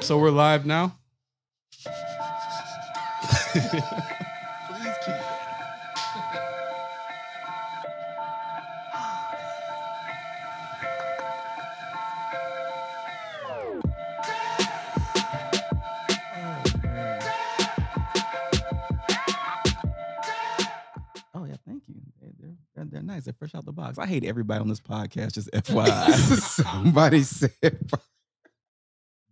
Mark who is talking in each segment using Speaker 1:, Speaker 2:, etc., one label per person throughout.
Speaker 1: So we're live now.
Speaker 2: Please keep it. Oh yeah, thank you. They- They're, they're, they're nice. They're fresh out the box. I hate everybody on this podcast. Just FYI.
Speaker 3: Somebody said,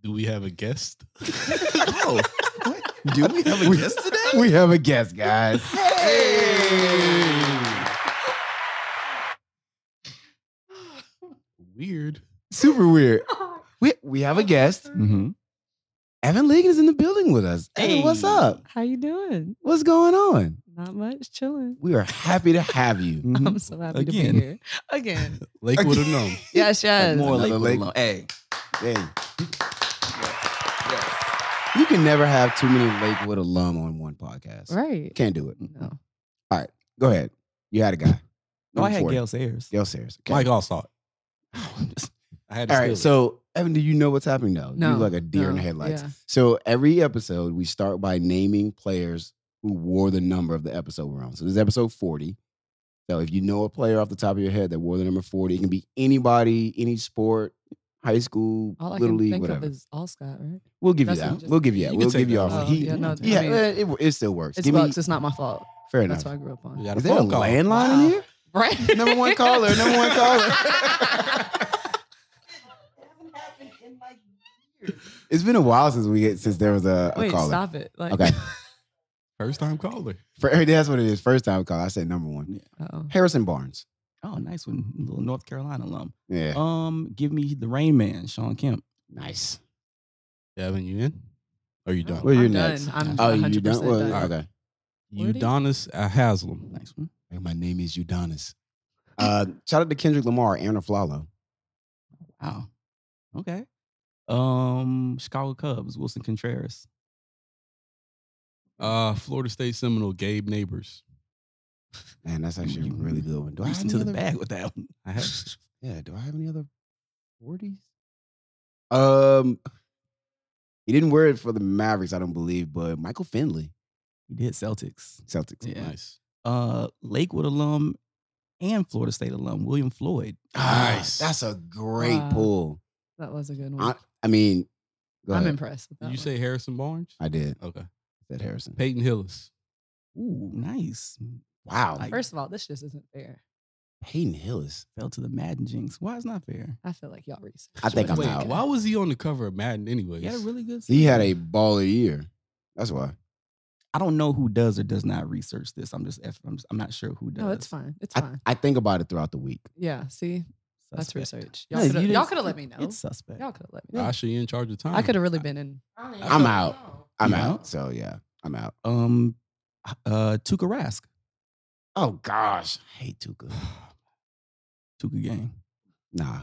Speaker 1: Do we have a guest?
Speaker 2: oh, what? do we have a
Speaker 3: We-
Speaker 2: guest today?
Speaker 3: "We have a guest, guys."
Speaker 1: Weird.
Speaker 3: Super weird. We we have a guest.
Speaker 2: Mm-hmm.
Speaker 3: Evan Ligon is in the building with us. Evan, what's
Speaker 2: Hey.
Speaker 3: up?
Speaker 4: How you doing?
Speaker 3: What's going on?
Speaker 4: Not much, chilling.
Speaker 3: We are happy to have you.
Speaker 4: I'm so happy to
Speaker 2: mm-hmm. Again.
Speaker 4: be here. Again.
Speaker 1: Lake would have known.
Speaker 4: Yes, yes.
Speaker 2: More
Speaker 3: Another
Speaker 2: like
Speaker 3: lake.
Speaker 2: Malone. Hey,
Speaker 3: Hey,
Speaker 2: yes.
Speaker 3: you can never have too many Lakewood alum on one podcast.
Speaker 4: Right.
Speaker 3: Can't do it.
Speaker 4: No.
Speaker 3: Go ahead. You had a guy.
Speaker 2: No, oh, I
Speaker 3: Number
Speaker 2: had
Speaker 3: four.
Speaker 2: Gail Sayers.
Speaker 3: Gail Sayers. Okay.
Speaker 1: Mike all saw it. I had to steal
Speaker 3: All right.
Speaker 1: it.
Speaker 3: So, Evan, do you know what's happening now?
Speaker 4: No.
Speaker 3: You're like a deer in the
Speaker 4: no,
Speaker 3: headlights.
Speaker 4: yeah.
Speaker 3: So every episode, we start by naming players who wore the number of the episode we're on. So this is episode 40. So if you know a player off the top of your head that wore the number 40, it can be anybody, any sport, high school,
Speaker 4: All I
Speaker 3: little
Speaker 4: can
Speaker 3: league,
Speaker 4: think
Speaker 3: whatever.
Speaker 4: of is All Scott, right?
Speaker 3: we'll give you
Speaker 4: that's what you
Speaker 3: that.
Speaker 4: just-
Speaker 3: We'll give you
Speaker 1: you
Speaker 3: that.
Speaker 1: can
Speaker 3: we'll
Speaker 1: take
Speaker 3: give you
Speaker 1: that
Speaker 3: off.
Speaker 1: one.
Speaker 4: Oh,
Speaker 3: he,
Speaker 4: yeah, no, I
Speaker 3: yeah,
Speaker 4: mean,
Speaker 3: eh, it, it still works.
Speaker 4: It's
Speaker 3: Give me-
Speaker 4: Bucks. It's not my fault.
Speaker 3: fair
Speaker 4: That's
Speaker 3: enough.
Speaker 4: what I grew up on.
Speaker 1: we got
Speaker 3: Is
Speaker 1: a
Speaker 3: there a
Speaker 1: phone call.
Speaker 3: landline in here?
Speaker 4: Right.
Speaker 3: Number one caller, number one caller. It's been a while since we get since there was a, a
Speaker 4: Wait,
Speaker 3: caller.
Speaker 4: stop it. Like,
Speaker 3: Okay,
Speaker 1: First time caller.
Speaker 3: For, that's what it is. First time caller. I said number one.
Speaker 4: Uh-oh.
Speaker 3: Harrison Barnes.
Speaker 2: Oh, nice one. Little North Carolina alum.
Speaker 3: Yeah.
Speaker 2: Um, give me the Rain Man, Sean Kemp.
Speaker 3: Nice.
Speaker 1: Devin, you in? Are you done?
Speaker 3: Where
Speaker 4: I'm
Speaker 3: you
Speaker 4: done.
Speaker 3: next?
Speaker 4: I'm
Speaker 3: Oh, you
Speaker 4: 100%
Speaker 3: don't.
Speaker 4: done.
Speaker 3: Well, okay.
Speaker 4: Where do you-
Speaker 1: Udonis uh, Haslam.
Speaker 2: Nice one.
Speaker 3: Hey, my name is Udonis. Uh, shout out to Kendrick Lamar, Aaron Flalo.
Speaker 2: Wow. Okay. Um, Chicago Cubs, Wilson Contreras.
Speaker 1: Uh, Florida State Seminole, Gabe Neighbors.
Speaker 3: Man, that's actually a really good one. Do I have
Speaker 2: Reached
Speaker 3: any
Speaker 2: into the
Speaker 3: other-
Speaker 2: bag with that one.
Speaker 1: I have
Speaker 3: Yeah. Do I have any other forties? Um, he didn't wear it for the Mavericks, I don't believe, but Michael Finley,
Speaker 2: He did Celtics.
Speaker 3: Celtics.
Speaker 2: Yeah.
Speaker 1: nice.
Speaker 2: Uh, Lakewood alum and Florida State alum, William Floyd.
Speaker 3: Ah,
Speaker 1: Nice.
Speaker 3: that's a great
Speaker 4: Wow.
Speaker 3: pull.
Speaker 4: That was a good one.
Speaker 3: I, I mean, go
Speaker 4: I'm
Speaker 3: ahead.
Speaker 4: impressed. With that
Speaker 1: Did you
Speaker 4: one.
Speaker 1: say Harrison Barnes?
Speaker 3: I did.
Speaker 1: Okay.
Speaker 3: Said Harrison.
Speaker 1: Peyton Hillis.
Speaker 2: Ooh, nice.
Speaker 3: Wow.
Speaker 2: Like-
Speaker 4: First of all, this just isn't fair.
Speaker 3: Peyton Hillis.
Speaker 2: Fell to the Madden jinx. Why it's not fair?
Speaker 4: I feel like y'all research.
Speaker 3: I think I'm
Speaker 1: Wait,
Speaker 3: out.
Speaker 1: why was he on the cover of Madden anyways?
Speaker 2: He had a really good.
Speaker 3: He had
Speaker 2: season.
Speaker 3: a baller year. That's why.
Speaker 2: I don't know who does or does not research this. I'm just. eff- I'm, just, I'm not sure who does.
Speaker 4: No, it's fine. It's
Speaker 3: I,
Speaker 4: fine.
Speaker 3: I think about it throughout the week.
Speaker 4: Yeah, see, that's
Speaker 2: Suspect.
Speaker 4: research.
Speaker 2: No,
Speaker 4: Y'all
Speaker 2: you
Speaker 4: coulda-
Speaker 2: didn't-
Speaker 4: y'all could have let me know.
Speaker 2: It's suspect.
Speaker 4: Y'all could have let me know.
Speaker 1: Josh, you in charge of time.
Speaker 4: I could have really been in.
Speaker 3: I'm out. I'm
Speaker 2: You
Speaker 3: out.
Speaker 2: out?
Speaker 3: So yeah, I'm out.
Speaker 2: Um, h- uh, Tuka Rask,
Speaker 3: Oh gosh, I hate Tuka.
Speaker 2: Tuka gang.
Speaker 3: Nah,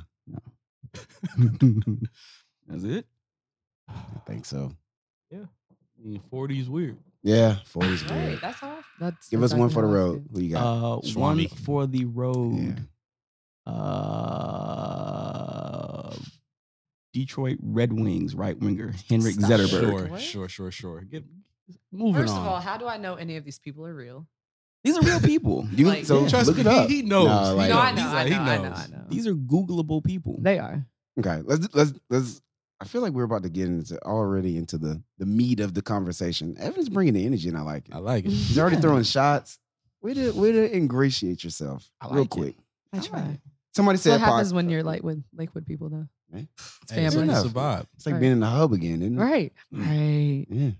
Speaker 2: That's it.
Speaker 3: I think so.
Speaker 1: Forties weird.
Speaker 3: Yeah, 40's
Speaker 4: Right,
Speaker 3: good.
Speaker 4: that's all. That's
Speaker 3: Give us one
Speaker 4: exactly
Speaker 3: for the
Speaker 4: how I
Speaker 3: road. Who you got?
Speaker 2: Uh, one
Speaker 1: Swami.
Speaker 2: for the
Speaker 3: Yeah.
Speaker 2: road. Uh, Detroit Red Wings right winger Henrik
Speaker 4: Stop.
Speaker 2: Zetterberg.
Speaker 1: Sure,
Speaker 4: What?
Speaker 1: sure, sure, sure. Get
Speaker 4: feel.
Speaker 1: moving
Speaker 4: First
Speaker 1: on.
Speaker 4: of all, how do I know any of these people are real?
Speaker 2: These are real people.
Speaker 3: You
Speaker 4: like-
Speaker 3: so
Speaker 4: Yeah.
Speaker 1: Trust
Speaker 3: look
Speaker 1: me,
Speaker 3: it up.
Speaker 1: He, he knows.
Speaker 3: No,
Speaker 1: He
Speaker 3: like-
Speaker 4: no, I
Speaker 1: knows.
Speaker 4: know,
Speaker 1: He's
Speaker 4: I
Speaker 1: like,
Speaker 4: know, I
Speaker 1: he
Speaker 4: know,
Speaker 1: knows.
Speaker 4: I know.
Speaker 2: These are Googleable people.
Speaker 4: they are.
Speaker 3: Okay, let's let's let's. I feel like we're about to get into already into the the meat of the conversation. Evan's bringing the energy, and I like it.
Speaker 1: I like it.
Speaker 3: He's already
Speaker 2: Yeah.
Speaker 3: throwing shots. Way to way to ingratiate yourself
Speaker 2: I
Speaker 3: real
Speaker 2: like it.
Speaker 3: quick.
Speaker 2: I
Speaker 4: All
Speaker 2: tried.
Speaker 4: right.
Speaker 3: Somebody
Speaker 4: What
Speaker 3: said
Speaker 4: happens
Speaker 3: pod-
Speaker 4: when you're like with Lakewood people though?
Speaker 3: Eh?
Speaker 1: Hey,
Speaker 4: It's
Speaker 1: it's
Speaker 3: fair
Speaker 4: family.
Speaker 3: enough.
Speaker 1: survive.
Speaker 3: It's like
Speaker 4: Right.
Speaker 3: being in a hub again, isn't it?
Speaker 4: Right. Right.
Speaker 3: Yeah.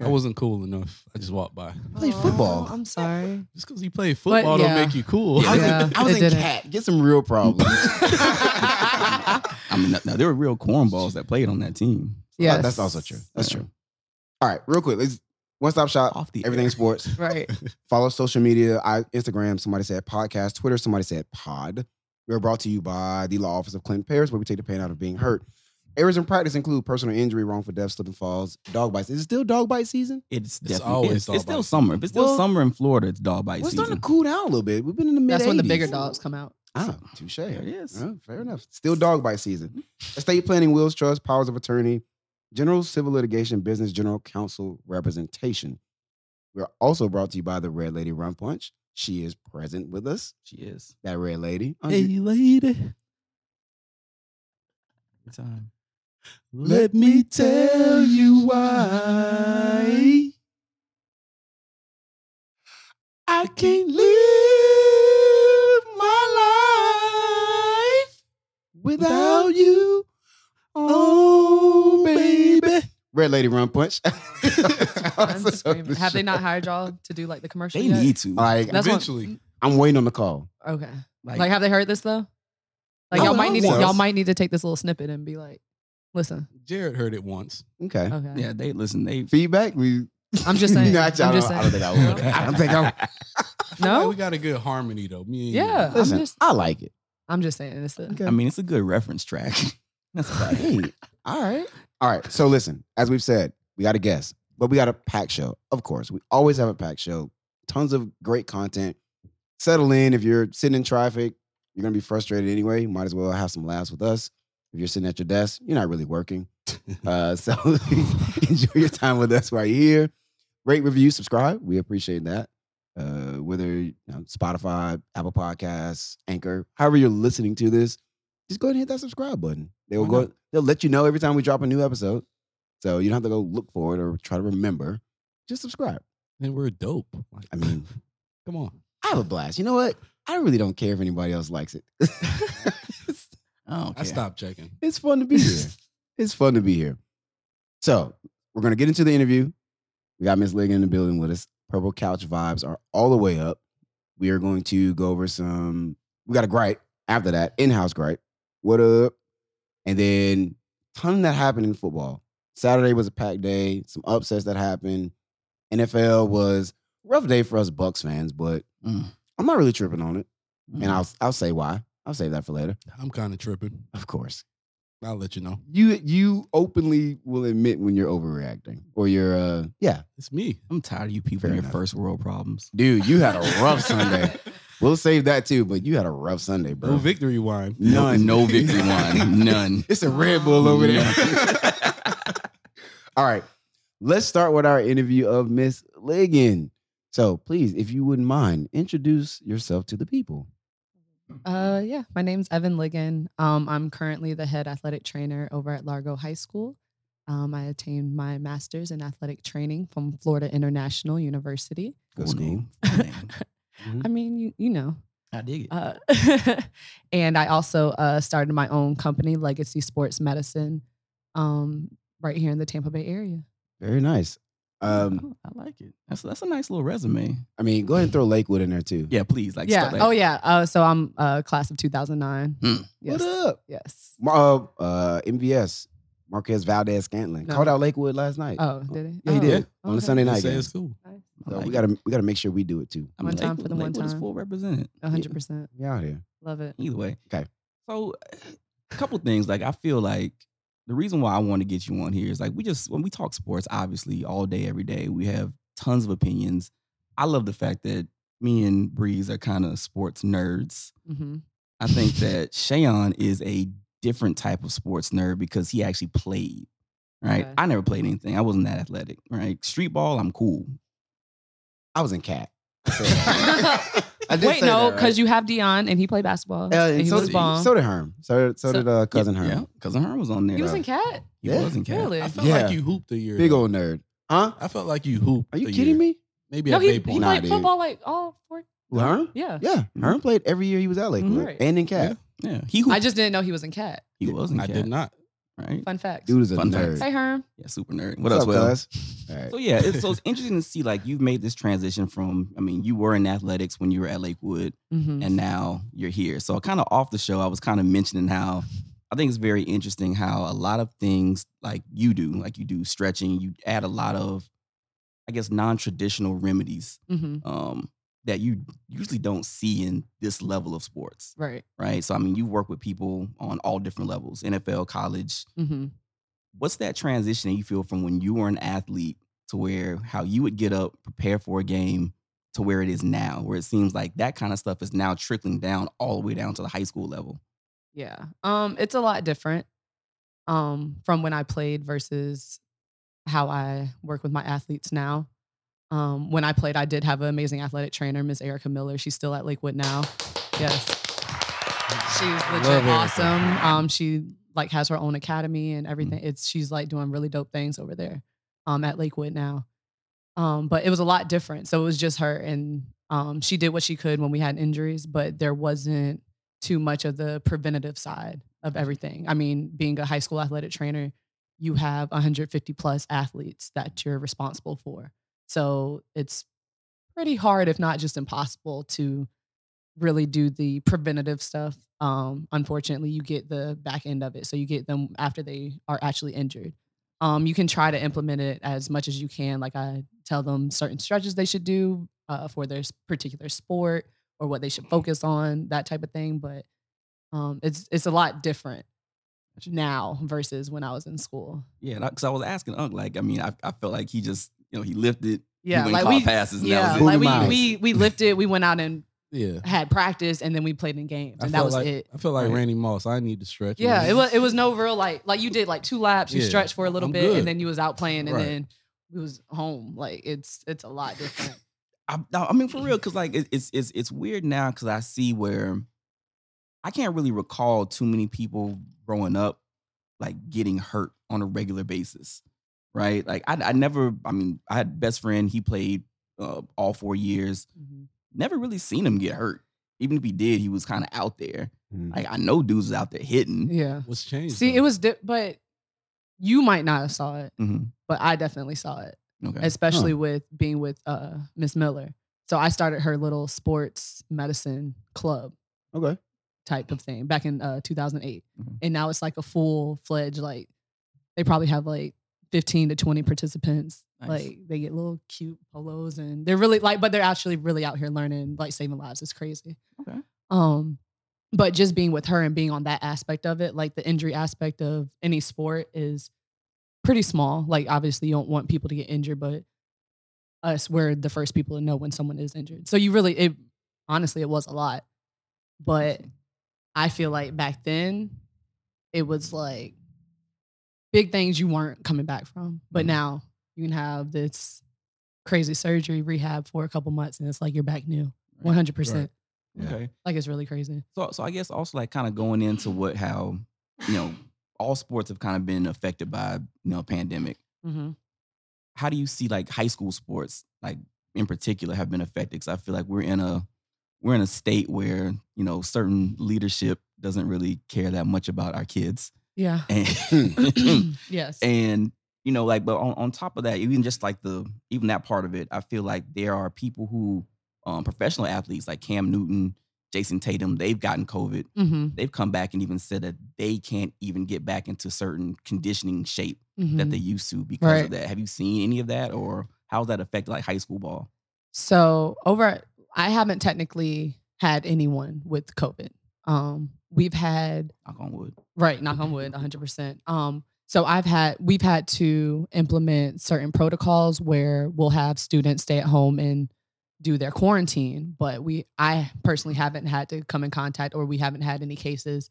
Speaker 1: I wasn't cool enough. I just walked by.
Speaker 3: Played football.
Speaker 4: Oh, I'm sorry.
Speaker 1: Just because he played football
Speaker 4: yeah.
Speaker 1: don't make you cool.
Speaker 3: I
Speaker 4: Yeah.
Speaker 3: was,
Speaker 4: Yeah,
Speaker 3: in, I was
Speaker 4: it
Speaker 3: in
Speaker 4: didn't.
Speaker 3: cat. Get some real problems.
Speaker 2: I mean, no, no, there were real cornballs that played on that team.
Speaker 3: Yeah,
Speaker 4: Yes.
Speaker 3: that's also true. That's
Speaker 2: Yeah.
Speaker 3: true. All right, real quick. Let's one stop
Speaker 1: Oh,
Speaker 3: shop.
Speaker 2: Uh, Off the
Speaker 3: Everything
Speaker 2: air.
Speaker 3: sports.
Speaker 4: Right.
Speaker 3: Follow social media. I, Instagram. Somebody said podcast. Twitter. Somebody said pod. We are brought to you by the Law Office of Clint Paris, where we take the pain out of being hurt. Errors in practice include personal injury, wrongful death, slip and falls, dog bites. Is it still dog bite season?
Speaker 2: It's,
Speaker 1: It's
Speaker 2: definitely
Speaker 1: always
Speaker 2: always it's,
Speaker 1: dog
Speaker 2: it's still
Speaker 1: bite
Speaker 2: summer.
Speaker 1: season.
Speaker 2: If it's still
Speaker 3: Well-
Speaker 2: summer in Florida, it's dog bite
Speaker 3: We're starting
Speaker 2: season.
Speaker 3: to cool down a little bit. We've been in the mid.
Speaker 4: That's when the bigger
Speaker 3: 80s.
Speaker 4: dogs come out.
Speaker 3: Ah, touche. Ah,
Speaker 2: There it is.
Speaker 3: Oh, fair enough. Still dog bite season. Estate planning, wills, trust, powers of attorney, General Civil Litigation Business General Counsel Representation. We're also brought to you by the Red Lady Rum Punch. She is present with us.
Speaker 2: She is.
Speaker 3: That Red Lady. Unmute.
Speaker 2: Hey, lady. Good time.
Speaker 3: Let me tell you why I can't live my life without you. Oh, baby. Red Lady Run Punch. Oh,
Speaker 4: I'm just screaming. Have they not hired y'all to do like the commercial?
Speaker 2: They
Speaker 4: yet?
Speaker 2: need to.
Speaker 3: Like,
Speaker 4: That's what-
Speaker 1: Eventually.
Speaker 3: I'm waiting on the call.
Speaker 4: Okay. Like, have they heard this though? Like
Speaker 3: No,
Speaker 4: y'all
Speaker 3: no
Speaker 4: might need to,
Speaker 3: one
Speaker 4: y'all
Speaker 3: else.
Speaker 4: might need to take this little snippet and be like, listen.
Speaker 1: Jared heard it once.
Speaker 3: Okay.
Speaker 4: Okay.
Speaker 2: yeah, they listen. They
Speaker 3: Feedback? We.
Speaker 4: Oh. I'm just saying.
Speaker 3: Nah,
Speaker 4: I'm
Speaker 3: I don't-
Speaker 4: just
Speaker 3: I don't think
Speaker 4: saying.
Speaker 3: I would. I don't think I would.
Speaker 1: I feel like
Speaker 4: No?
Speaker 1: we got a good harmony though. Me and you.
Speaker 4: Yeah. I'm
Speaker 3: Listen,
Speaker 4: just
Speaker 3: I like it.
Speaker 4: I'm just saying it's a,
Speaker 2: I mean, it's a good reference track. That's about it.
Speaker 3: Hey, all right. All right. So listen, as we've said, we got a guest, but we got a packed show. Of course, we always have a packed show. Tons of great content. Settle in if you're sitting in traffic. You're gonna be frustrated anyway. You might as well have some laughs with us. If you're sitting at your desk, you're not really working. Uh, so enjoy your time with us while you're here. Rate, review, subscribe. We appreciate that. Uh, whether you know, Spotify, Apple Podcasts, Anchor, however you're listening to this, just go ahead and hit that subscribe button. They will
Speaker 2: Why
Speaker 3: go. They'll let you know every time we drop a new episode, so you don't have to go look for it or try to remember. Just subscribe.
Speaker 1: And we're dope. Like,
Speaker 3: I mean-
Speaker 1: come on.
Speaker 3: I have a blast. You know what? I really don't care if anybody else likes it.
Speaker 2: Oh,
Speaker 1: I stopped checking.
Speaker 3: it's fun to be here. It's fun to be here. So we're gonna get into the interview. We got Miss Ligon in the building with us. Purple couch vibes are all the way up. We are going to go over some. We got a gripe after that, in-house gripe. What up? And then ton that happened in football. Saturday was a packed day. Some upsets that happened. NFL was a rough day for us Bucks fans, but I'm not really tripping on it. And
Speaker 2: Mm.
Speaker 3: I'll I'll say why. I'll save that for later.
Speaker 1: I'm kind of tripping.
Speaker 3: Of course.
Speaker 1: I'll let you know.
Speaker 3: You you openly will admit when you're overreacting or you're uh yeah,
Speaker 1: It's me.
Speaker 2: I'm tired of you people
Speaker 3: Fair
Speaker 2: and your
Speaker 3: enough.
Speaker 2: first world problems.
Speaker 3: dude, you had a rough Sunday. We'll save that too, but you had a rough Sunday, bro.
Speaker 1: No victory wine.
Speaker 3: None.
Speaker 2: No victory won. None.
Speaker 3: It's a Red Bull over there. All right, let's start with our interview of Miss Ligon. So please, if you wouldn't mind, introduce yourself to the people.
Speaker 4: Uh, yeah, my name's Evan Ligon. Um, I'm currently the head athletic trainer over at Largo High School. Um, I attained my master's in athletic training from Florida International University.
Speaker 3: Good
Speaker 2: Cool
Speaker 3: school.
Speaker 2: name. Cool name.
Speaker 3: Mm-hmm.
Speaker 4: I mean, you, you know.
Speaker 2: I dig it.
Speaker 4: Uh, and I also uh, started my own company, Legacy Sports Medicine, um, right here in the Tampa Bay area.
Speaker 3: Very nice. Um,
Speaker 2: Oh, I like it. That's that's a nice little resume.
Speaker 3: I mean, go ahead and throw Lakewood in there too.
Speaker 2: Yeah, please. Like,
Speaker 4: yeah.
Speaker 2: stuff like-
Speaker 4: oh, yeah. Uh, so I'm uh, class of 2009.
Speaker 2: Hmm.
Speaker 4: Yes.
Speaker 3: What up?
Speaker 4: Yes.
Speaker 3: Mar- Uh, uh, MVS, Marquez Valdez Scantling.
Speaker 4: No.
Speaker 3: Called out Lakewood last night.
Speaker 4: Oh, did it?
Speaker 3: yeah, he
Speaker 4: Oh,
Speaker 3: did. On the
Speaker 4: okay.
Speaker 3: Sunday
Speaker 1: They
Speaker 3: night
Speaker 1: say
Speaker 3: game.
Speaker 1: it's cool.
Speaker 2: I
Speaker 3: So
Speaker 2: like
Speaker 3: we
Speaker 2: it.
Speaker 3: gotta we gotta make sure we do it too.
Speaker 2: I
Speaker 4: One time for the one
Speaker 2: Lakewood is
Speaker 4: time.
Speaker 2: full represented.
Speaker 4: A 100%.
Speaker 3: We out here.
Speaker 4: Love it.
Speaker 2: Either way.
Speaker 3: Okay.
Speaker 2: So, a couple things. Like, I feel like the reason why I want to get you on here is like, we just, when we talk sports, obviously, all day, every day, we have tons of opinions. I love the fact that me and Breeze are kind of sports nerds.
Speaker 4: Mm-hmm.
Speaker 2: I think that Shayon is a different type of sports nerd because he actually played. Right.
Speaker 4: Okay.
Speaker 2: I never played anything. I wasn't that athletic. Right. Street ball, I'm cool.
Speaker 3: I was in cat. I did
Speaker 4: Wait,
Speaker 3: say
Speaker 4: no,
Speaker 3: that,
Speaker 4: because you have Dion and he played basketball.
Speaker 3: Uh,
Speaker 4: and
Speaker 3: and
Speaker 4: he
Speaker 3: so,
Speaker 4: was
Speaker 3: did-
Speaker 4: bomb.
Speaker 3: so did Herm. So, so
Speaker 4: So-
Speaker 3: did uh, cousin Herm.
Speaker 2: Yeah. Cousin Herm was on there.
Speaker 4: he was in
Speaker 2: though.
Speaker 4: Cat.
Speaker 2: He
Speaker 3: Yeah.
Speaker 2: was in Cat.
Speaker 4: Really?
Speaker 1: I felt
Speaker 3: Yeah.
Speaker 1: like you hooped a year.
Speaker 3: Big
Speaker 1: though.
Speaker 3: old nerd. Huh?
Speaker 1: I felt like you hooped.
Speaker 3: Are
Speaker 1: a
Speaker 3: you
Speaker 1: year.
Speaker 3: kidding me?
Speaker 1: Maybe
Speaker 4: No,
Speaker 1: at
Speaker 4: he, he
Speaker 1: Bay
Speaker 4: played
Speaker 1: Point.
Speaker 3: Nah, dude.
Speaker 4: football like all four.
Speaker 3: Herm?
Speaker 4: Yeah. Mm-hmm.
Speaker 3: Yeah. Herm
Speaker 2: Mhm.
Speaker 3: played every year he was at Lakewood
Speaker 2: Mhm.
Speaker 4: Right.
Speaker 3: and in cat.
Speaker 2: Yeah. He who
Speaker 4: I just didn't know he was in Cat.
Speaker 2: he was in
Speaker 1: I
Speaker 2: Cat.
Speaker 1: did not.
Speaker 2: Right.
Speaker 4: Fun fact.
Speaker 3: Dude is a
Speaker 2: Fun
Speaker 3: nerd.
Speaker 2: fact.
Speaker 4: Hey, Herm.
Speaker 2: Yeah. Super nerd. What
Speaker 3: What's
Speaker 2: else?
Speaker 3: up,
Speaker 2: Will?
Speaker 3: cuz? All right.
Speaker 2: So yeah, it's, so it's interesting to see like you've made this transition from. I mean, you were in athletics when you were at Lakewood.
Speaker 4: Mm-hmm.
Speaker 2: and now you're here. So kind of off the show, I was kind of mentioning how I think it's very interesting how a lot of things like you do, like you do stretching, you add a lot of, I guess, non-traditional remedies
Speaker 4: Mm-hmm.
Speaker 2: um, that you usually don't see in this level of sports,
Speaker 4: Right.
Speaker 2: right? So I mean, you work with people on all different levels, NFL, college.
Speaker 4: Mm-hmm.
Speaker 2: What's that transition that you feel from when you were an athlete to where how you would get up, prepare for a game? To where it is now, where it seems like that kind of stuff is now trickling down all the way down to the high school level.
Speaker 4: Yeah. Um, it's a lot different. um, from when I played versus how I work with my athletes now. Um, when I played, I did have an amazing athletic trainer, Ms. Erica Miller. She's still at Lakewood now. Yes. She's legit
Speaker 1: Erica.
Speaker 4: awesome. Um, she like has her own academy and everything. It's she's like doing really dope things over there um, at Lakewood now. Um, but it was a lot different. So it was just her and um, she did what she could when we had injuries, but there wasn't too much of the preventative side of everything. I mean, being a high school athletic trainer, you have 150 plus athletes that you're responsible for. So it's pretty hard, if not just impossible, to really do the preventative stuff. Um, unfortunately, you get the back end of it. So you get them after they are actually injured. Um, you can try to implement it as much as you can. Like I tell them certain stretches they should do uh, for their s- particular sport or what they should focus on, that type of thing. But um, it's it's a lot different now versus when I was in school.
Speaker 2: Yeah, because I was asking Unc, like, I mean, I, I felt like he just, you know, he lifted,
Speaker 4: Yeah,
Speaker 2: he went
Speaker 4: like
Speaker 2: and caught
Speaker 4: we,
Speaker 2: passes, and
Speaker 4: yeah,
Speaker 2: that was it.
Speaker 4: like
Speaker 1: Boom
Speaker 4: we,
Speaker 1: miles.
Speaker 4: we we lifted, we went out and
Speaker 1: Yeah.
Speaker 4: had practice, and then we played in games,
Speaker 1: I felt
Speaker 4: and that was
Speaker 1: like,
Speaker 4: it.
Speaker 1: I feel like
Speaker 2: Right.
Speaker 1: Randy Moss. I need to stretch.
Speaker 4: Yeah,
Speaker 1: man.
Speaker 4: it was it was no real like like you did like two laps, you
Speaker 1: Mm-hmm. Yeah,
Speaker 4: stretched for a little
Speaker 1: I'm
Speaker 4: bit,
Speaker 1: good.
Speaker 4: and then you was out playing, and
Speaker 1: Right.
Speaker 4: then we was home. Like it's it's a lot different.
Speaker 2: I, no, I mean, for real, because like it, it's it's it's weird now because I see where I can't really recall too many people growing up like getting hurt on a regular basis, right? Like I, I never, I mean, I had a best friend. He played uh, all four years.
Speaker 4: Mhm.
Speaker 1: Mm-hmm.
Speaker 2: Never really seen him get hurt. Even if he did, he was kind of out there.
Speaker 3: Mm.
Speaker 2: Like I know dudes out there hitting.
Speaker 4: Yeah.
Speaker 1: What's changed?
Speaker 4: See,
Speaker 1: though?
Speaker 4: it was di- but you might not have saw it,
Speaker 2: Mhm.
Speaker 4: but I definitely saw it.
Speaker 2: Okay.
Speaker 4: especially with being with uh Miss Miller. So I started her little sports medicine club
Speaker 3: Okay.
Speaker 4: type of thing back in uh 2008.
Speaker 2: Mhm.
Speaker 4: And now it's like a full-fledged like they probably have like 15 to 20 participants.
Speaker 2: Nice.
Speaker 4: Like they get little cute polos and they're really like but they're actually really out here learning like saving lives. It's crazy.
Speaker 2: Okay.
Speaker 4: Um but just being with her and being on that aspect of it, like the injury aspect of any sport is pretty small. Like obviously you don't want people to get injured, but us we're the first people to know when someone is injured. So you really it honestly it was a lot. But I feel like back then it was like big things you weren't coming back from. But
Speaker 2: Mhm.
Speaker 4: now you can have this crazy surgery rehab for a couple months and it's like you're back new.
Speaker 2: Right.
Speaker 4: 100%.
Speaker 1: Right.
Speaker 3: Yeah.
Speaker 2: Okay.
Speaker 4: Like it's really crazy.
Speaker 2: So, so I guess also like kind of going into what how you know all sports have kind of been affected by you know pandemic.
Speaker 4: Mm-hmm.
Speaker 2: How do you see like high school sports like in particular have been affected? Because I feel like we're in a we're in a state where you know certain leadership doesn't really care that much about our kids,
Speaker 4: Yeah.
Speaker 2: and
Speaker 4: yes.
Speaker 2: and you know like but on, on top of that even just like the even that part of it i feel like there are people who um, professional athletes like cam newton jason tatum they've gotten covid
Speaker 4: hmm
Speaker 2: they've come back and even said that they can't even get back into certain conditioning shape
Speaker 4: mm-hmm.
Speaker 2: that they used to because
Speaker 4: Mm. Right.
Speaker 2: of that. Have you seen any of that or how's that affect like high school ball?
Speaker 4: So over, I haven't technically had anyone with COVID. Um, we've had
Speaker 2: Knock on wood.
Speaker 4: Right, knock on wood, 100%. Um, so I've had we've had to implement certain protocols where we'll have students stay at home and do their quarantine, but we I personally haven't had to come in contact or we haven't had any cases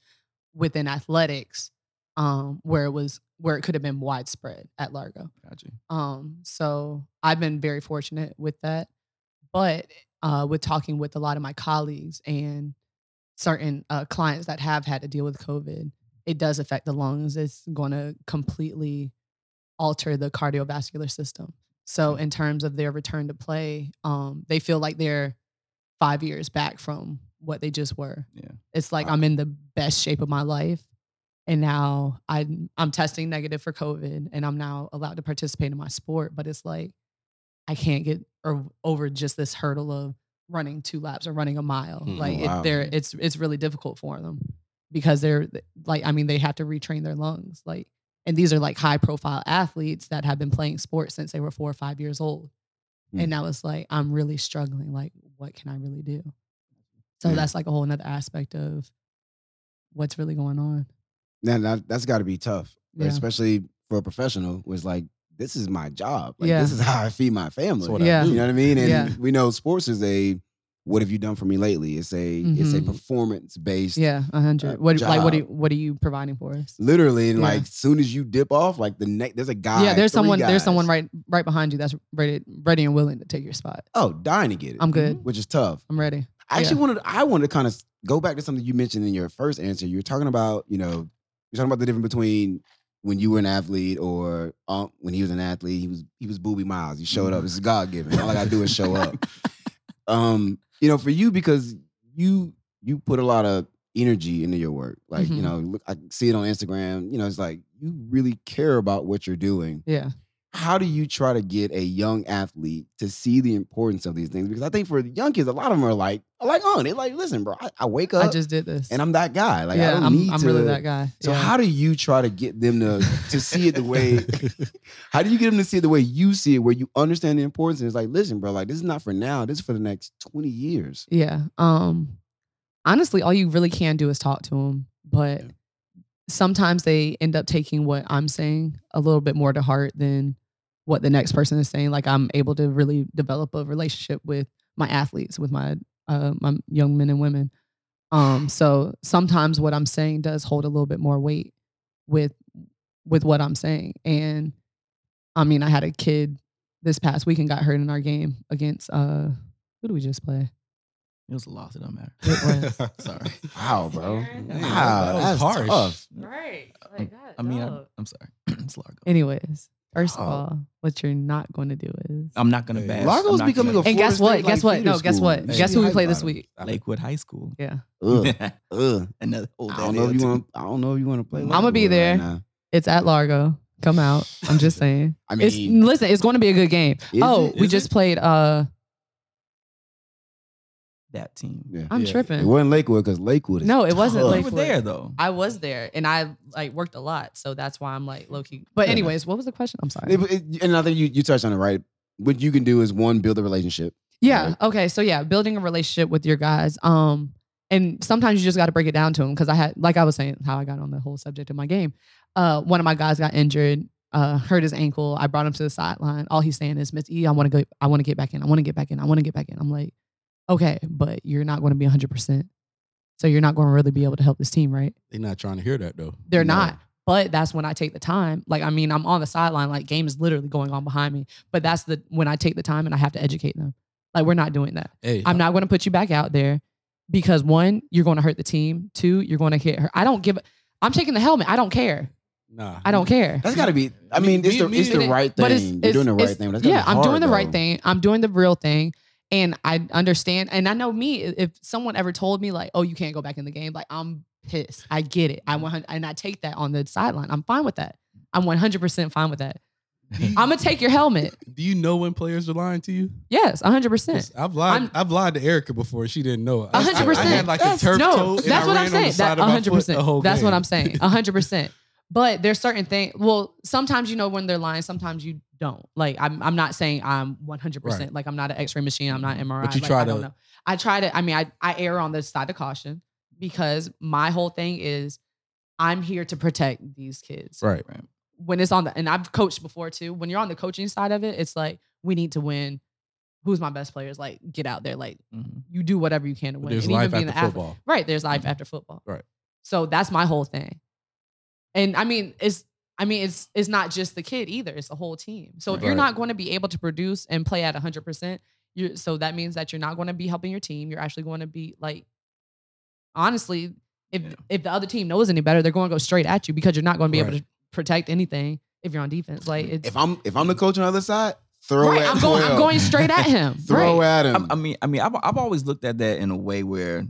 Speaker 4: within athletics um where it was where it could have been widespread at Largo.
Speaker 2: Gotcha.
Speaker 4: Um, so I've been very fortunate with that. But uh, with talking with a lot of my colleagues and certain uh, clients that have had to deal with COVID, it does affect the lungs. It's going to completely alter the cardiovascular system. So, in terms of their return to play, um, they feel like they're five years back from what they just were.
Speaker 2: Yeah.
Speaker 4: It's like
Speaker 3: Wow.
Speaker 4: I'm in the best shape of my life and now I'm I'm testing negative for COVID, and I'm now allowed to participate in my sport. But it's like I can't get or, over just this hurdle of running two laps or running a mile.
Speaker 1: Mm,
Speaker 4: like
Speaker 3: wow.
Speaker 4: it, they're it's it's really difficult for them because they're like I mean they have to retrain their lungs. Like and these are like high profile athletes that have been playing sports since they were four or five years old.
Speaker 3: Mm.
Speaker 4: And now it's like I'm really struggling. Like what can I really do? So
Speaker 3: Yeah.
Speaker 4: that's like a whole nother aspect of what's really going on.
Speaker 3: Now, now that's got to be tough,
Speaker 4: Yeah.
Speaker 3: especially for a professional. Was like, this is my job. Like,
Speaker 4: Yeah.
Speaker 3: this is how I feed my family.
Speaker 1: That's what
Speaker 4: Yeah.
Speaker 1: I do.
Speaker 3: You know what I mean? And
Speaker 4: Yeah.
Speaker 3: we know sports is a what have you done for me lately? It's a it's a
Speaker 4: Mhm.
Speaker 3: performance based.
Speaker 4: Yeah, a hundred.
Speaker 3: uh,
Speaker 4: What like what are,
Speaker 3: job.
Speaker 4: what are you providing for us?
Speaker 3: Literally, and
Speaker 4: Yeah.
Speaker 3: like soon as you dip off, like the next there's a guy.
Speaker 4: yeah, there's
Speaker 3: three
Speaker 4: someone
Speaker 3: guys.
Speaker 4: there's someone right right behind you that's ready ready and willing to take your spot.
Speaker 3: Oh, dying to get it.
Speaker 4: I'm good.
Speaker 3: Which is tough.
Speaker 4: I'm ready.
Speaker 3: I actually wanted I wanted to kind of go back to something you mentioned in your first answer. You were talking about, you know, you're talking about the difference between when you were an athlete or um, when he was an athlete, he was he was booby miles. He showed up. It's God given. All I gotta do is show up. Um, you know, for you because you you put a lot of energy into your work. Like, you
Speaker 4: Mhm.
Speaker 3: know, look, I see it on Instagram. You know, it's like you really care about what you're doing
Speaker 4: Yeah.
Speaker 3: how do you try to get a young athlete to see the importance of these things? Because I think for the young kids, a lot of them are like, are like on it. Like, listen, bro, I, I wake up
Speaker 4: I just did this.
Speaker 3: and I'm that guy. Like, I
Speaker 4: yeah,
Speaker 3: don't
Speaker 4: I'm
Speaker 3: need
Speaker 4: I'm
Speaker 3: to.
Speaker 4: really that guy.
Speaker 3: So
Speaker 4: yeah.
Speaker 3: how do you try to get them to to see it the way? how do you get them to see it the way you see it, where you understand the importance? And it's like, listen, bro, like this is not for now. This is for the next twenty years.
Speaker 4: Yeah. Um honestly, all you really can do is talk to them, but
Speaker 1: Yeah.
Speaker 4: sometimes they end up taking what I'm saying a little bit more to heart than what the next person is saying. Like I'm able to really develop a relationship with my athletes, with my uh my young men and women. Um so sometimes what I'm saying does hold a little bit more weight with with what I'm saying. And I mean, I had a kid this past weekend got hurt in our game against uh who did we just play?
Speaker 2: It was a loss. It don't matter.
Speaker 4: It was.
Speaker 2: Sorry.
Speaker 3: Wow, bro.
Speaker 5: Yeah,
Speaker 2: that
Speaker 3: Wow,
Speaker 1: was
Speaker 3: that's
Speaker 1: harsh.
Speaker 3: tough.
Speaker 5: Right.
Speaker 2: Um,
Speaker 5: Like, God,
Speaker 2: I mean, I,
Speaker 5: dog.
Speaker 2: I'm sorry. it's Largo.
Speaker 4: Anyways, first
Speaker 3: Oh.
Speaker 4: of all, what you're not going to do is
Speaker 2: I'm not gonna
Speaker 1: Hey.
Speaker 2: bash.
Speaker 3: Largo's
Speaker 2: I'm not
Speaker 3: becoming a
Speaker 2: gonna-
Speaker 4: and guess
Speaker 3: Florida
Speaker 4: what?
Speaker 3: State, like,
Speaker 4: guess what?
Speaker 3: feeder
Speaker 4: No, guess
Speaker 3: school.
Speaker 4: what?
Speaker 3: You
Speaker 4: guess
Speaker 3: should
Speaker 4: who we
Speaker 3: hype
Speaker 4: play this
Speaker 3: about it.
Speaker 4: week?
Speaker 2: Lakewood High School.
Speaker 4: Yeah,
Speaker 3: Ugh, ugh.
Speaker 2: Another. oh, old
Speaker 3: I
Speaker 2: daddy
Speaker 3: don't know if you
Speaker 2: attitude.
Speaker 3: want. I don't know if you want to play.
Speaker 4: I'm gonna
Speaker 3: Lightwood
Speaker 4: be
Speaker 3: right
Speaker 4: there.
Speaker 3: now.
Speaker 4: it's at Largo. Come out. I'm just saying.
Speaker 3: I mean,
Speaker 4: it's listen. It's going to be a good game.
Speaker 3: Is
Speaker 4: oh,
Speaker 3: it?
Speaker 4: we
Speaker 1: Is
Speaker 4: just
Speaker 1: it?
Speaker 4: played. Uh,
Speaker 2: that team.
Speaker 3: yeah.
Speaker 4: I'm
Speaker 1: Yeah.
Speaker 3: It
Speaker 4: tripping.
Speaker 3: wasn't Lakewood because Lakewood. Is
Speaker 4: No, it wasn't
Speaker 3: tough.
Speaker 2: Well, Oh. you were
Speaker 4: Lakewood.
Speaker 2: there though.
Speaker 4: I was there, and I like worked a lot, so that's why I'm like low key. But
Speaker 3: Yeah.
Speaker 4: anyways, what was the question? I'm sorry.
Speaker 3: It- it- and I think you, you touched on it right. What you can do is one, build a relationship.
Speaker 4: Yeah.
Speaker 3: Right.
Speaker 4: Okay. So yeah, building a relationship with your guys. Um, and sometimes you just got to break it down to them because I had, like I was saying, how I got on the whole subject of my game. Uh, one of my guys got injured, uh, hurt his ankle. I brought him to the sideline. All he's saying is, Miss E, I want to go. I want to get back in. I want to get back in. I want to get back in. I'm like, okay, but you're not going to be 100. percent So you're not going to really be able to help this team, right?
Speaker 1: They're not trying to hear that though.
Speaker 4: They're
Speaker 3: No.
Speaker 4: not. But that's when I take the time. Like, I mean, I'm on the sideline, like game is literally going on behind me. But that's the when I take the time and I have to educate them. Like, we're not doing that.
Speaker 1: Hey,
Speaker 4: I'm not going to put you back out there because one, you're going to hurt the team. Two, you're going to hit her. I don't give. a- I'm taking the helmet. I don't care.
Speaker 1: Nah,
Speaker 4: I don't care.
Speaker 3: That's got to be. I mean, it's the
Speaker 1: Me-
Speaker 3: it's
Speaker 1: me-
Speaker 3: the right thing. You're doing the right
Speaker 4: it's-
Speaker 3: thing. but that's gotta
Speaker 4: yeah,
Speaker 3: be
Speaker 4: I'm
Speaker 3: hard,
Speaker 4: doing the right
Speaker 3: though.
Speaker 4: thing. I'm doing the real thing, and I understand. And I know me. i- If someone ever told me like, "Oh, you can't go back in the game," like I'm pissed. I get it.
Speaker 3: Mm.
Speaker 4: I want, and I take that on the sideline. I'm fine with that. I'm 100 percent fine with that.
Speaker 1: Do you-
Speaker 4: I'm gonna take your helmet.
Speaker 1: Do you know when players are lying to you?
Speaker 4: Yes, 100 percent.
Speaker 1: 'Cause I've lied.
Speaker 4: I'm-
Speaker 1: i have lied to Erica before. She didn't know. I- I-
Speaker 4: hundred
Speaker 1: I, had
Speaker 4: percent.
Speaker 1: like
Speaker 3: That's-
Speaker 1: a turf toe.
Speaker 4: no,
Speaker 1: and
Speaker 4: that's
Speaker 1: I
Speaker 4: what
Speaker 1: ran
Speaker 4: I'm
Speaker 1: on the
Speaker 4: saying.
Speaker 1: side
Speaker 4: That
Speaker 1: of my foot
Speaker 4: 100. percent
Speaker 1: the whole
Speaker 4: That's what
Speaker 1: game.
Speaker 4: I'm saying. 100. percent But there's certain things. Well, sometimes you know when they're lying. Sometimes you don't. Like I'm. I'm not saying I'm 100. percent Like I'm not an X-ray machine. I'm not MRI.
Speaker 1: But you
Speaker 4: Like,
Speaker 1: try
Speaker 4: I don't
Speaker 1: to-
Speaker 4: know. I try to. I mean, I I err on the side of caution because my whole thing is I'm here to protect these kids
Speaker 1: Right.
Speaker 2: Right.
Speaker 4: when it's on the and I've coached before too. When you're on the coaching side of it, it's like we need to win. Who's my best players? Like get out there. Like
Speaker 2: Mhm.
Speaker 4: you do whatever you can to
Speaker 1: But
Speaker 4: win.
Speaker 1: There's
Speaker 4: And
Speaker 1: life
Speaker 4: even being
Speaker 1: after
Speaker 4: an athlete,
Speaker 1: football. Mm-hmm.
Speaker 4: Right. There's life after football.
Speaker 1: Right.
Speaker 4: So that's my whole thing. And I mean, it's I mean, it's it's not just the kid either. It's the whole team. So if you're
Speaker 1: Right.
Speaker 4: not going to be able to produce and play at 100, percent you so that means that you're not going to be helping your team. You're actually going to be like, honestly, if
Speaker 2: Yeah.
Speaker 4: if the other team knows any better, they're going to go straight at you because you're not going to be able
Speaker 1: Right. Mm-hmm.
Speaker 4: to protect anything if you're on defense. Like it's
Speaker 3: If I'm if I'm the coach on the other side, throw
Speaker 4: right.
Speaker 3: at
Speaker 4: I'm going.
Speaker 3: 12.
Speaker 4: I'm going straight at him.
Speaker 3: Throw
Speaker 4: right.
Speaker 3: at
Speaker 2: I,
Speaker 3: him.
Speaker 2: I mean, I mean, I've I've always looked at that in a way where,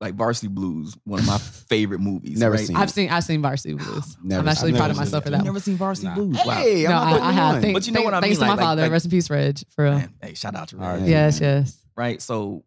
Speaker 2: like, Varsity Blues, one of my favorite movies.
Speaker 3: Never
Speaker 2: right?
Speaker 3: seen
Speaker 4: I've seen. I've seen varsity blues.
Speaker 3: Never
Speaker 4: I'm
Speaker 3: seen-
Speaker 4: actually
Speaker 1: I've
Speaker 4: proud
Speaker 1: never
Speaker 4: of
Speaker 1: seen
Speaker 4: myself
Speaker 1: that.
Speaker 4: for
Speaker 2: You've
Speaker 4: that. one.
Speaker 2: never seen Varsity
Speaker 1: Nah.
Speaker 2: Blues.
Speaker 3: hey,
Speaker 4: no,
Speaker 3: I'm not
Speaker 4: I, I have.
Speaker 3: the
Speaker 4: Thank,
Speaker 3: one.
Speaker 2: But you know what I mean,
Speaker 4: thanks to my
Speaker 2: like- like-
Speaker 4: father.
Speaker 2: like-
Speaker 4: rest in peace, Reg. For
Speaker 2: wow.
Speaker 4: real.
Speaker 2: Man, hey, shout out to
Speaker 3: All
Speaker 2: Ray.
Speaker 3: right.
Speaker 4: Yes,
Speaker 3: man.
Speaker 4: yes.
Speaker 2: right? So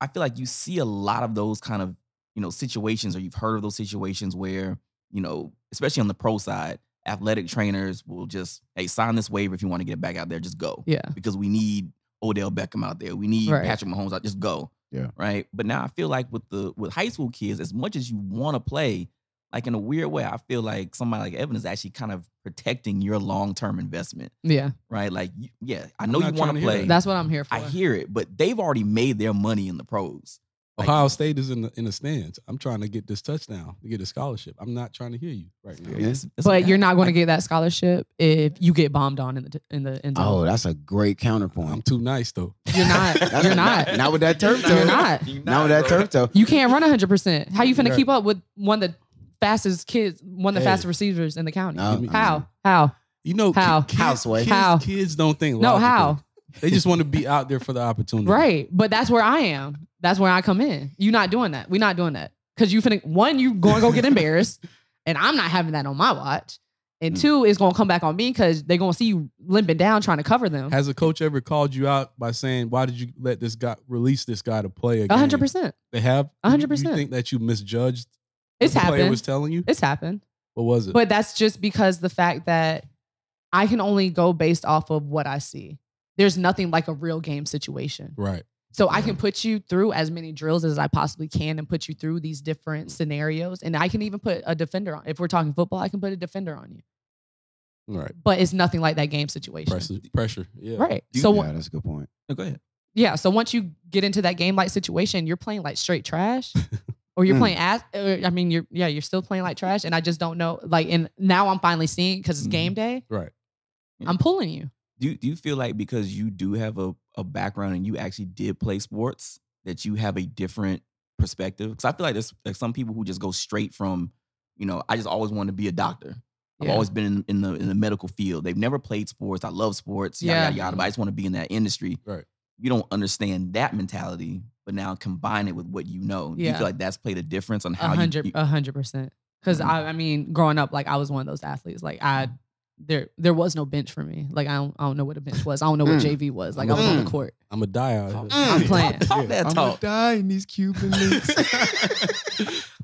Speaker 2: I feel like you see a lot of those kind of, you know, situations or you've heard of those situations where, you know, especially on the pro side, athletic trainers will just, hey, sign this waiver if you want to get back out there, just go.
Speaker 4: Yeah.
Speaker 2: Because we need Odell Beckham out there. We need
Speaker 4: Right.
Speaker 2: Patrick Mahomes out, just go.
Speaker 3: Yeah.
Speaker 2: Right. But now I feel like with the with high school kids, as much as you want to play, like in a weird way, I feel like somebody like Evan is actually kind of protecting your long term investment,
Speaker 4: Yeah,
Speaker 2: right? Like, you, yeah, I
Speaker 1: I'm
Speaker 2: know you
Speaker 1: not
Speaker 2: want
Speaker 1: trying to
Speaker 2: to
Speaker 1: hear
Speaker 2: play.
Speaker 1: that.
Speaker 4: that's what I'm here for.
Speaker 2: I hear it, but they've already made their money in the pros. Like-
Speaker 1: Ohio State is in the in the stands. I'm trying to get this touchdown to get a scholarship. I'm not trying to hear you right now.
Speaker 3: Yeah.
Speaker 4: but you're not going to get that scholarship if you get bombed on in the in the end
Speaker 3: Oh,
Speaker 4: zone.
Speaker 3: that's a great
Speaker 1: I'm
Speaker 3: counterpoint.
Speaker 1: too nice though.
Speaker 4: You're
Speaker 3: That's
Speaker 4: not. You're
Speaker 3: not-
Speaker 4: not.
Speaker 3: not with that turf,
Speaker 4: You're not.
Speaker 3: Now with that
Speaker 2: bro.
Speaker 3: turf toe,
Speaker 4: You can't run 100. percent How you finna
Speaker 1: Right.
Speaker 4: keep up with one of the fastest kids, one of the
Speaker 1: Hey.
Speaker 4: fastest receivers in the county?
Speaker 3: No, I mean-
Speaker 4: how? How?
Speaker 1: You know ki-
Speaker 4: How?
Speaker 1: kids,
Speaker 3: Houseway.
Speaker 1: kids,
Speaker 4: How?
Speaker 1: kids don't think.
Speaker 4: No,
Speaker 1: logically.
Speaker 4: how?
Speaker 1: They just want to be out there for the opportunity.
Speaker 4: Right. But that's where I am. That's where I come in. You're not doing that. We're not doing that. Cause you finna one, you gonna go get embarrassed, and I'm not having that on my watch. And
Speaker 2: Mm.
Speaker 4: two, it's gonna come back on me because they're gonna see you limping down trying to cover them.
Speaker 1: Has a coach ever called you out by saying, "Why did you let this guy release this guy to play again?"
Speaker 4: hundred percent.
Speaker 1: They have.
Speaker 4: A hundred
Speaker 1: You-
Speaker 4: percent.
Speaker 1: You think that you misjudged?
Speaker 4: It's
Speaker 1: what the Player
Speaker 4: happened.
Speaker 1: was telling you.
Speaker 4: it's happened.
Speaker 1: What was it?
Speaker 4: But that's just because the fact that I can only go based off of what I see. There's nothing like a real game situation.
Speaker 1: right.
Speaker 4: So I can put you through as many drills as I possibly can and put you through these different scenarios. And I can even put a defender on. If we're talking football, I can put a defender on you.
Speaker 1: Right.
Speaker 4: But it's nothing like that game situation.
Speaker 1: Pressure. Pressure. Yeah.
Speaker 4: Right.
Speaker 2: Do you-
Speaker 4: So
Speaker 3: yeah, that's a good point.
Speaker 2: No, go ahead.
Speaker 4: yeah, so once you get into that game like situation, you're playing like straight trash. Or you're
Speaker 3: Mm.
Speaker 4: playing ass. Or, I mean, you're yeah, you're still playing like trash, and I just don't know. Like, and now I'm finally seeing because it's
Speaker 2: Mhm.
Speaker 4: game day.
Speaker 1: Right.
Speaker 4: I'm pulling you.
Speaker 2: Do you- do you feel like because you do have a, a background and you actually did play sports that you have a different perspective? Because I feel like there's like some people who just go straight from, you know, I just always wanted to be a doctor. I've
Speaker 4: Yeah.
Speaker 2: always been in, in the in the medical field. They've never played sports. I love sports. Yada yada
Speaker 4: Yeah.
Speaker 2: yada. But I just want to be in that industry.
Speaker 1: Right.
Speaker 2: You don't understand that mentality, but now combine it with what you know. Do you
Speaker 4: Yeah.
Speaker 2: feel like that's played a difference on
Speaker 4: A
Speaker 2: how you,
Speaker 4: hundred,
Speaker 2: you
Speaker 4: a hundred percent. Because
Speaker 2: Mhm.
Speaker 4: I, I mean, growing up, like I was one of those athletes. Like I,
Speaker 2: Mm-hmm.
Speaker 4: there, there was no bench for me. Like I don't, I don't know what a bench was. I don't know what
Speaker 3: Mm.
Speaker 4: JV was. Like I was on the court.
Speaker 1: I'm a die out. here.
Speaker 2: I'm
Speaker 4: playing.
Speaker 2: Talk that
Speaker 3: gonna
Speaker 2: talk.
Speaker 3: die in these Cuban links.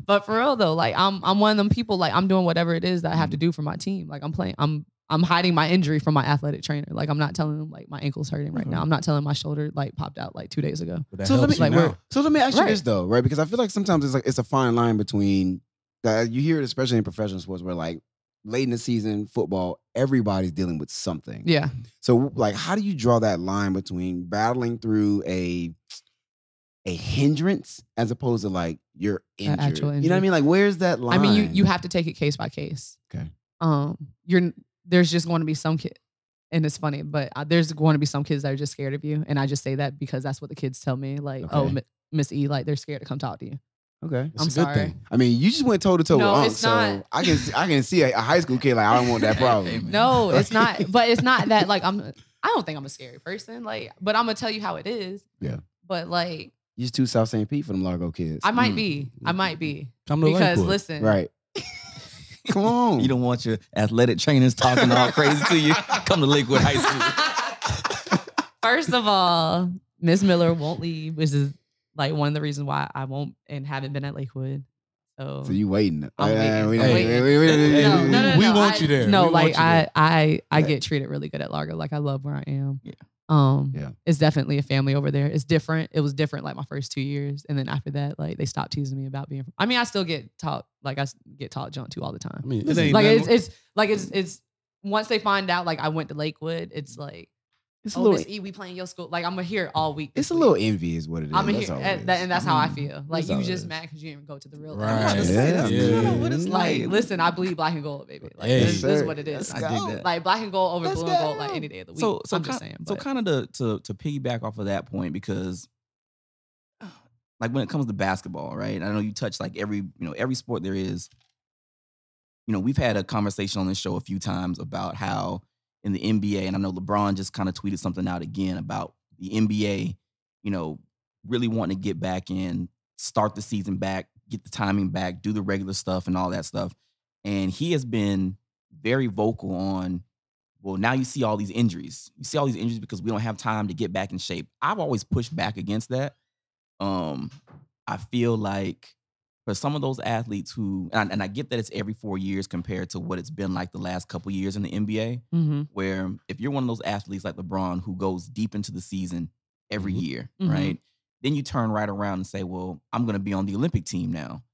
Speaker 4: But for real though, like I'm, I'm one of them people. Like I'm doing whatever it is that I
Speaker 2: Mm-hmm.
Speaker 4: have to do for my team. Like I'm playing. I'm, I'm hiding my injury from my athletic trainer. Like I'm not telling them like my ankle's hurting right
Speaker 2: Mm-hmm.
Speaker 4: now. I'm not telling my shoulder like popped out like two days ago.
Speaker 1: But that
Speaker 3: so let
Speaker 1: helps
Speaker 3: me
Speaker 1: you
Speaker 4: like, we're-
Speaker 1: now.
Speaker 3: so let me ask you
Speaker 4: Right.
Speaker 3: this though, right? Because I feel like sometimes it's like it's a fine line between that uh, you hear it especially in professional sports where like late in the season football everybody's dealing with something.
Speaker 4: Yeah.
Speaker 3: So like how do you draw that line between battling through a a hindrance as opposed to like you're
Speaker 4: An
Speaker 3: injured? You know
Speaker 4: actual
Speaker 3: what I
Speaker 4: injury.
Speaker 3: mean? Like where's that line?
Speaker 4: I mean, you you have to take it case by case.
Speaker 3: Okay.
Speaker 4: Um, you're there's just going to be some kid, and it's funny, but uh there's going to be some kids that are just scared of you, and I just say that because that's what the kids tell me. Like, oh,
Speaker 3: Okay.
Speaker 4: Mi- Miss E, like they're scared to come talk to you.
Speaker 3: Okay.
Speaker 1: It's
Speaker 4: I'm
Speaker 1: a good
Speaker 4: sorry.
Speaker 1: thing.
Speaker 3: I mean, you just went toe to toe
Speaker 4: No,
Speaker 3: with Unc,
Speaker 4: it's
Speaker 3: so
Speaker 4: not.
Speaker 3: I can I can see a, a high school kid like I don't want that
Speaker 2: Hey,
Speaker 3: problem.
Speaker 2: man.
Speaker 4: No, it's not. But it's not that like I'm. I don't think I'm a scary person. Like, but I'm gonna tell you how it is.
Speaker 3: Yeah.
Speaker 4: But like,
Speaker 3: You just too South St. Pete for them Largo kids.
Speaker 4: I might
Speaker 2: Mm.
Speaker 4: be. I might be.
Speaker 1: Come to
Speaker 4: Because
Speaker 1: Lakewood.
Speaker 4: listen,
Speaker 3: right. Come on.
Speaker 2: You don't want your athletic trainers talking all crazy to you. Come to Lakewood High School.
Speaker 4: First of all, Miss Miller won't leave, which is like one of the reasons why I won't and haven't been at Lakewood. So,
Speaker 3: So you waiting?
Speaker 4: I'm
Speaker 3: Uh,
Speaker 4: waiting.
Speaker 3: we-
Speaker 1: I'm
Speaker 3: we-
Speaker 4: waiting.
Speaker 3: we- we- we-
Speaker 1: Hey,
Speaker 4: no,
Speaker 1: we-
Speaker 4: no, no,
Speaker 1: we
Speaker 4: no,
Speaker 1: want
Speaker 4: I-
Speaker 1: you there.
Speaker 4: No,
Speaker 1: We want
Speaker 4: like
Speaker 1: you there.
Speaker 4: I, I, I
Speaker 3: Yeah.
Speaker 4: get treated really good at Largo. Like I love where I am.
Speaker 2: Yeah.
Speaker 4: Um.
Speaker 3: Yeah.
Speaker 4: It's definitely a family over there. It's different. It was different like my first two years, and then after that, like they stopped teasing me about being. I mean, I still get taught like I s- get taught junk to all the time
Speaker 1: I mean, it
Speaker 3: Listen,
Speaker 1: ain't
Speaker 4: like
Speaker 1: nothing
Speaker 4: it's, it's like it's it's once they find out like I went to Lakewood, it's like
Speaker 3: It's a
Speaker 4: oh
Speaker 3: little.
Speaker 4: Miss E, we playing your school. Like I'm gonna hear all week.
Speaker 3: It's
Speaker 4: this
Speaker 3: a
Speaker 4: week.
Speaker 3: little envy, is what it is.
Speaker 4: I'm in
Speaker 3: That's
Speaker 4: here,
Speaker 3: all it
Speaker 4: and,
Speaker 3: is.
Speaker 4: that, and that's how I
Speaker 2: Mm.
Speaker 4: feel. Like
Speaker 3: That's all
Speaker 4: you
Speaker 3: it
Speaker 4: just
Speaker 3: is.
Speaker 4: mad because you didn't go to the real.
Speaker 1: Right.
Speaker 4: Like,
Speaker 2: That's
Speaker 3: Yeah.
Speaker 2: kinda what it's
Speaker 4: it's
Speaker 2: like.
Speaker 4: like listen, I believe black and gold, baby. Like
Speaker 1: Hey.
Speaker 4: this, this is
Speaker 3: Sir.
Speaker 4: what it is.
Speaker 2: I dig that.
Speaker 4: Like black and gold over
Speaker 3: Let's
Speaker 4: blue and gold,
Speaker 3: go.
Speaker 4: like any day of the week.
Speaker 2: So, so
Speaker 4: I'm
Speaker 2: kind,
Speaker 4: just saying.
Speaker 2: So
Speaker 4: but-
Speaker 2: kind of to, to to piggyback off of that point because,
Speaker 4: Oh.
Speaker 2: like when it comes to basketball, right? I know you touch like every you know every sport there is. You know, we've had a conversation on this show a few times about how in the NBA, and I know LeBron just kind of tweeted something out again about the NBA. You know, really wanting to get back in, start the season back, get the timing back, do the regular stuff and all that stuff. And he has been very vocal on well, now you see all these injuries. You see all these injuries because we don't have time to get back in shape. I've always pushed back against that. Um, I feel like for some of those athletes who, and I, and I get that it's every four years compared to what it's been like the last couple years in the NBA,
Speaker 4: Mhm,
Speaker 2: where if you're one of those athletes like LeBron who goes deep into the season every
Speaker 1: Mhm.
Speaker 2: year,
Speaker 4: Mhm.
Speaker 2: right? Then you turn right around and say, well, I'm going to be on the Olympic team now.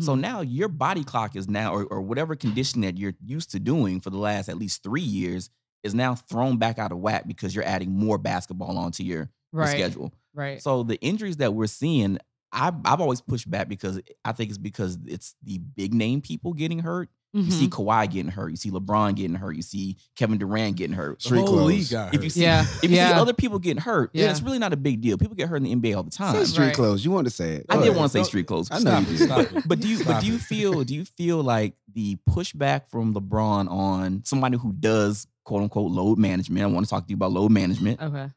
Speaker 2: So
Speaker 4: Mhm.
Speaker 2: now your body clock is now, or, or whatever condition that you're used to doing for the last at least three years, is now thrown back out of whack because you're adding more basketball onto your, your
Speaker 4: right,
Speaker 2: schedule.
Speaker 4: Right.
Speaker 2: So the injuries that we're seeing, I've, I've always pushed back because I think it's because it's the big name people getting hurt. You
Speaker 4: Mm-hmm.
Speaker 2: see Kawhi getting hurt. You see LeBron getting hurt. You see Kevin Durant getting hurt.
Speaker 1: The
Speaker 3: Street
Speaker 1: whole
Speaker 3: clothes.
Speaker 1: league got
Speaker 2: If you
Speaker 1: hurt.
Speaker 2: see,
Speaker 4: Yeah,
Speaker 2: if you see
Speaker 4: yeah.
Speaker 2: other people getting hurt, yeah.
Speaker 4: Yeah.
Speaker 2: it's really not a big deal. People get hurt in the NBA all the time.
Speaker 3: Say street
Speaker 4: Right.
Speaker 3: clothes. You wanted to say it.
Speaker 2: I
Speaker 3: Go
Speaker 2: did
Speaker 3: ahead.
Speaker 2: want to say
Speaker 1: Don't-
Speaker 2: street clothes.
Speaker 3: I know
Speaker 1: stop
Speaker 3: you
Speaker 1: it,
Speaker 3: did.
Speaker 1: stop it.
Speaker 2: But do you but
Speaker 1: Stop
Speaker 2: do you
Speaker 1: it.
Speaker 2: feel do you feel like the pushback from LeBron on somebody who does quote unquote load management? I want to talk to you about load management.
Speaker 4: Okay.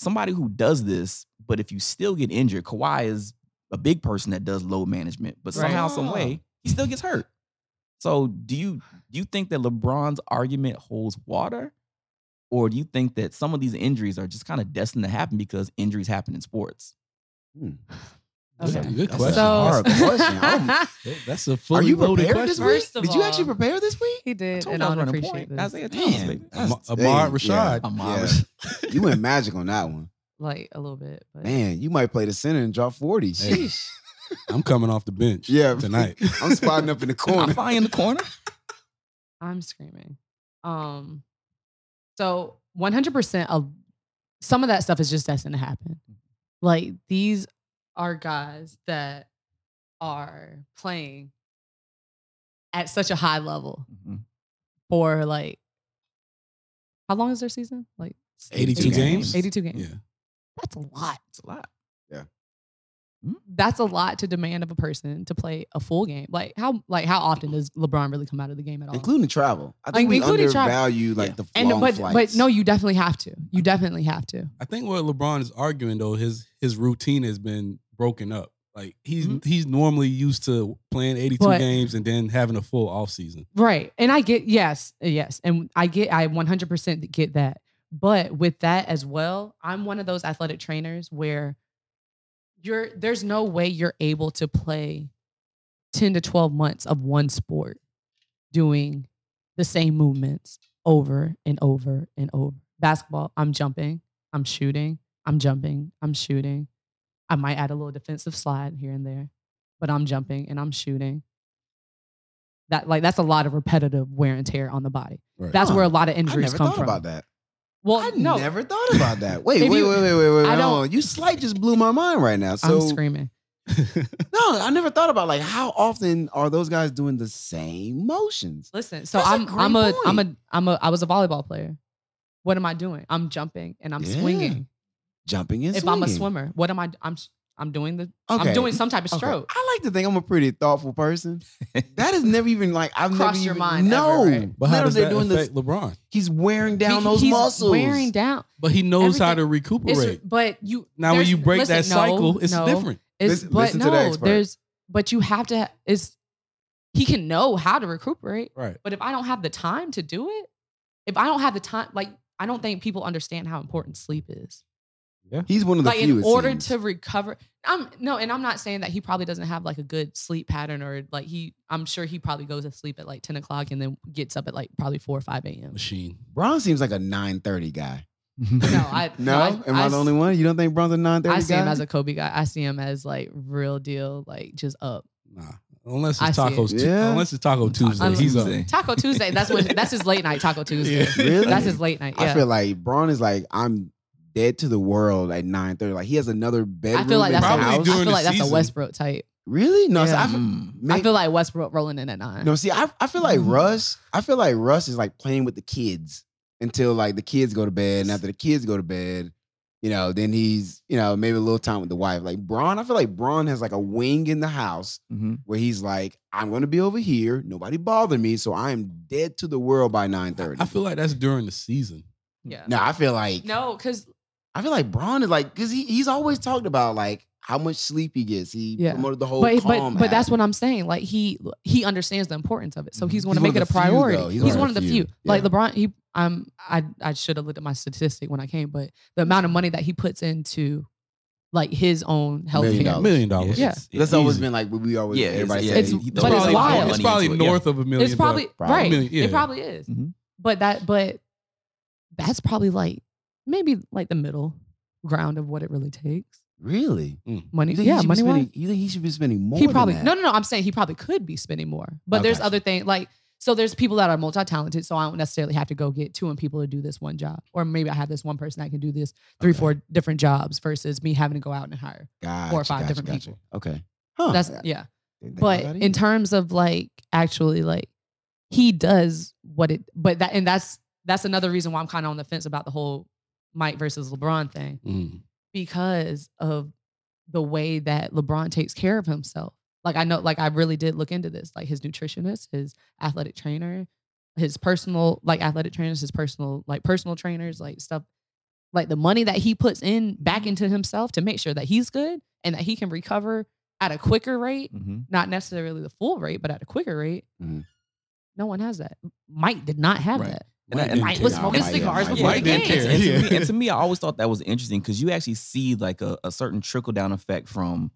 Speaker 2: Somebody who does this, but if you still get injured, Kawhi is a big person that does load management, but
Speaker 4: Right.
Speaker 2: somehow, some
Speaker 1: Ah.
Speaker 2: way, he still gets hurt. So do you do you think that LeBron's argument holds water? Or do you think that some of these injuries are just kind of destined to happen because injuries happen in sports?
Speaker 1: That's a
Speaker 4: Okay.
Speaker 1: good
Speaker 3: That's a
Speaker 1: question.
Speaker 3: hard question. I'm-
Speaker 4: So
Speaker 1: That's a
Speaker 3: Are
Speaker 1: fully
Speaker 3: you
Speaker 1: loaded
Speaker 3: prepared
Speaker 1: question.
Speaker 3: this week?
Speaker 4: First of
Speaker 3: Did you actually
Speaker 4: all-
Speaker 3: prepare this week?
Speaker 4: he
Speaker 2: I
Speaker 4: did,
Speaker 2: told
Speaker 4: and
Speaker 2: you I
Speaker 4: I
Speaker 2: was
Speaker 4: don't
Speaker 2: running point.
Speaker 4: appreciate this.
Speaker 2: Isaiah Thomas, baby.
Speaker 3: Damn, that's-
Speaker 1: Am- Ahmad
Speaker 3: dang, yeah.
Speaker 1: Rashad.
Speaker 2: Ahmad
Speaker 3: Yeah.
Speaker 2: Rashad.
Speaker 3: You went magic on that one.
Speaker 4: Like a little bit, but
Speaker 3: Man, you might play the center and drop 40.
Speaker 1: Hey, I'm coming off the bench
Speaker 3: Yeah.
Speaker 1: tonight.
Speaker 3: I'm spotting up in the corner.
Speaker 2: I find in the corner.
Speaker 4: I'm screaming. Um, so 100 percent of some of that stuff is just destined to happen.
Speaker 2: Mm-hmm.
Speaker 4: Like these are guys that are playing at such a high level for like how long is their season? Like
Speaker 1: 82
Speaker 2: 82
Speaker 1: games.
Speaker 2: games.
Speaker 4: 82 games.
Speaker 1: Yeah.
Speaker 4: That's a lot. Mm,
Speaker 2: It's a lot.
Speaker 4: That's a lot to demand of a person to play a full game. Like how like how often does LeBron really come out of the game at all?
Speaker 3: Including travel. I
Speaker 4: Like,
Speaker 3: think we
Speaker 4: including travel.
Speaker 3: undervalue like
Speaker 2: Yeah.
Speaker 3: the
Speaker 4: and
Speaker 3: long
Speaker 4: but
Speaker 3: flights.
Speaker 4: but no, you definitely have to. You definitely have to.
Speaker 1: I think what LeBron is arguing though, his his routine has been broken up. Like he's
Speaker 2: Mhm.
Speaker 1: he's normally used to playing 82
Speaker 4: But-
Speaker 1: games and then having a full offseason.
Speaker 4: Right. And I get, yes, yes. And I get, I 100% get that. But with that as well, I'm one of those athletic trainers where you're, there's no way you're able to play 10 to 12 months of one sport doing the same movements over and over and over. Basketball, I'm jumping, I'm shooting, I'm jumping, I'm shooting. I might add a little defensive slide here and there, but I'm jumping and I'm shooting. That like that's a lot of repetitive wear and tear on the body.
Speaker 1: Right.
Speaker 4: That's where a lot of
Speaker 3: I
Speaker 4: injuries
Speaker 3: never
Speaker 4: come
Speaker 3: thought
Speaker 4: from.
Speaker 3: about that.
Speaker 4: Well,
Speaker 3: I
Speaker 4: no,
Speaker 3: never thought about that. Wait, wait,
Speaker 4: If
Speaker 3: wait,
Speaker 4: you-
Speaker 3: wait, wait, wait,
Speaker 4: I
Speaker 3: hold
Speaker 4: don't-
Speaker 3: on. You slight just blew my mind right now. So
Speaker 4: I'm screaming.
Speaker 3: no, I never thought about like how often are those guys doing the same motions?
Speaker 4: Listen, so
Speaker 3: That's a
Speaker 4: I'm
Speaker 3: great
Speaker 4: I'm a, I'm a I'm
Speaker 3: point.
Speaker 4: a I'm a I was a volleyball player. What am I doing? I'm jumping and I'm
Speaker 3: Yeah.
Speaker 4: swinging.
Speaker 3: Jumping and
Speaker 4: If I'm a
Speaker 3: swinging.
Speaker 4: swimmer, what am I? I'm I'm doing the
Speaker 3: Okay.
Speaker 4: I'm doing some type of
Speaker 3: Okay.
Speaker 4: stroke.
Speaker 3: I like to think I'm a pretty thoughtful person. That is never even like I've
Speaker 4: Crossed
Speaker 3: never
Speaker 4: your
Speaker 3: even,
Speaker 4: mind
Speaker 3: No,
Speaker 4: ever, right?
Speaker 1: But how
Speaker 3: Literally,
Speaker 1: does
Speaker 3: they're
Speaker 1: that
Speaker 3: doing this-
Speaker 1: affect LeBron?
Speaker 3: He's wearing down
Speaker 4: He-
Speaker 3: those
Speaker 4: he's
Speaker 3: muscles.
Speaker 4: Wearing down.
Speaker 1: But he knows how to
Speaker 4: Everything- It's-
Speaker 1: recuperate.
Speaker 4: but you
Speaker 1: now when
Speaker 4: there's-
Speaker 1: you break
Speaker 4: listen,
Speaker 1: that
Speaker 4: no,
Speaker 1: cycle, it's
Speaker 4: no,
Speaker 1: different.
Speaker 4: It's
Speaker 3: Listen-
Speaker 4: but
Speaker 3: listen to
Speaker 4: no,
Speaker 3: the expert.
Speaker 4: there's but you have to it's he can know how to recuperate.
Speaker 1: Right.
Speaker 4: But if I don't have the time to do it, if I don't have the time, like I don't think people understand how important sleep is.
Speaker 3: He's one of the
Speaker 4: like
Speaker 3: few.
Speaker 4: in
Speaker 3: it
Speaker 4: order
Speaker 3: seems.
Speaker 4: to recover i'm no and i'm not saying that he probably doesn't have like a good sleep pattern or like he i'm sure he probably goes to sleep at like 10 o'clock and then gets up at like probably 4 or 5 a.m
Speaker 1: Machine.
Speaker 3: Bron seems like a 9:30 guy.
Speaker 4: no i
Speaker 3: No, am I, the only one? You don't think Bron's a 9:30 guy?
Speaker 4: i see him as a kobe guy i see him as like real deal like just up
Speaker 1: Nah. Unless
Speaker 4: I
Speaker 1: it's
Speaker 4: see it.
Speaker 1: tacos. Tu-
Speaker 3: Yeah.
Speaker 1: Unless it's Taco Tuesday.
Speaker 4: Unless-
Speaker 1: He's up.
Speaker 2: Tuesday.
Speaker 4: taco tuesday that's what that's his late night taco tuesday
Speaker 1: Yeah.
Speaker 3: Really?
Speaker 4: that's his late night yeah
Speaker 3: I feel like Braun is like I'm dead to the world at 9:30. Like he has another bedroom.
Speaker 4: I feel like
Speaker 3: in
Speaker 4: that's
Speaker 3: his
Speaker 1: Probably
Speaker 4: a, I
Speaker 3: house.
Speaker 1: during
Speaker 4: feel
Speaker 1: the
Speaker 4: like that's a
Speaker 1: season.
Speaker 4: Westbrook type.
Speaker 3: really no. see,
Speaker 4: Yeah.
Speaker 3: I feel-
Speaker 2: Mm.
Speaker 3: man,
Speaker 4: I feel Mm. like Westbrook rolling in at nine.
Speaker 3: no. See, I, I feel like Russ. I feel like Russ is like playing with the kids until like the kids go to bed, and after the kids go to bed, you know, then he's you know maybe a little time with the wife. Like Braun, I feel like Braun has like a wing in the house
Speaker 2: Mhm.
Speaker 3: where he's like, I'm gonna be over here. Nobody bother me, so I am dead to the world by 9:30.
Speaker 1: I feel like that's during the season.
Speaker 4: yeah.
Speaker 3: no, I feel like
Speaker 4: No, because
Speaker 3: I feel like Braun is like because he, he's always talked about like how much sleep he gets. He
Speaker 4: Yeah.
Speaker 3: promoted the whole
Speaker 4: but but
Speaker 3: Oh, calm
Speaker 4: but that's
Speaker 3: app.
Speaker 4: what I'm saying. Like he he understands the importance of it, so
Speaker 2: Mhm.
Speaker 4: he's going
Speaker 3: Mm-hmm. He's one
Speaker 4: to make it a
Speaker 3: of the few,
Speaker 4: priority.
Speaker 3: though.
Speaker 4: he's, one of the few. Like
Speaker 3: Yeah.
Speaker 4: LeBron, he um I I should have looked at my statistic when I came, but the amount of money that he puts into like his own health
Speaker 3: Million
Speaker 4: care,
Speaker 3: dollars.
Speaker 1: Million dollars.
Speaker 4: Yeah.
Speaker 2: It's-
Speaker 3: that's
Speaker 2: it's
Speaker 3: always
Speaker 2: easy.
Speaker 3: been like what we always
Speaker 2: Yeah,
Speaker 3: yeah,
Speaker 2: it's-
Speaker 3: everybody
Speaker 2: yeah,
Speaker 3: says.
Speaker 4: it's-
Speaker 3: He
Speaker 4: but
Speaker 3: throws
Speaker 4: it's
Speaker 3: all
Speaker 4: wild.
Speaker 3: money
Speaker 1: It's
Speaker 3: into
Speaker 1: probably
Speaker 2: it, yeah.
Speaker 1: north of a million.
Speaker 4: it's probably
Speaker 1: bucks.
Speaker 3: Probably.
Speaker 4: right.
Speaker 1: Million, yeah.
Speaker 4: It probably is.
Speaker 3: Mm-hmm.
Speaker 2: Mhm.
Speaker 4: But that but that's probably like maybe like the middle ground of what it really takes.
Speaker 3: Really?
Speaker 4: Money,
Speaker 3: You think he
Speaker 4: yeah,
Speaker 3: should be
Speaker 4: money
Speaker 3: spending-
Speaker 4: wise.
Speaker 3: You think he should be spending more?
Speaker 4: He
Speaker 3: than
Speaker 4: probably
Speaker 3: that?
Speaker 4: no, no, no. I'm saying he probably could be spending more, but
Speaker 3: I
Speaker 4: there's
Speaker 3: got you.
Speaker 4: other things like so. There's people that are multi talented, so I don't necessarily have to go get two and people to do this one job, or maybe I have this one person that can do this three,
Speaker 3: Okay.
Speaker 4: four different jobs versus me having to go out and hire.
Speaker 3: Gotcha,
Speaker 4: four or five
Speaker 3: gotcha,
Speaker 4: different
Speaker 3: gotcha.
Speaker 4: people.
Speaker 3: Okay. Huh.
Speaker 4: That's
Speaker 3: I
Speaker 4: yeah.
Speaker 3: didn't think about
Speaker 4: But
Speaker 3: that
Speaker 4: in
Speaker 3: either.
Speaker 4: terms of like actually like he does what it, but that and that's that's another reason why I'm kind of on the fence about the whole Mike versus LeBron thing
Speaker 1: Mm.
Speaker 4: because of the way that LeBron takes care of himself. Like I know, like I really did look into this, like his nutritionist, his athletic trainer, his personal like athletic trainers, his personal like personal trainers, like stuff, like the money that he puts in back into himself to make sure that he's good and that he can recover at a quicker rate,
Speaker 2: Mhm.
Speaker 4: not necessarily the full rate, but at a quicker rate.
Speaker 3: Mhm.
Speaker 4: No one has that. Mike did not have
Speaker 2: Mm-hmm. Right.
Speaker 4: that.
Speaker 2: And I-
Speaker 1: Mike
Speaker 2: and
Speaker 1: didn't
Speaker 4: I was
Speaker 1: care.
Speaker 4: smoking
Speaker 3: Nah, Mike-
Speaker 4: cigars
Speaker 3: Mike-
Speaker 4: before
Speaker 1: Mike
Speaker 4: he
Speaker 1: didn't
Speaker 4: came.
Speaker 1: care.
Speaker 2: And, to
Speaker 1: Yeah.
Speaker 2: me, and to me, I always thought that was interesting because you actually see like a, a certain trickle down effect from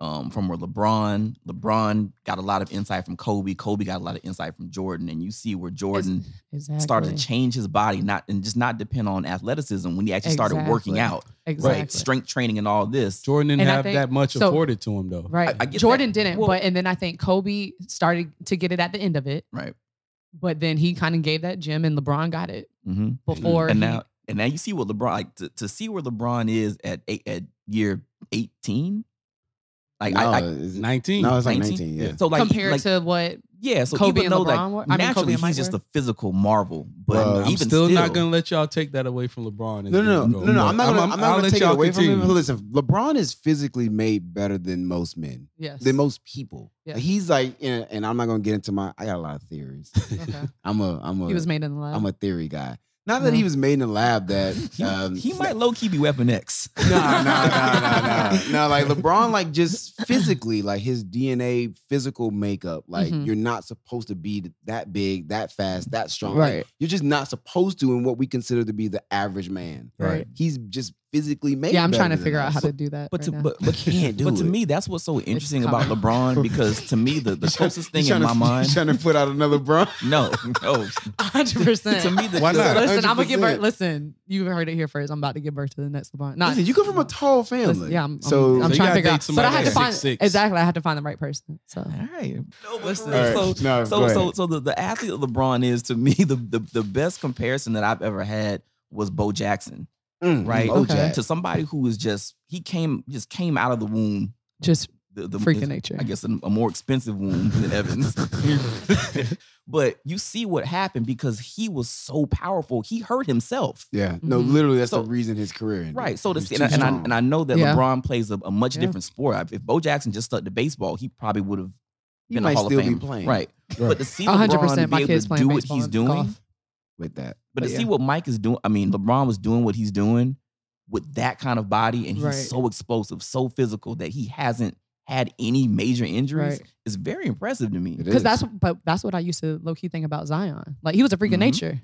Speaker 2: um, from where LeBron LeBron got a lot of insight from Kobe. Kobe got a lot of insight from Jordan, and you see where Jordan
Speaker 4: Exactly.
Speaker 2: started to change his body, not and just not depend on athleticism when he actually started working
Speaker 4: Exactly.
Speaker 2: out,
Speaker 4: Exactly.
Speaker 2: right? Strength training and all this.
Speaker 1: Jordan didn't
Speaker 4: And I
Speaker 1: have
Speaker 4: think-
Speaker 1: that much
Speaker 4: so-
Speaker 1: afforded to him though.
Speaker 4: Right.
Speaker 2: I- I get
Speaker 4: Jordan
Speaker 2: that.
Speaker 4: didn't,
Speaker 2: Well-
Speaker 4: but and then I think Kobe started to get it at the end of it,
Speaker 2: Right.
Speaker 4: but then he kind of gave that Jim and LeBron got it
Speaker 2: Mm-hmm.
Speaker 4: before.
Speaker 2: and
Speaker 4: he-
Speaker 2: now and now you see what LeBron like to, to see where LeBron is at eight, at year eighteen. Like I,
Speaker 3: no,
Speaker 2: I
Speaker 3: it's-
Speaker 1: Nineteen.
Speaker 3: no, it's like
Speaker 2: 19?
Speaker 3: 19. yeah.
Speaker 2: so like
Speaker 4: compared
Speaker 2: like,
Speaker 4: to what
Speaker 2: yeah, so
Speaker 4: Kobe
Speaker 2: even
Speaker 4: and
Speaker 2: though
Speaker 4: LeBron were- I
Speaker 2: like
Speaker 4: mean, Kobe
Speaker 2: naturally
Speaker 4: and Mike
Speaker 2: he's just
Speaker 4: were.
Speaker 2: a physical marvel, but
Speaker 3: Well,
Speaker 1: I'm
Speaker 2: even
Speaker 1: still, not gonna let y'all take that away from LeBron. and
Speaker 3: uh, No, no,
Speaker 1: Jordan,
Speaker 3: no,
Speaker 1: though.
Speaker 3: no, no. I'm
Speaker 1: But
Speaker 3: not gonna, I'm,
Speaker 1: I'll
Speaker 3: not gonna
Speaker 1: let
Speaker 3: take it
Speaker 1: y'all
Speaker 3: away from him.
Speaker 1: continue.
Speaker 3: Listen, LeBron is physically made better than most men,
Speaker 4: yes
Speaker 3: than most people.
Speaker 4: Yeah.
Speaker 3: Like, He's like, and, and I'm not gonna get into my. I got a lot of theories.
Speaker 4: Okay.
Speaker 3: I'm a, I'm a,
Speaker 4: he was made in the lab.
Speaker 3: I'm a theory guy. Not that
Speaker 4: No.
Speaker 3: he was made in a lab. That
Speaker 2: he,
Speaker 3: um,
Speaker 2: he might low key be Weapon X.
Speaker 3: No, no, no, no, no. No, like LeBron, like just physically, like his DNA, physical makeup, like
Speaker 4: Mhm.
Speaker 3: you're not supposed to be that big, that fast, that strong. Like,
Speaker 4: Right.
Speaker 3: you're just not supposed to in what we consider to be the average man.
Speaker 1: Right.
Speaker 3: He's just physically made.
Speaker 4: yeah, I'm
Speaker 3: better
Speaker 4: trying to
Speaker 3: than
Speaker 4: figure out
Speaker 3: us.
Speaker 4: how to do that.
Speaker 2: But
Speaker 4: right
Speaker 2: to
Speaker 4: now.
Speaker 2: but, but
Speaker 3: Can't do
Speaker 2: But to
Speaker 3: it.
Speaker 2: me, that's what's so interesting about
Speaker 4: coming.
Speaker 2: LeBron because to me the, the
Speaker 3: He's trying-
Speaker 2: closest thing
Speaker 3: he's
Speaker 2: in
Speaker 3: trying
Speaker 2: my
Speaker 3: to-
Speaker 2: mind.
Speaker 3: He's trying to put out another bro.
Speaker 2: No, no.
Speaker 4: 100. percent
Speaker 2: to me, the,
Speaker 1: Why not?
Speaker 4: Listen, I'm gonna give birth.
Speaker 3: 100%.
Speaker 4: Listen, you heard it here first. I'm about to give birth to the next LeBron. Not,
Speaker 3: Listen, you come from a tall family.
Speaker 4: listen, yeah, I'm,
Speaker 3: so
Speaker 4: I'm, I'm
Speaker 1: So you
Speaker 4: trying
Speaker 1: gotta
Speaker 4: to figure
Speaker 1: date
Speaker 4: out. But
Speaker 1: somebody
Speaker 4: I had to
Speaker 1: that's
Speaker 4: find
Speaker 1: 6'6".
Speaker 4: exactly. I had to find the right person. So
Speaker 2: All right. No, but
Speaker 3: All right.
Speaker 2: so,
Speaker 3: No, go
Speaker 2: so,
Speaker 3: ahead.
Speaker 2: so, so the, the athlete of LeBron is to me the, the the best comparison that I've ever had was Bo Jackson,
Speaker 3: Mm,
Speaker 2: right?
Speaker 3: Bo
Speaker 4: Okay.
Speaker 3: Jack.
Speaker 2: To somebody who was just he came just came out of the womb,
Speaker 4: just
Speaker 2: the, the
Speaker 4: freaking nature.
Speaker 2: I guess a, a more expensive womb than Evans. but you see what happened because he was so powerful, he hurt himself.
Speaker 3: Yeah, no,
Speaker 4: Mhm.
Speaker 3: literally, that's
Speaker 2: So-
Speaker 3: the reason his career ended.
Speaker 2: Right. So
Speaker 3: He
Speaker 2: to
Speaker 3: was
Speaker 2: see,
Speaker 3: too
Speaker 2: and, I- and I
Speaker 3: strong.
Speaker 2: and I know that
Speaker 4: Yeah.
Speaker 2: LeBron plays a, a much
Speaker 4: Yeah.
Speaker 2: different sport. If Bo Jackson just stuck to baseball, he probably would have
Speaker 3: He
Speaker 2: been
Speaker 3: might
Speaker 2: a Hall
Speaker 3: still
Speaker 2: of
Speaker 3: be
Speaker 2: Fame.
Speaker 3: playing.
Speaker 2: Right. But to see LeBron
Speaker 4: 100.
Speaker 2: to
Speaker 4: percent
Speaker 2: be
Speaker 4: My
Speaker 2: able
Speaker 4: kids
Speaker 2: to
Speaker 4: playing
Speaker 2: do what
Speaker 4: baseball
Speaker 2: he's
Speaker 4: and
Speaker 2: doing,
Speaker 4: golf.
Speaker 3: with that.
Speaker 2: but, to
Speaker 4: But
Speaker 2: see
Speaker 4: yeah.
Speaker 2: what Mike is doing, I mean, LeBron was doing what he's doing with that kind of body, and he's
Speaker 4: Right.
Speaker 2: so explosive, so physical that he hasn't had any major injuries.
Speaker 4: Right.
Speaker 2: It's very impressive to me.
Speaker 3: It
Speaker 4: Because
Speaker 3: is.
Speaker 4: that's but that's what I used to low key think about Zion. Like he was a freak
Speaker 2: Mhm.
Speaker 1: Mm-hmm.
Speaker 4: of nature,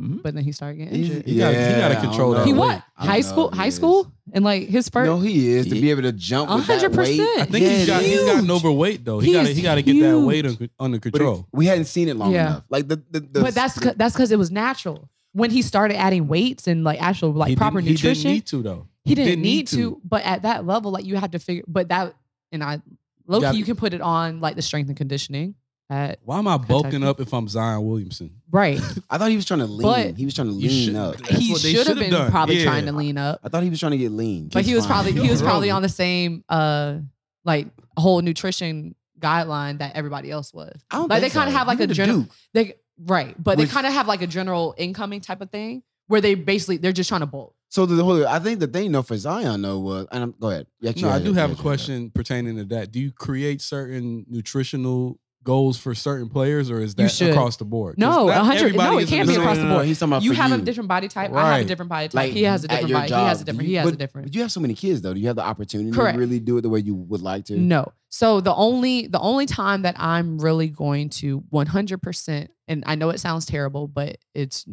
Speaker 2: Mhm.
Speaker 4: but then he started getting
Speaker 3: He's-
Speaker 4: injured.
Speaker 1: He gotta- he
Speaker 3: Yeah,
Speaker 1: gotta
Speaker 3: I
Speaker 1: control that
Speaker 3: don't know.
Speaker 4: he
Speaker 1: wait.
Speaker 4: what?
Speaker 3: I don't
Speaker 4: High
Speaker 3: know
Speaker 4: school?
Speaker 3: if he
Speaker 4: High
Speaker 3: is.
Speaker 4: school? And like his first
Speaker 3: No, he is to be able to jump with that
Speaker 4: 100%.
Speaker 3: weight.
Speaker 1: I think he's got he's gotten overweight though. He
Speaker 4: He
Speaker 1: got
Speaker 4: is
Speaker 1: he got to get that
Speaker 4: huge.
Speaker 1: weight un- under
Speaker 3: But it-
Speaker 1: control.
Speaker 3: we hadn't seen it long
Speaker 4: Yeah.
Speaker 3: enough. Like the, the, the
Speaker 4: But that's 'cause- that's because it was natural. When he started adding weights and like actual like
Speaker 1: he
Speaker 4: proper
Speaker 1: didn't, He
Speaker 4: nutrition,
Speaker 1: didn't need to though.
Speaker 4: need to. But at that level, like you had to figure. But that and I low
Speaker 1: gotta-
Speaker 4: key, you can put it on like the strength and conditioning. At,
Speaker 1: Why am I bulking
Speaker 4: Kentucky.
Speaker 1: up if I'm Zion Williamson?
Speaker 4: right,
Speaker 3: I thought he was trying to lean.
Speaker 4: But-
Speaker 3: he was trying to
Speaker 1: You
Speaker 3: lean
Speaker 1: should-
Speaker 3: up.
Speaker 1: That's
Speaker 4: he
Speaker 1: what they
Speaker 4: should have
Speaker 1: should've
Speaker 4: been
Speaker 1: done.
Speaker 4: probably
Speaker 1: Yeah.
Speaker 4: trying to lean up.
Speaker 3: I thought he was trying to get lean.
Speaker 4: But
Speaker 3: He's
Speaker 4: he was
Speaker 3: fine.
Speaker 4: probably he was
Speaker 1: You're
Speaker 4: probably
Speaker 1: wrong.
Speaker 4: on the same uh like whole nutrition guideline that everybody else was.
Speaker 3: I don't
Speaker 4: like,
Speaker 3: think
Speaker 4: they kinda
Speaker 3: so.
Speaker 4: have, like,
Speaker 3: He
Speaker 4: a
Speaker 3: was
Speaker 4: general-
Speaker 3: Duke.
Speaker 4: They right, but
Speaker 3: Which-
Speaker 4: they kind of have like a general incoming type of thing where they basically they're just trying to bulk.
Speaker 3: So the whole I think the thing though for Zion though was and I'm go ahead. Yeah,
Speaker 1: no,
Speaker 3: yeah,
Speaker 1: I do
Speaker 3: yeah,
Speaker 1: have
Speaker 3: yeah,
Speaker 1: a
Speaker 3: yeah.
Speaker 1: question pertaining to that. Do you create certain nutritional goals for certain players, or is
Speaker 4: You
Speaker 1: that
Speaker 4: should.
Speaker 1: across the board? 'Cause
Speaker 4: No,
Speaker 1: not
Speaker 4: 100
Speaker 1: everybody
Speaker 4: no, it
Speaker 1: is
Speaker 4: can't
Speaker 1: in
Speaker 4: be
Speaker 1: the
Speaker 4: across
Speaker 1: same-
Speaker 4: the board.
Speaker 3: He's talking about
Speaker 4: You
Speaker 3: for
Speaker 4: have a different body type. I have
Speaker 1: Right.
Speaker 4: a different body type.
Speaker 3: Like,
Speaker 4: he has a
Speaker 3: at
Speaker 4: different
Speaker 3: your
Speaker 4: body. he has
Speaker 3: job,
Speaker 4: a different.
Speaker 3: do
Speaker 4: He
Speaker 3: you-
Speaker 4: has a
Speaker 3: but-
Speaker 4: different.
Speaker 3: But you have so many kids though. Do you have the opportunity
Speaker 4: Correct.
Speaker 3: to really do it the way you would like to?
Speaker 4: No. So the only the only time that I'm really going to 100% and I know it sounds terrible but it's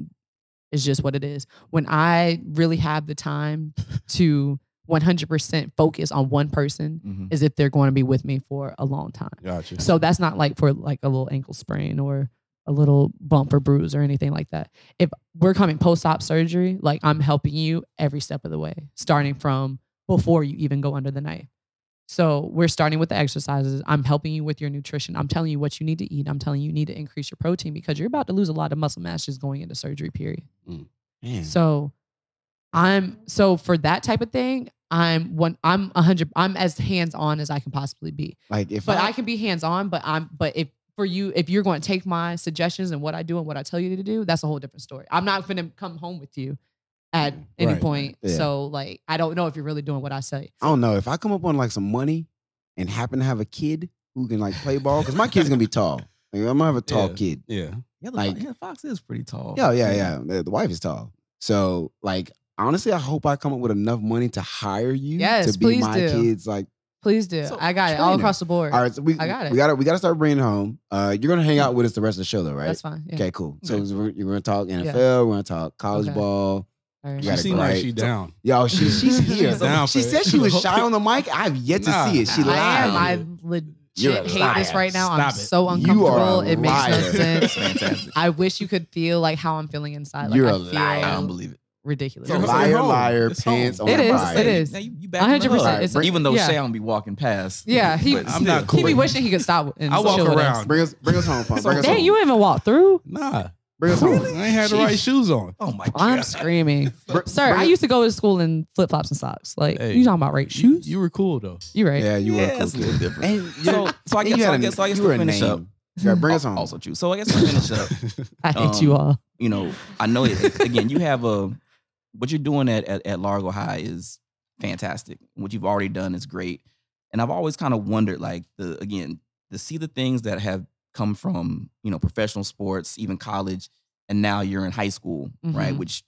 Speaker 4: it's just what it is. When I really have the time to 100% focus on one person
Speaker 2: Mhm.
Speaker 4: is if they're going to be with me for a long time.
Speaker 1: Gotcha.
Speaker 4: So that's not like for like a little ankle sprain or a little bump or bruise or anything like that. If we're coming post op surgery, like I'm helping you every step of the way, starting from before you even go under the knife. So we're starting with the exercises. I'm helping you with your nutrition. I'm telling you what you need to eat. I'm telling you you need to increase your protein because you're about to lose a lot of muscle mass just going into surgery period.
Speaker 3: Man.
Speaker 4: So I'm so for that type of thing, I'm one I'm a hundred I'm as hands on as I can possibly be.
Speaker 3: like if
Speaker 4: But
Speaker 3: I,
Speaker 4: I can be hands on, but I'm but if for you, if you're going to take my suggestions and what I do and what I tell you to do, that's a whole different story. I'm not going to come home with you at any
Speaker 1: Right.
Speaker 4: point.
Speaker 3: Yeah.
Speaker 4: So like I don't know if you're really doing what I say.
Speaker 3: I don't know if I come up on like some money and happen to have a kid who can like play ball because my kid's gonna be tall. Like, I'm gonna have a tall
Speaker 1: Yeah.
Speaker 3: kid.
Speaker 1: Yeah.
Speaker 2: Yeah, the,
Speaker 3: Like-
Speaker 2: yeah, Fox is pretty tall.
Speaker 4: Oh,
Speaker 3: Yeah, yeah, yeah. The, the wife is tall. So like honestly, I hope I come up with enough money to hire you
Speaker 4: Yes,
Speaker 3: to be
Speaker 4: please
Speaker 3: my
Speaker 4: do.
Speaker 3: kids. Like
Speaker 4: Please do.
Speaker 3: So,
Speaker 4: I got it all
Speaker 3: trainer.
Speaker 4: across the board.
Speaker 3: all right, so we
Speaker 4: I got it.
Speaker 3: we gotta we gotta start bringing it home. Uh, you're gonna hang out with us the rest of the show though, right?
Speaker 4: That's fine. Yeah.
Speaker 3: Okay, cool. So
Speaker 2: Okay.
Speaker 3: we're, you're gonna talk NFL.
Speaker 4: Yeah.
Speaker 3: We're gonna talk college
Speaker 4: Okay.
Speaker 3: ball.
Speaker 4: All right.
Speaker 3: You
Speaker 1: She
Speaker 3: gotta
Speaker 1: seemed like
Speaker 3: grind.
Speaker 1: she down.
Speaker 3: Yo, she, she's
Speaker 4: She's
Speaker 3: here.
Speaker 1: down
Speaker 3: she
Speaker 1: for
Speaker 3: said
Speaker 1: it.
Speaker 3: she was shy on the mic. I've yet to
Speaker 1: Nah.
Speaker 3: see it. She lied.
Speaker 4: I am.
Speaker 1: lied.
Speaker 4: I legit
Speaker 3: You're a
Speaker 4: hate this
Speaker 3: liar.
Speaker 4: right now. I'm
Speaker 1: Stop it.
Speaker 4: so
Speaker 3: You
Speaker 4: uncomfortable.
Speaker 3: are a
Speaker 4: It makes no
Speaker 3: liar.
Speaker 4: sense.
Speaker 2: Fantastic.
Speaker 4: I wish you could feel like how I'm feeling inside. Like
Speaker 3: You're
Speaker 4: I
Speaker 3: a
Speaker 4: feel
Speaker 3: liar.
Speaker 2: I don't believe it.
Speaker 4: ridiculous.
Speaker 1: You're a
Speaker 3: liar,
Speaker 1: home.
Speaker 3: liar,
Speaker 1: It's
Speaker 3: pants
Speaker 1: home.
Speaker 3: on
Speaker 4: It is,
Speaker 3: fire.
Speaker 4: it is.
Speaker 2: Now you, you back
Speaker 4: 100%,
Speaker 2: 100%.
Speaker 4: it's a-
Speaker 2: Even though
Speaker 4: yeah.
Speaker 2: Shay don't be walking past.
Speaker 4: Yeah, he-
Speaker 2: but
Speaker 1: I'm
Speaker 2: still.
Speaker 1: not
Speaker 4: He be
Speaker 1: cool.
Speaker 4: wishing he could stop. And
Speaker 1: I walk
Speaker 4: chill with us.
Speaker 1: around.
Speaker 3: Bring us, bring us home, punk. Bring us
Speaker 4: Dang,
Speaker 3: home.
Speaker 4: you even walked through.
Speaker 1: Nah.
Speaker 3: bring us
Speaker 1: I
Speaker 3: home.
Speaker 1: ain't had the right
Speaker 2: Sheesh.
Speaker 1: shoes on.
Speaker 2: Oh my
Speaker 4: I'm
Speaker 2: God.
Speaker 4: screaming,
Speaker 3: Br-
Speaker 4: sir.
Speaker 3: bring-
Speaker 4: I used to go to school in flip flops and socks. Like
Speaker 1: Hey,
Speaker 4: you talking about right
Speaker 1: You,
Speaker 4: shoes? You,
Speaker 1: you were cool though.
Speaker 4: right?
Speaker 3: Yeah, you
Speaker 2: yeah,
Speaker 3: were cool.
Speaker 2: it's a little
Speaker 3: kid.
Speaker 2: different.
Speaker 3: And
Speaker 2: So, so I
Speaker 3: and
Speaker 2: guess,
Speaker 3: you
Speaker 2: so
Speaker 3: had
Speaker 2: I
Speaker 3: a-
Speaker 2: guess, so I guess
Speaker 3: you were
Speaker 2: to
Speaker 3: a
Speaker 2: finish up.
Speaker 3: name. Yeah, bring us home.
Speaker 2: Also true. So I guess to finish up,
Speaker 4: I hate
Speaker 2: Um,
Speaker 4: you all.
Speaker 2: you know, I know it, again, you have a what you're doing at, at at Largo High is fantastic. What you've already done is great. And I've always kind of wondered, like the again, to see the things that have come from, you know, professional sports, even college, and now you're in high school, right?
Speaker 3: Mm-hmm.
Speaker 4: Mhm.
Speaker 2: Which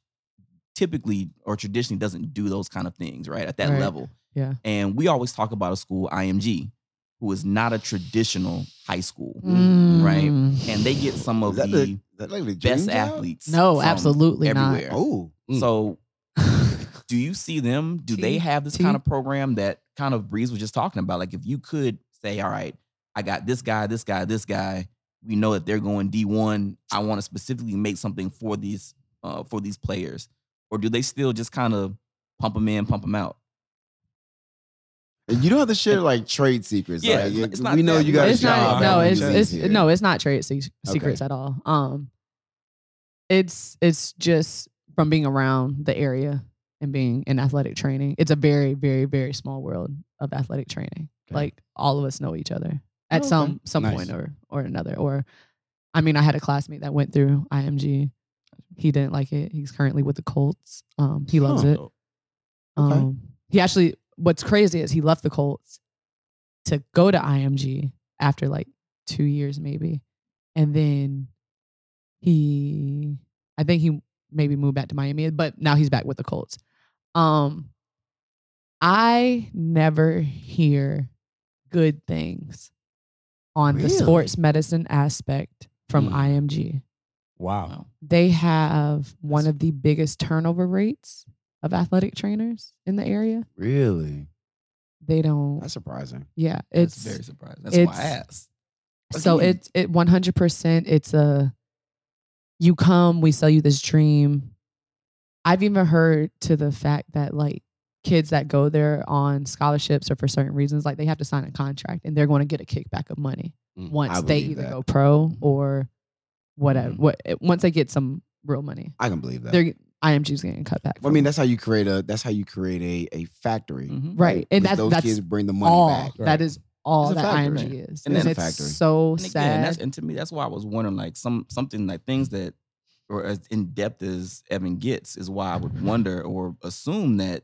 Speaker 2: typically or traditionally doesn't do those kind of things, right? At that
Speaker 4: Right.
Speaker 2: level.
Speaker 4: Yeah.
Speaker 2: And we always talk about a school, IMG, who is not a traditional high school. right.
Speaker 4: Mm.
Speaker 2: And they get some
Speaker 3: Is
Speaker 2: of
Speaker 3: that
Speaker 2: the,
Speaker 3: the- that like the dream
Speaker 2: best
Speaker 3: job?
Speaker 2: athletes.
Speaker 4: No,
Speaker 2: from
Speaker 4: absolutely not.
Speaker 2: everywhere.
Speaker 3: Oh,
Speaker 1: Mm.
Speaker 2: So, do you see them? Do they
Speaker 4: T-
Speaker 2: have this
Speaker 4: T-
Speaker 2: kind of program that kind of Breeze was just talking about? Like, if you could say, all right, I got this guy, this guy, this guy. We know that they're going D1. I want to specifically make something for these uh, for these players. Or do they still just kind of pump them in, pump them out?
Speaker 3: you don't have to share like trade secrets.
Speaker 2: Yeah,
Speaker 3: like,
Speaker 2: it's not
Speaker 3: we know
Speaker 2: that.
Speaker 3: you got a
Speaker 4: it's
Speaker 3: job.
Speaker 4: not no it's
Speaker 1: Yeah.
Speaker 4: it's
Speaker 3: here.
Speaker 4: no it's not trade se- secrets at all um it's it's just from being around the area and being in athletic training it's a very very very small world of athletic training
Speaker 1: Okay.
Speaker 4: like all of us know each other at
Speaker 1: Okay.
Speaker 4: some some
Speaker 1: Nice.
Speaker 4: point or or another or i mean i had a classmate that went through img he didn't like it he's currently with the colts um he loves
Speaker 3: Huh.
Speaker 4: it
Speaker 3: Okay.
Speaker 4: um, he actually, what's crazy is he left the Colts to go to IMG after like two years, maybe. And then he, I think he maybe moved back to Miami, but now he's back with the Colts. Um, I never hear good things on the
Speaker 3: Really?
Speaker 4: sports medicine aspect from
Speaker 1: Hmm.
Speaker 4: IMG
Speaker 1: Wow.
Speaker 4: they have one of the biggest turnover rates of athletic trainers in the area.
Speaker 3: really.
Speaker 4: They don't.
Speaker 3: That's surprising.
Speaker 4: yeah,
Speaker 2: It's
Speaker 4: it's
Speaker 2: very surprising. That's why I
Speaker 4: it's-
Speaker 2: asked.
Speaker 4: so
Speaker 3: Again.
Speaker 4: it's it one hundred percent. It's a you come, we sell you this dream. I've even heard to the fact that like kids that go there on scholarships or for certain reasons, like they have to sign a contract and they're going to get a kickback of money
Speaker 1: Mm,
Speaker 4: once
Speaker 3: I
Speaker 4: they
Speaker 3: believe
Speaker 4: either
Speaker 3: that. Mm-hmm.
Speaker 4: go pro or whatever.
Speaker 2: Mhm.
Speaker 4: What eh, once they get some real money,
Speaker 3: I can believe that.
Speaker 4: they're IMG's getting cut back.
Speaker 3: I
Speaker 4: from
Speaker 3: mean,
Speaker 4: it.
Speaker 3: that's how you create a. That's how you create a, a factory.
Speaker 2: Mhm.
Speaker 4: Mm-hmm. right, and
Speaker 3: Because
Speaker 4: that's
Speaker 3: those
Speaker 4: that's
Speaker 3: kids bring the money
Speaker 4: all.
Speaker 3: back.
Speaker 1: Right.
Speaker 4: That is all
Speaker 3: It's a
Speaker 4: that
Speaker 3: factory.
Speaker 4: IMG is.
Speaker 2: And
Speaker 4: And,
Speaker 2: then
Speaker 4: it's
Speaker 3: a factory.
Speaker 4: so
Speaker 2: and
Speaker 4: sad.
Speaker 2: Again, that's, and to me, that's why I was wondering, like some something like things that or as in depth as Evan gets is why I
Speaker 4: Mm-hmm.
Speaker 2: would wonder or assume that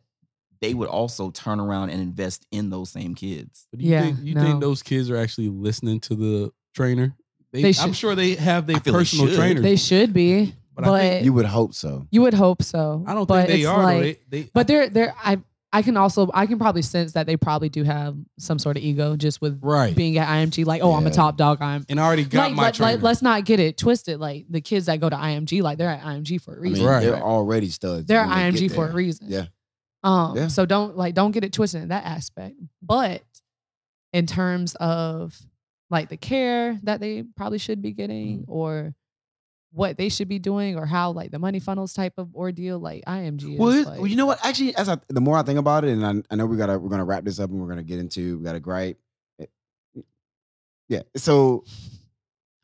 Speaker 2: they would also turn around and invest in those same kids.
Speaker 1: But do you
Speaker 4: Yeah,
Speaker 1: think, you
Speaker 4: no.
Speaker 1: think those kids are actually listening to the trainer? They,
Speaker 4: They
Speaker 1: I'm
Speaker 4: should.
Speaker 1: sure they have their
Speaker 2: I feel they
Speaker 1: personal
Speaker 2: should.
Speaker 1: trainers.
Speaker 4: they should be,
Speaker 1: But
Speaker 4: but,
Speaker 1: I think
Speaker 4: you,
Speaker 3: You would hope so.
Speaker 4: would hope so.
Speaker 1: I don't think
Speaker 4: but
Speaker 1: they
Speaker 4: it's
Speaker 1: are. though.
Speaker 4: Like,
Speaker 1: They- they-
Speaker 4: but they're they're I I can also I can probably sense that they probably do have some sort of ego just with
Speaker 1: right.
Speaker 4: being at IMG. Like, oh, I'm a
Speaker 3: Yeah.
Speaker 4: top dog. I'm
Speaker 1: and I already got
Speaker 4: like,
Speaker 1: my
Speaker 4: let,
Speaker 1: trainer.
Speaker 4: us not get it twisted. Like the kids that go to IMG, like they're at IMG for a
Speaker 3: I mean,
Speaker 4: reason.
Speaker 1: Right.
Speaker 3: they're already studs.
Speaker 4: They're
Speaker 3: when they
Speaker 4: IMG
Speaker 3: get
Speaker 4: for a
Speaker 3: there.
Speaker 4: reason.
Speaker 3: Yeah.
Speaker 4: Um,
Speaker 3: Yeah.
Speaker 4: so don't like don't get it twisted in that aspect. But in
Speaker 3: Mm-hmm.
Speaker 4: terms of like the care that they probably should be getting or what they should be doing or how like the money funnels type of ordeal like IMG is.
Speaker 3: Well, it-
Speaker 4: like,
Speaker 3: well, you know what? Actually, as I, the more I think about it, and I, I know we gotta we're gonna wrap this up, and we're gonna get into we gotta gripe. It- Yeah, so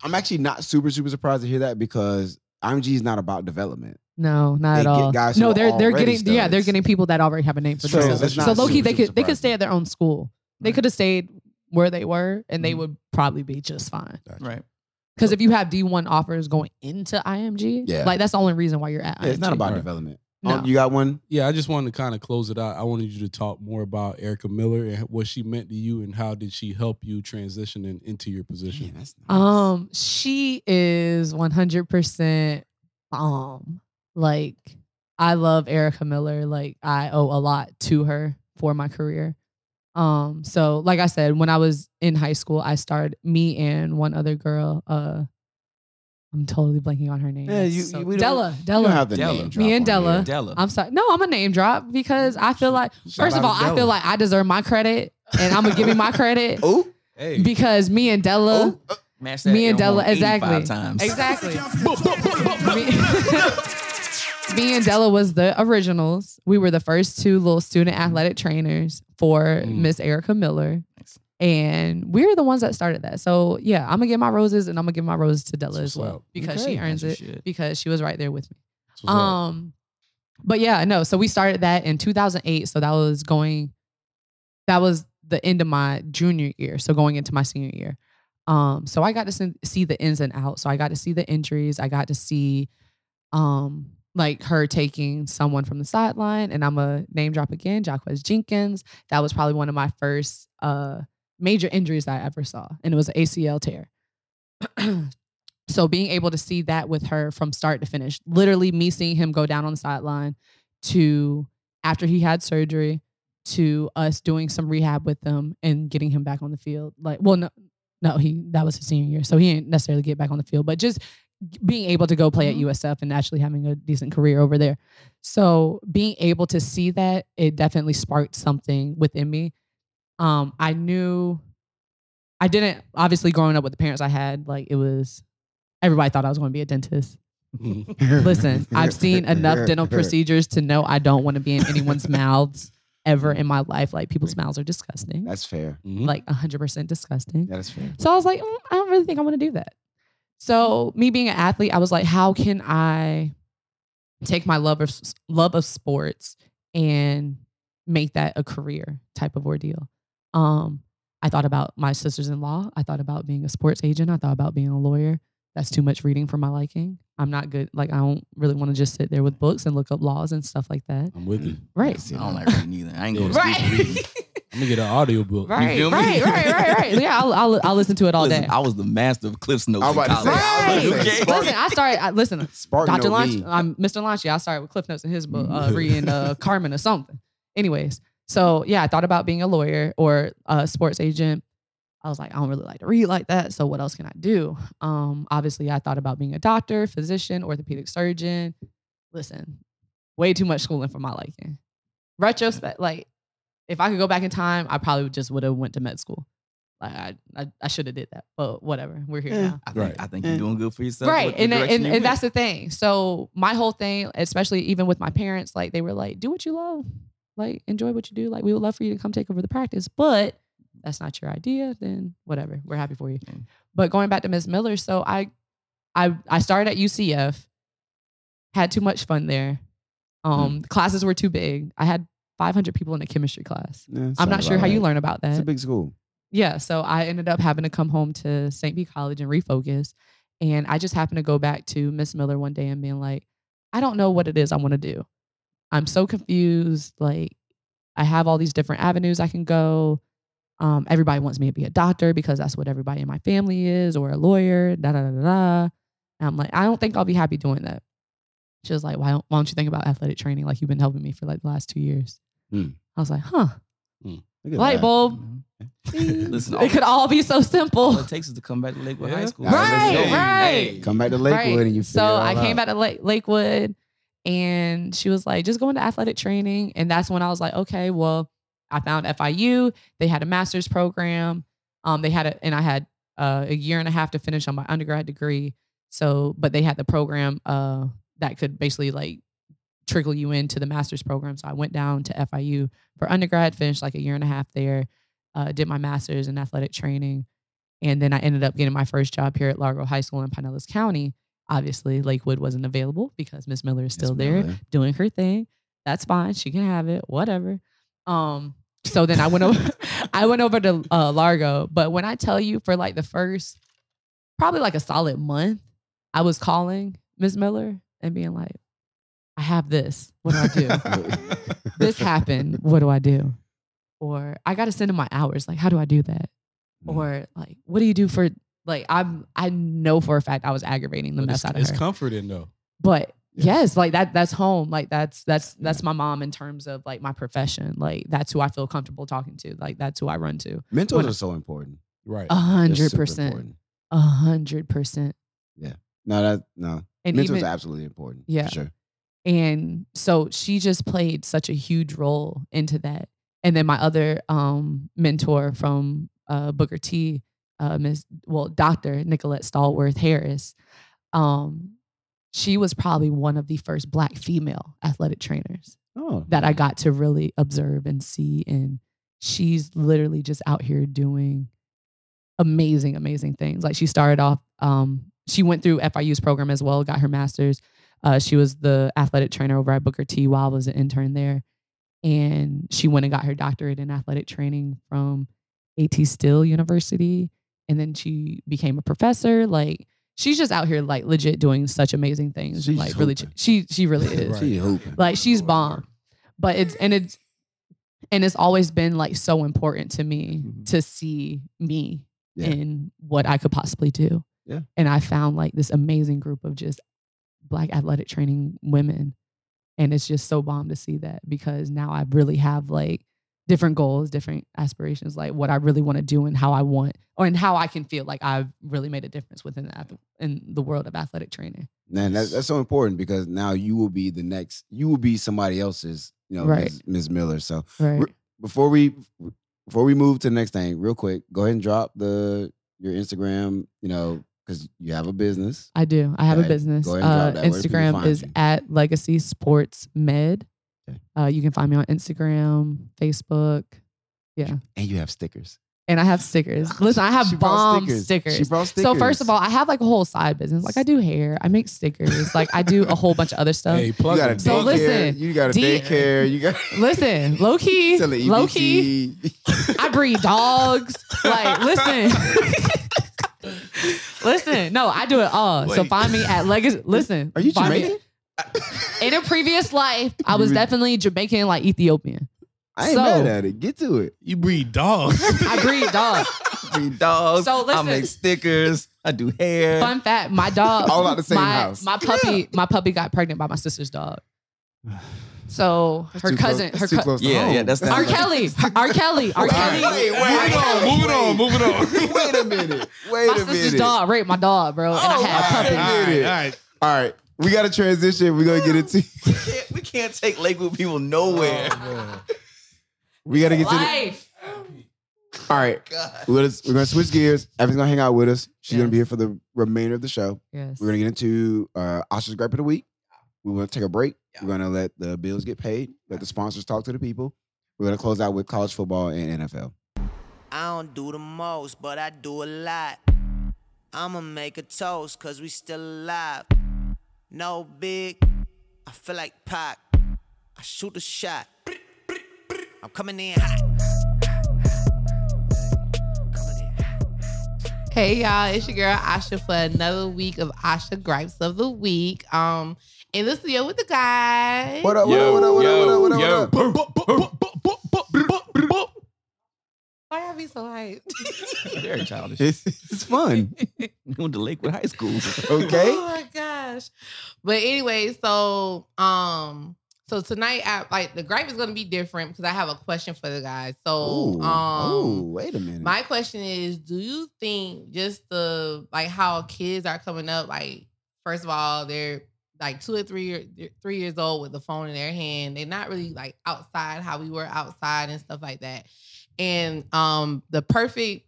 Speaker 3: I'm actually not super super surprised to hear that because IMG is not about development.
Speaker 4: no, not
Speaker 3: they
Speaker 4: at
Speaker 3: get
Speaker 4: all.
Speaker 3: guys who
Speaker 4: no,
Speaker 3: are
Speaker 4: they're they're
Speaker 3: already
Speaker 4: getting yeah, they're
Speaker 3: studs.
Speaker 4: getting people that already have a name for
Speaker 3: So
Speaker 4: themselves.
Speaker 3: that's not
Speaker 4: So low key,
Speaker 3: super,
Speaker 4: they
Speaker 3: super
Speaker 4: could they could
Speaker 3: surprising.
Speaker 4: stay at their own school. They
Speaker 2: Right.
Speaker 4: could have stayed where they were, and
Speaker 3: Mm-hmm.
Speaker 4: they
Speaker 2: Mhm.
Speaker 4: would probably be just fine.
Speaker 2: Right.
Speaker 4: Because if you have D one offers going into IMG,
Speaker 3: Yeah.
Speaker 4: like that's the only reason why you're at.
Speaker 3: Yeah, it's not
Speaker 4: IMG.
Speaker 3: about
Speaker 1: Right.
Speaker 3: development.
Speaker 4: No.
Speaker 3: Um, you got one?
Speaker 1: Yeah, I just wanted to kind of close it out. I wanted you to talk more about Erica Miller and what she meant to you and how did she help you transition in, into your
Speaker 3: Man,
Speaker 1: position.
Speaker 3: that's nice.
Speaker 4: Um, she is one hundred percent bomb. Like I love Erica Miller. Like I owe a lot to her for my career. Um, so like I said, when I was in high school, I started me and one other girl. Uh, I'm totally blanking on her name.
Speaker 2: Yeah,
Speaker 4: It's
Speaker 2: you-
Speaker 4: so-
Speaker 2: you- we don't-
Speaker 4: Della.
Speaker 3: You
Speaker 4: Della.
Speaker 3: don't have the
Speaker 2: Della.
Speaker 3: name
Speaker 2: Me
Speaker 3: drop
Speaker 4: and
Speaker 3: on
Speaker 4: Della.
Speaker 3: here.
Speaker 2: Della.
Speaker 4: I'm sorry. No, I'm a name drop because I feel like first of all, I feel like I deserve my credit, and I'm gonna give me my credit
Speaker 3: Oh,
Speaker 2: hey,
Speaker 4: because me and Della.
Speaker 3: oh, uh,
Speaker 2: Mash
Speaker 4: me and
Speaker 2: in
Speaker 4: Della-
Speaker 2: one 85
Speaker 4: exactly.
Speaker 2: Times.
Speaker 4: Exactly. me, me and Della was the originals. We were the first two little student athletic trainers for
Speaker 1: Mm.
Speaker 4: Miss Erica Miller.
Speaker 2: Nice.
Speaker 4: And we're the ones that started that. So yeah, I'm gonna give my roses and I'm gonna give my roses to Della
Speaker 1: That's
Speaker 4: as
Speaker 1: what's
Speaker 4: well
Speaker 1: up.
Speaker 4: because
Speaker 2: Okay.
Speaker 4: she earns
Speaker 2: That's
Speaker 4: it
Speaker 2: your shit.
Speaker 4: because she was right there with me.
Speaker 1: That's what's up.
Speaker 4: Um, but yeah, no. So we started that in 2008. So that was going, that was the end of my junior year. So going into my senior year. Um, so I got to sen- see the ins and outs. So I got to see the injuries. I got to see, um, like her taking someone from the sideline. And I'm a name drop again, Jacquez Jenkins. That was probably one of my first uh major injuries that I ever saw, and it was an ACL tear. so being able to see that with her from start to finish, literally me seeing him go down on the sideline to after he had surgery to us doing some rehab with them and getting him back on the field. Like, well, no, no, he that was his senior year, so he didn't necessarily get back on the field, but just being able to go play
Speaker 2: Mhm.
Speaker 4: at USF and actually having a decent career over there. So being able to see that, it definitely sparked something within me. Um, I knew I didn't obviously growing up with the parents I had, like it was everybody thought I was going to be a dentist.
Speaker 1: Mhm.
Speaker 4: Listen, I've seen enough dental procedures to know I don't want to be in anyone's mouths ever in my life. Like people's mouths are disgusting,
Speaker 3: That's fair.
Speaker 1: Mhm.
Speaker 4: like 100% disgusting.
Speaker 3: That is fair.
Speaker 4: So I was like, "Mm, I don't really think I want to do that. So me being an athlete, I was like, how can I take my love of s- love of sports and make that a career type of ordeal? Um, I thought about my sisters in law. I thought about being a sports agent. I thought about being a lawyer. That's too much reading for my liking. I'm not good. Like I don't really want to just sit there with books and look up laws and stuff like that.
Speaker 1: I'm with you.
Speaker 4: Right.
Speaker 2: I don't like reading either. I ain't going to
Speaker 1: Right.
Speaker 2: sleep reading.
Speaker 1: I'm gonna get an audiobook.
Speaker 4: Right,
Speaker 2: feel me?
Speaker 4: right, right, right, right. Yeah, I'll, I'll, I'll listen to it all
Speaker 2: Listen,
Speaker 4: day.
Speaker 2: I was the master of Cliff's Notes
Speaker 3: I
Speaker 2: in
Speaker 3: was about to
Speaker 2: college.
Speaker 3: say, I was about to say,
Speaker 2: Okay.
Speaker 3: Spark-
Speaker 4: Listen, I started. I, listen,
Speaker 3: Spark
Speaker 4: Dr.
Speaker 3: no
Speaker 4: Lanch,
Speaker 3: lead.
Speaker 4: um, Mr. Lanch, yeah, I started with Cliff Notes in his book, uh, reading uh, Carmen or something. Anyways, so yeah, I thought about being a lawyer or a sports agent. I was like, I don't really like to read like that. So what else can I do? Um, obviously, I thought about being a doctor, physician, orthopedic surgeon. Listen, way too much schooling for my liking. Retrospect, like if I could go back in time, I probably would just would have went to med school. Like I, I, I should have did that, but whatever. We're here
Speaker 3: Yeah.
Speaker 4: now.
Speaker 2: I think,
Speaker 1: Right.
Speaker 2: I think you're doing good for yourself.
Speaker 4: Mm. Right.
Speaker 2: with the
Speaker 4: And, that-
Speaker 2: direction you
Speaker 4: and, and
Speaker 2: went.
Speaker 4: that's the thing. So my whole thing, especially even with my parents, like they were like, do what you love. Like enjoy what you do. Like we would love for you to come take over the practice. But that's not your idea, then whatever. We're happy for you.
Speaker 2: Mm.
Speaker 4: But going back to Ms. Miller, so I I I started at UCF, had too much fun there.
Speaker 3: Mm.
Speaker 4: Um classes were too big. I had 500 people in a chemistry class.
Speaker 3: Yeah,
Speaker 4: I'm
Speaker 3: sorry
Speaker 4: not sure
Speaker 3: about
Speaker 4: how you
Speaker 3: that.
Speaker 4: learn about that
Speaker 3: It's a big school.
Speaker 4: yeah, so I ended up having to come home to St. Pete College and refocus. And I just happened to go back to Miss Miller one day and being like, I don't know what it is I want to do. I'm so confused. Like, I have all these different avenues I can go. Um, everybody wants me to be a doctor because that's what everybody in my family is, or a lawyer, da da da da. da. And I'm like, I don't think I'll be happy doing that. She was like, why don't, why don't you think about athletic training? Like, you've been helping me for like the last two years.
Speaker 3: Hmm.
Speaker 4: I was like, huh,
Speaker 3: Look at
Speaker 4: light
Speaker 3: that.
Speaker 4: bulb.
Speaker 2: Listen, all-
Speaker 4: it could all be so simple.
Speaker 2: Mm-hmm. All it takes is to come back to Lakewood
Speaker 1: Yeah.
Speaker 2: High School.
Speaker 3: All right,
Speaker 2: Let's go.
Speaker 3: right. Come back to Lakewood
Speaker 4: Right.
Speaker 3: and you
Speaker 4: so
Speaker 3: figure it
Speaker 4: I
Speaker 3: all
Speaker 4: came
Speaker 3: out.
Speaker 4: back to Lake, Lakewood, and she was like, "Just go into athletic training," and that's when I was like, "Okay, well, I found FIU. They had a master's program. Um, they had a, and I had uh, a year and a half to finish on my undergrad degree. So, but they had the program uh, that could basically like trickle you into the master's program. So I went down to FIU for undergrad, finished like a year and a half there, uh, did my master's in athletic training. And then I ended up getting my first job here at Largo High School in Pinellas County. Obviously, Lakewood wasn't available because Miss Miller is still there doing her thing. That's fine. She can have it. Whatever. Um, so then I went over I went over to uh, Largo, but when I tell you for like the first probably like a solid month, I was calling Ms. Miller and being like, I have this. What do I do? this happened. What do I do? Or I got to send in my hours. Like, how do I do that?
Speaker 3: Mm.
Speaker 4: Or like, what do you do for like? I'm I know for a fact I was aggravating the
Speaker 1: But
Speaker 4: mess
Speaker 1: it's,
Speaker 4: out of
Speaker 1: it's
Speaker 4: her.
Speaker 1: comforting though.
Speaker 4: but yes, like that that's home. Like that's that's that's my mom in terms of like my profession. Like that's who I feel comfortable talking to. Like that's who I run to.
Speaker 3: Mentors are so important.
Speaker 1: Right.
Speaker 4: A
Speaker 3: They're
Speaker 4: hundred
Speaker 3: super
Speaker 4: percent.
Speaker 3: important.
Speaker 4: A hundred percent.
Speaker 3: No, that no.
Speaker 4: And
Speaker 3: mentors
Speaker 4: even
Speaker 3: are absolutely important.
Speaker 4: Yeah.
Speaker 3: For sure.
Speaker 4: and so she just played such a huge role into that and then my other um, mentor from uh, booker t uh, miss well dr nicolette stallworth harris um, she was probably one of the first black female athletic trainers
Speaker 3: Oh.
Speaker 4: that i got to really observe and see and she's literally just out here doing amazing, amazing things. Like she started off, um, she went through FIU's program as well, got her master's. Uh, she was the athletic trainer over at Booker T while I was an intern there. And she went and got her doctorate in athletic training from AT Still University. And then she became a professor. Like she's just out here like legit doing such amazing things. and,
Speaker 3: She's
Speaker 4: like really
Speaker 3: hooping.
Speaker 4: she she really is
Speaker 1: Right.
Speaker 3: She hooping.
Speaker 4: like she's bomb but it's and it's and it's always been like so important to me
Speaker 2: Mhm.
Speaker 4: to see me
Speaker 3: Mm-hmm. Yeah.
Speaker 4: and what i could possibly do
Speaker 3: Yeah.
Speaker 4: and i found like this amazing group of just black athletic training women and it's just so bomb to see that because now i really have like different goals different aspirations like what i really want to do and how i want or and how i can feel like i've really made a difference within the ath- in the world of athletic training
Speaker 3: Man, that's, that's so important because now you will be the next, you will be somebody else's, you know,
Speaker 4: Right.
Speaker 3: Ms. Ms. Miller. So
Speaker 4: right
Speaker 3: before we before we move to the next thing, real quick, go ahead and drop the your Instagram, you know, because you have a business.
Speaker 4: I do. I have
Speaker 3: Okay.
Speaker 4: a business.
Speaker 3: Go ahead and drop
Speaker 4: Uh,
Speaker 3: that. Where do people
Speaker 4: Instagram
Speaker 3: find
Speaker 4: is
Speaker 3: you?
Speaker 4: at Legacy Sports Med.
Speaker 3: Okay.
Speaker 4: Uh, you can find me on Instagram, Facebook,
Speaker 3: And you have stickers.
Speaker 4: and I have stickers. Listen, I
Speaker 3: She
Speaker 4: have
Speaker 3: brought
Speaker 4: bomb
Speaker 3: stickers.
Speaker 4: stickers.
Speaker 3: She brought stickers.
Speaker 4: So first of all, I have like a whole side business. Like I do hair, I make stickers, like I do a whole bunch of other stuff.
Speaker 1: hey,
Speaker 3: you
Speaker 1: plug
Speaker 3: got a
Speaker 1: it.
Speaker 4: So
Speaker 3: daycare.
Speaker 4: listen,
Speaker 3: you got a
Speaker 4: D-
Speaker 3: daycare. You got
Speaker 4: Listen, low key,
Speaker 3: Sell the E
Speaker 4: low key,
Speaker 3: EBT.
Speaker 4: I breed dogs. Like listen. Listen, no, I do it all. So
Speaker 3: Wait.
Speaker 4: find me at Legacy. Listen,
Speaker 3: Are you
Speaker 4: find me-
Speaker 3: Jamaican?
Speaker 4: In a previous life, I
Speaker 3: You
Speaker 4: was
Speaker 3: really-
Speaker 4: definitely Jamaican, like Ethiopian.
Speaker 3: I ain't
Speaker 4: So-
Speaker 3: mad at it. Get to it.
Speaker 1: You breed dogs.
Speaker 4: I breed dogs.
Speaker 2: Free dogs.
Speaker 4: So
Speaker 2: I
Speaker 4: listen-
Speaker 2: make stickers. I do hair.
Speaker 4: Fun fact: my dog,
Speaker 3: All out the same
Speaker 4: my,
Speaker 3: house.
Speaker 4: My puppy, my puppy got pregnant by my sister's dog. So
Speaker 3: That's
Speaker 4: her
Speaker 3: too close-
Speaker 4: cousin,
Speaker 3: that's
Speaker 4: her
Speaker 3: too
Speaker 4: cousin.
Speaker 3: close to
Speaker 2: Yeah,
Speaker 3: home.
Speaker 2: yeah, that's not-
Speaker 4: R. Kelly, R. Kelly, R.
Speaker 3: Wait,
Speaker 4: Kelly.
Speaker 3: wait, wait,
Speaker 4: R.
Speaker 3: wait,
Speaker 4: Kelly.
Speaker 3: wait.
Speaker 1: moving on.
Speaker 3: Wait a minute. Wait
Speaker 4: My
Speaker 3: a
Speaker 4: sister's
Speaker 3: minute.
Speaker 4: dog raped my dog, bro, and I
Speaker 2: Oh,
Speaker 4: had a
Speaker 3: all
Speaker 4: puppy.
Speaker 3: right, all right, all All right. We got to transition. We're going to get into
Speaker 2: we, can't, we can't take Lakewood people nowhere.
Speaker 3: We got to get to the
Speaker 4: Life.
Speaker 3: All right.
Speaker 2: God.
Speaker 3: We're gonna, we're gonna switch gears. Evan's gonna hang out with us. She's gonna
Speaker 4: Yes.
Speaker 3: be here for the remainder of the show.
Speaker 4: Yes.
Speaker 3: We're gonna get into uh, Oscar's gripe of the week. We're gonna take a break. We're gonna let the bills get paid. Let the sponsors talk to the people. We're gonna close out with college football and NFL.
Speaker 5: I don't do the most, but I do a lot. I'ma make a toast, cause we still alive. No big, I feel like Pac. I shoot a shot. I'm coming in hot. Coming in hot.
Speaker 6: Hey y'all, it's your girl Asha for another week of Asha Gripes of the Week. Um, in the studio with the guys.
Speaker 3: What up? What up? What up? What up? What up? What up? What up?
Speaker 6: Why y'all be so hyped?
Speaker 2: Very childish.
Speaker 3: It's, it's fun.
Speaker 2: We went to Lakewood High School.
Speaker 3: Okay.
Speaker 6: Oh my gosh. But anyway, so um, so tonight I like the gripe is gonna be different because I have a question for the guys. So
Speaker 3: Ooh.
Speaker 6: um
Speaker 3: Ooh, wait a minute.
Speaker 6: My question is, do you think just the like how kids are coming up? Like, first of all, they're like two or three year, three years old with the phone in their hand. They're not really like outside how we were outside and stuff like that. And um, the perfect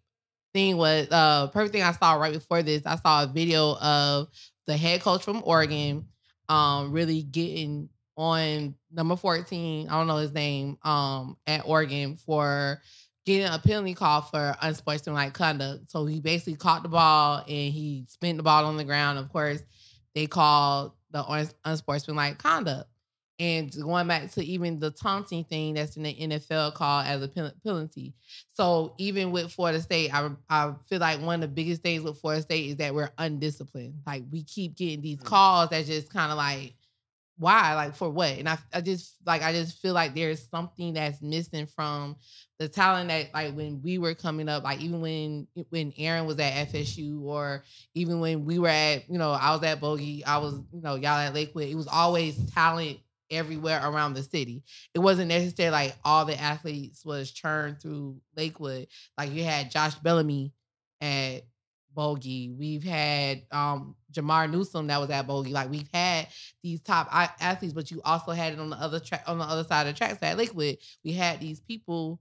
Speaker 6: thing was uh perfect thing I saw right before this. I saw a video of
Speaker 4: the head coach from Oregon, um, really getting on number 14, I don't know his name, um, at Oregon for getting a penalty call for unsportsmanlike conduct. So he basically caught the ball and he spent the ball on the ground. Of course, they called the uns- unsportsmanlike conduct. And going back to even the taunting thing that's in the NFL call as a pen- penalty. So even with Florida State, I I feel like one of the biggest things with Florida State is that we're undisciplined. Like we keep getting these calls that just kind of like, why? Like for what? And I I just like I just feel like there's something that's missing from the talent that like when we were coming up, like even when when Aaron was at FSU or even when we were at, you know, I was at Bogey, I was, you know, y'all at Lakewood, it was always talent everywhere around the city. It wasn't necessarily like all the athletes was churned through Lakewood. Like you had Josh Bellamy at Bogey. We've had um Jamar Newsom that was at Bogey. Like we've had these top a- athletes, but you also had it on the other track on the other side of the tracks at Lakewood. We had these people,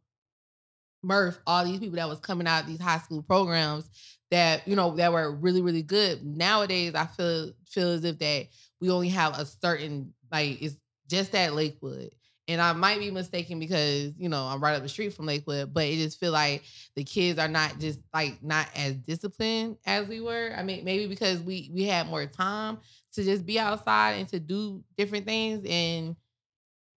Speaker 4: Murph, all these people that was coming out of these high school programs that you know that were really really good. Nowadays, I feel feel as if that we only have a certain like it's just at Lakewood. And I might be mistaken because you know I'm right up the street from Lakewood, but it just feel like the kids are not just like not as disciplined as we were. I mean, maybe because we we had more time to just be outside and to do different things. And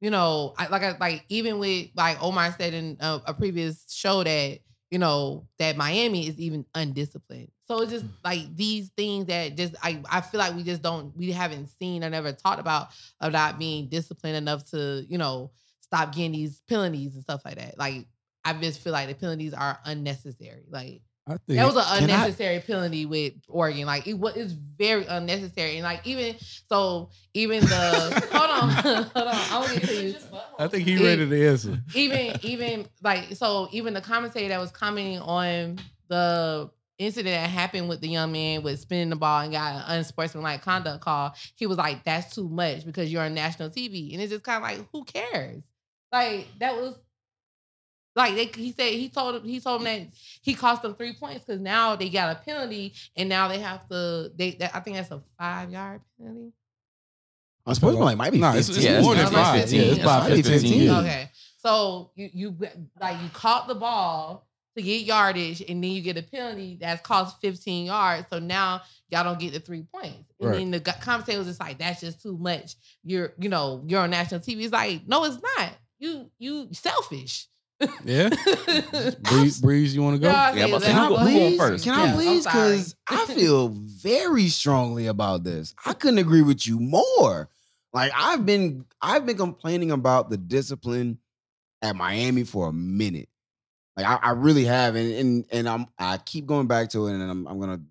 Speaker 4: you know, I, like I like even with like Omar said in a, a previous show that you know that Miami is even undisciplined. So it's just like these things that just I I feel like we just don't we haven't seen or never talked about of not being disciplined enough to you know stop getting these penalties and stuff like that. Like I just feel like the penalties are unnecessary. Like
Speaker 1: I think
Speaker 4: that was an
Speaker 3: Can I-
Speaker 4: unnecessary penalty with Oregon. Like it was, it's very unnecessary. And like even so, even the hold on, hold on, I'll get to you.
Speaker 1: I think he ready to answer.
Speaker 4: Even even like so, even the commentator that was commenting on the incident that happened with the young man with spinning the ball and got an unsportsmanlike conduct call, he was like, "That's too much because you're on national TV." And it's just kind of like, who cares? Like that was like they, he said he told him he told him that he cost them three points because now they got a penalty and now they have to they that, I think that's a five yard penalty.
Speaker 3: I'm supposed to like might be
Speaker 1: Nah, it's-
Speaker 3: 15.
Speaker 1: it's more than
Speaker 4: Yeah, it's
Speaker 1: five.
Speaker 4: fifteen.
Speaker 1: Yeah, it's
Speaker 4: It's
Speaker 1: about
Speaker 3: probably
Speaker 1: fifteen.
Speaker 3: 15.
Speaker 1: yeah.
Speaker 4: Okay. So you you like you caught the ball to get yardage, and then you get a penalty that's cost 15 yards. So now y'all don't get the three points. And
Speaker 1: Right.
Speaker 4: then the gu- commentator was just like, "That's just too much." You're you know you're on national TV. It's like, no, it's not. You you selfish.
Speaker 1: Yeah, Breeze,
Speaker 4: Abs-
Speaker 1: Breeze, you want to go?
Speaker 4: Yeah,
Speaker 2: Yeah, I'm about to
Speaker 4: that
Speaker 2: say,
Speaker 4: I
Speaker 2: who go- who
Speaker 4: was-
Speaker 2: going first?
Speaker 3: Can
Speaker 4: Yeah,
Speaker 3: I
Speaker 4: I'm
Speaker 3: please?
Speaker 4: sorry.
Speaker 3: Because I feel very strongly about this. I couldn't agree with you more. Like I've been, I've been complaining about the discipline at Miami for a minute. Like I, I really have, and and and I'm, I keep going back to it, and I'm, I'm gonna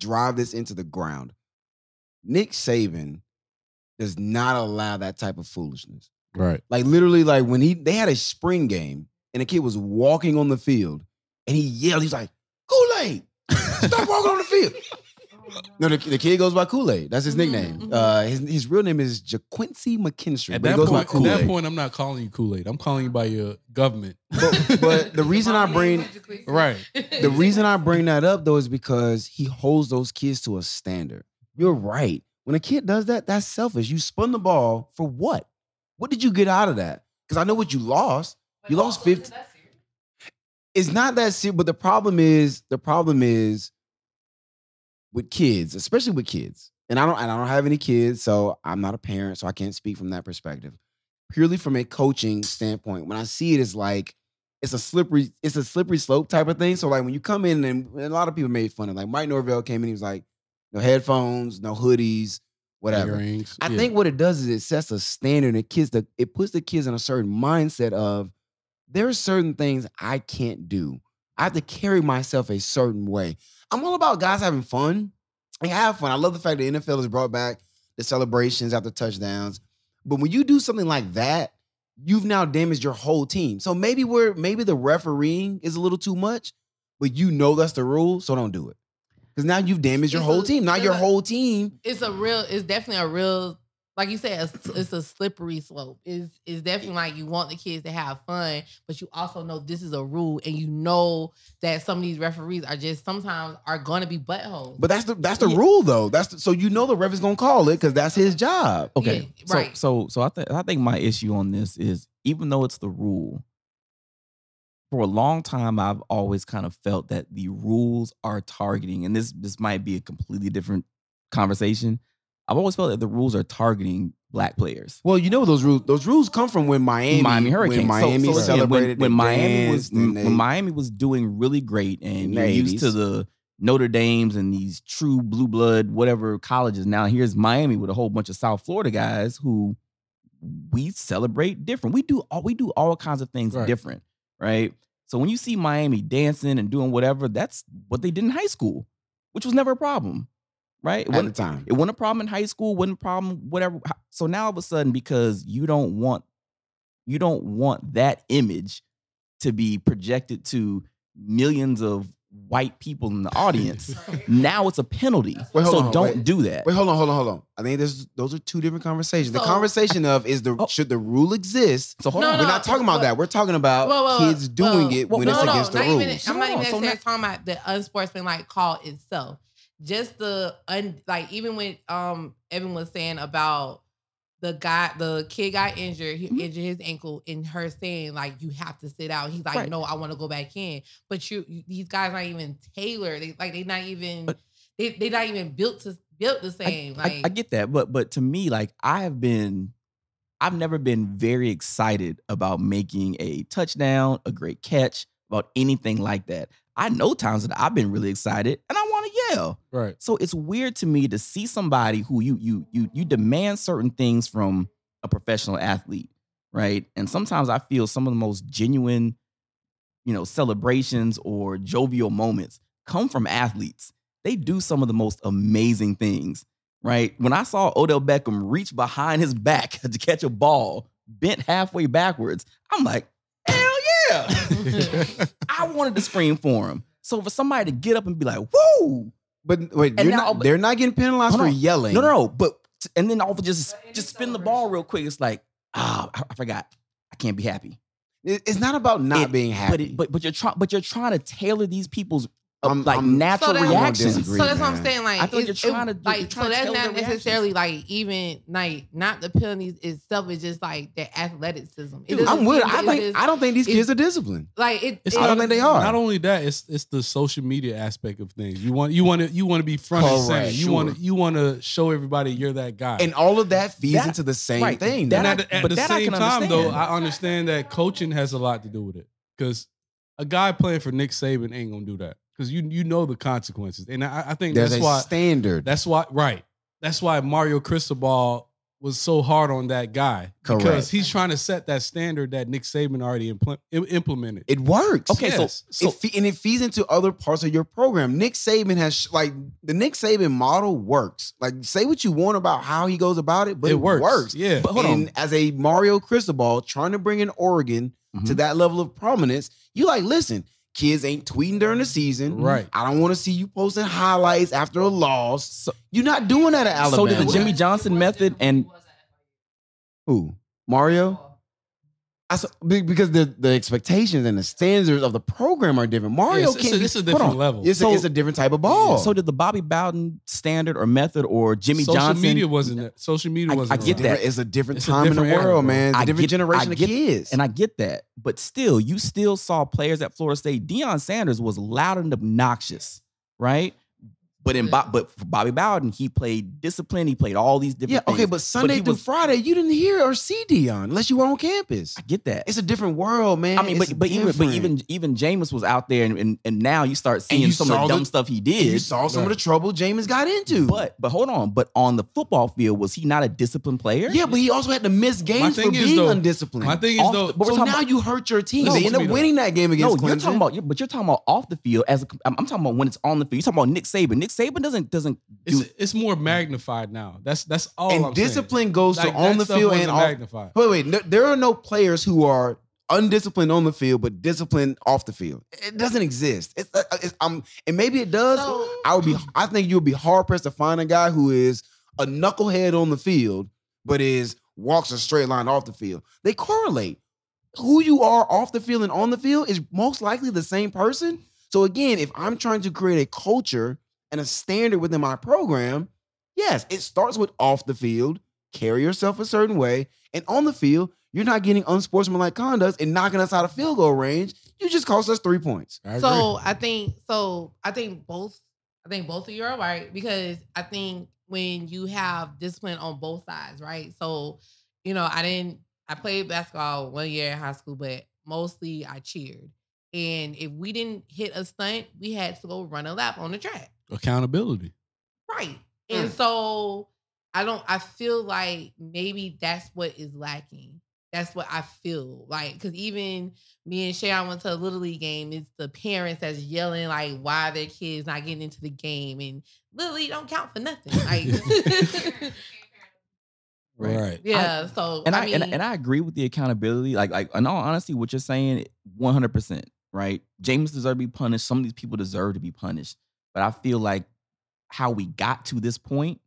Speaker 3: drive this into the ground. Nick Saban does not allow that type of foolishness.
Speaker 1: Right.
Speaker 3: Like literally, like when he they had a spring game and a kid was walking on the field and he yelled, he was like, Kool-Aid, stop walking on the field. No, the, the kid goes by Kool-Aid. That's his
Speaker 4: Mhm,
Speaker 3: nickname.
Speaker 4: mhm.
Speaker 3: Uh his, his real name is Jaquincy McKinstry.
Speaker 1: At
Speaker 3: But he
Speaker 1: that,
Speaker 3: goes
Speaker 1: point,
Speaker 3: by
Speaker 1: at
Speaker 3: Kool-Aid.
Speaker 1: that point, I'm not calling you Kool Aid. I'm calling you by your government.
Speaker 3: but, but the reason I bring
Speaker 1: Right.
Speaker 3: the reason I bring that up though is because he holds those kids to a standard. You're right. When a kid does that, that's selfish. You spun the ball for what? What did you get out of that? Because I know what you lost. You lost 50 it's not that serious, but the problem is the problem is with kids, especially with kids. And I don't and I don't have any kids, so I'm not a parent, so I can't speak from that perspective. Purely from a coaching standpoint, when I see it, it's like it's a slippery, it's a slippery slope type of thing. So like when you come in and, and a lot of people made fun of like Mike Norvell came in, he was like, no headphones, no hoodies, whatever.
Speaker 1: Earrings.
Speaker 3: I
Speaker 1: Yeah.
Speaker 3: think what it does is it sets a standard and kids the it puts the kids in a certain mindset of there are certain things I can't do. I have to carry myself a certain way. I'm all about guys having fun. They have fun. I love the fact that NFL has brought back the celebrations after touchdowns. But when you do something like that, you've now damaged your whole team. So maybe we're maybe the refereeing is a little too much, but you know that's the rule, so don't do it. Because now you've damaged your
Speaker 4: It's
Speaker 3: whole
Speaker 4: a-
Speaker 3: team. Now
Speaker 4: it's
Speaker 3: your
Speaker 4: a-
Speaker 3: whole team
Speaker 4: it's a real it's definitely a real
Speaker 6: like you said, it's, it's a slippery slope. Is is definitely like you want the kids to have fun, but you also know this is a rule, and you know that some of these referees are just sometimes are going to be buttholes.
Speaker 3: But that's the that's the
Speaker 6: Yeah.
Speaker 3: rule though. That's the, so you know the ref is gonna call it because that's his job.
Speaker 2: Okay.
Speaker 6: Yeah,
Speaker 2: so,
Speaker 6: right.
Speaker 2: So so I think I think my issue on this is even though it's the rule, for a long time I've always kind of felt that the rules are targeting, and this this might be a completely different conversation. I've always felt that the rules are targeting black players.
Speaker 3: Well, you know those rules. Those rules come from when Miami,
Speaker 2: Miami Hurricanes.
Speaker 3: when
Speaker 2: So-
Speaker 3: Miami
Speaker 2: so again,
Speaker 3: celebrated,
Speaker 2: when, when
Speaker 3: they
Speaker 2: Miami was
Speaker 3: danced and they-
Speaker 2: when Miami was doing really great,
Speaker 3: In
Speaker 2: and
Speaker 3: the
Speaker 2: you're used to
Speaker 3: 80s.
Speaker 2: the Notre Dame's and these true blue blood whatever colleges. Now here's Miami with a whole bunch of South Florida guys who we celebrate different. We do all we do all kinds of things
Speaker 1: Right.
Speaker 2: different, right? So when you see Miami dancing and doing whatever, that's what they did in high school, which was never a problem, right? It
Speaker 3: at
Speaker 2: wasn't-
Speaker 3: the time.
Speaker 2: it wasn't a problem in high school, wasn't a problem, whatever. So now all of a sudden, because you don't want you don't want that image to be projected to millions of white people in the audience, now it's a penalty.
Speaker 3: Wait, hold
Speaker 2: so
Speaker 3: on,
Speaker 2: don't
Speaker 3: wait.
Speaker 2: do that.
Speaker 3: Wait, hold on, hold on, hold on. I think this, those are two different conversations. the
Speaker 6: So-
Speaker 3: conversation of is the
Speaker 2: Oh.
Speaker 3: should the rule exist?
Speaker 2: so hold
Speaker 6: No,
Speaker 2: on.
Speaker 6: no,
Speaker 3: We're not talking about
Speaker 6: well-
Speaker 3: that. We're talking about
Speaker 6: Whoa, whoa, whoa,
Speaker 3: kids doing
Speaker 6: whoa.
Speaker 3: it
Speaker 2: Well,
Speaker 3: when
Speaker 2: no,
Speaker 3: it's
Speaker 2: no,
Speaker 3: against the
Speaker 6: not
Speaker 3: rules.
Speaker 6: Even, I'm not
Speaker 2: No,
Speaker 6: even
Speaker 2: so
Speaker 6: necessarily talking about the unsportsmanlike call itself. Just the un, like even when um Evan was saying about the guy, the kid got injured, he
Speaker 2: Mhm.
Speaker 6: injured his ankle, and her saying like you have to sit out. He's like,
Speaker 2: Right.
Speaker 6: no, I want to go back in. But you, you- these guys aren't even tailored. They like they not even
Speaker 2: But-
Speaker 6: they they not even built to built the same.
Speaker 2: I-
Speaker 6: like
Speaker 2: I, I get that, but but to me, like I have been, I've never been very excited about making a touchdown, a great catch, about anything like that. I know times that I've been really excited and I want to yell.
Speaker 1: Right.
Speaker 2: So it's weird to me to see somebody who you you you you demand certain things from a professional athlete, right? And sometimes I feel some of the most genuine, you know, celebrations or jovial moments come from athletes. They do some of the most amazing things, right? When I saw Odell Beckham reach behind his back to catch a ball bent halfway backwards, I'm like, hell yeah! I wanted to scream for him. So for somebody to get up and be like, woo!
Speaker 3: But wait,
Speaker 2: And
Speaker 3: you're
Speaker 2: now-
Speaker 3: not, they're not getting penalized
Speaker 2: Hold on.
Speaker 3: for yelling.
Speaker 2: No, no, no. But and then all for just just spin the ball real quick. It's like ah, I, I forgot. I can't be happy.
Speaker 3: It- It's not about not
Speaker 2: It-
Speaker 3: being happy.
Speaker 2: But it, but but you're trying but you're trying to tailor these people's uh,
Speaker 3: I'm-
Speaker 2: like
Speaker 3: I'm-
Speaker 2: natural
Speaker 6: So that's-
Speaker 3: I don't
Speaker 2: reactions.
Speaker 3: disagree.
Speaker 6: So that's what
Speaker 3: man.
Speaker 6: I'm saying. Like,
Speaker 2: I feel like
Speaker 6: it's-
Speaker 2: you're trying to-
Speaker 6: like,
Speaker 2: you're trying
Speaker 6: so
Speaker 2: to
Speaker 6: that's
Speaker 2: tailor
Speaker 6: not
Speaker 2: their
Speaker 6: necessarily like even like not the penalties itself. It's just like the athleticism. It doesn't
Speaker 3: I'm with.
Speaker 6: seem
Speaker 3: I
Speaker 6: to-
Speaker 3: think
Speaker 6: it's-
Speaker 3: I don't think these
Speaker 6: it-
Speaker 3: kids are disciplined.
Speaker 6: like it.
Speaker 1: It's
Speaker 6: it-
Speaker 3: I don't think they are.
Speaker 1: Not only that, it's it's the social media aspect of things. You want you want to you want to be front and center.
Speaker 3: Correct,
Speaker 1: You want to
Speaker 3: sure.
Speaker 1: you want to show everybody you're that guy.
Speaker 3: And all of that feeds
Speaker 2: That-
Speaker 3: into the same
Speaker 2: right,
Speaker 3: thing.
Speaker 1: And
Speaker 2: that
Speaker 3: though.
Speaker 2: I-
Speaker 1: at, the- at
Speaker 2: but
Speaker 1: the
Speaker 2: that I
Speaker 1: same
Speaker 2: can
Speaker 1: time, though,
Speaker 2: understand.
Speaker 1: I understand that coaching has a lot to do with it because a guy playing for Nick Saban ain't gonna do that because you you know the consequences, and I, I think
Speaker 3: There's
Speaker 1: that's
Speaker 3: a
Speaker 1: why
Speaker 3: standard.
Speaker 1: that's why right that's why Mario Cristobal was so hard on that guy
Speaker 3: Correct.
Speaker 1: because he's trying to set that standard that Nick Saban already impl- im- implemented.
Speaker 3: It works.
Speaker 2: Okay, so-
Speaker 1: Yes.
Speaker 2: so
Speaker 3: it fe- and it feeds into other parts of your program. Nick Saban has sh- like the Nick Saban model works. Like say what you want about how he goes about it, but it, works.
Speaker 1: Yeah,
Speaker 2: But hold
Speaker 3: and
Speaker 2: on.
Speaker 3: as a Mario Cristobal trying to bring in Oregon to
Speaker 2: Mhm.
Speaker 3: that level of prominence, you like listen. Kids ain't tweeting during the season.
Speaker 1: Right.
Speaker 3: I don't want to see you posting highlights after a loss.
Speaker 2: So-
Speaker 3: You're not doing that at
Speaker 2: So
Speaker 3: Alabama.
Speaker 2: did the Jimmy Johnson method and
Speaker 3: Who? Mario? I saw, be- because the, the expectations and the standards of the program are different. Mario
Speaker 1: it's- it's
Speaker 3: can't.
Speaker 1: a-
Speaker 3: be-
Speaker 1: it's a
Speaker 3: hold
Speaker 1: different
Speaker 3: on.
Speaker 1: level.
Speaker 3: It's,
Speaker 2: So-
Speaker 3: a, it's a different type of ball.
Speaker 2: so did the Bobby Bowden standard or method or Jimmy
Speaker 1: social
Speaker 2: Johnson?
Speaker 1: media wasn't that. Social media
Speaker 2: I-
Speaker 1: wasn't.
Speaker 2: I get
Speaker 1: around.
Speaker 2: that.
Speaker 3: It's a different
Speaker 1: It's a
Speaker 3: time in
Speaker 1: different
Speaker 3: the
Speaker 1: era, bro.
Speaker 3: world, man. It's a
Speaker 2: I
Speaker 3: different
Speaker 2: get-
Speaker 3: generation
Speaker 2: I
Speaker 3: of
Speaker 2: get-
Speaker 3: kids.
Speaker 2: And I get that, but still, you still saw players at Florida State. Deion Sanders was loud and obnoxious, right? But in Bob, but for Bobby Bowden, he played discipline. He played all these different.
Speaker 3: yeah, okay,
Speaker 2: things.
Speaker 3: but Sunday
Speaker 2: he
Speaker 3: through
Speaker 2: was-
Speaker 3: Friday, you didn't hear or see Dion unless you were on campus.
Speaker 2: I get that.
Speaker 3: It's a different world, man.
Speaker 2: I mean,
Speaker 3: It's
Speaker 2: but but even but
Speaker 3: different.
Speaker 2: even even Jameis was out there, and and, and now you start seeing
Speaker 3: you
Speaker 2: some of
Speaker 3: saw
Speaker 2: the dumb
Speaker 3: the-
Speaker 2: stuff he
Speaker 3: And you
Speaker 2: did.
Speaker 3: saw some of the trouble Jameis got into.
Speaker 2: But but hold on, but on the football field, was he not a disciplined player?
Speaker 3: yeah, but he also had to miss games for
Speaker 1: thing is,
Speaker 3: being
Speaker 1: though,
Speaker 3: undisciplined.
Speaker 1: My thing is
Speaker 2: Off
Speaker 1: though,
Speaker 2: the- but we're
Speaker 3: so
Speaker 2: talking
Speaker 3: now
Speaker 2: about-
Speaker 3: you hurt your team.
Speaker 1: No,
Speaker 3: they end up
Speaker 1: listen to me,
Speaker 3: winning that game against
Speaker 2: no,
Speaker 3: Clemson.
Speaker 2: you're talking about, you're- but you're talking about off the field. As a, I'm, I'm talking about when it's on the field. You're talking about Nick Saban. Nick Saban doesn't doesn't do
Speaker 1: it's, it's more magnified now. That's that's all.
Speaker 3: and
Speaker 1: I'm
Speaker 3: discipline goes
Speaker 1: saying.
Speaker 3: to on the field and off.
Speaker 1: magnified.
Speaker 3: But wait, no, there are no players who are undisciplined on the field, but disciplined off the field. It doesn't exist. It's, uh, it's um, and maybe it does.
Speaker 6: So-
Speaker 3: I would be. I think you would be hard pressed to find a guy who is a knucklehead on the field, but his walks a straight line off the field. They correlate. Who you are off the field and on the field is most likely the same person. So again, if I'm trying to create a culture and a standard within my program, yes, it starts with off the field, carry yourself a certain way, and on the field, you're not getting unsportsmanlike conduct and knocking us out of field goal range. You just cost us three points.
Speaker 1: I agree.
Speaker 4: So I think so. I think both. I think both of you are right because I think when you have discipline on both sides, right? So, you know, I didn't. I played basketball one year in high school, but mostly I cheered. And if we didn't hit a stunt, we had to go run a lap on the track,
Speaker 1: accountability.
Speaker 4: right?
Speaker 2: Mm.
Speaker 4: And so I don't. I feel like maybe that's what is lacking. That's what I feel like because even me and Sharon went to a little league game. It's the parents that's yelling like why their kids not getting into the game and little league don't count for nothing. Like,
Speaker 1: Right.
Speaker 2: Right.
Speaker 4: yeah. so
Speaker 2: and I,
Speaker 4: I, mean,
Speaker 2: and, and I agree with the accountability. Like like in all honesty, what you're saying, 100 percent right. James deserve to be punished. Some of these people deserve to be punished. But I feel like how we got to this point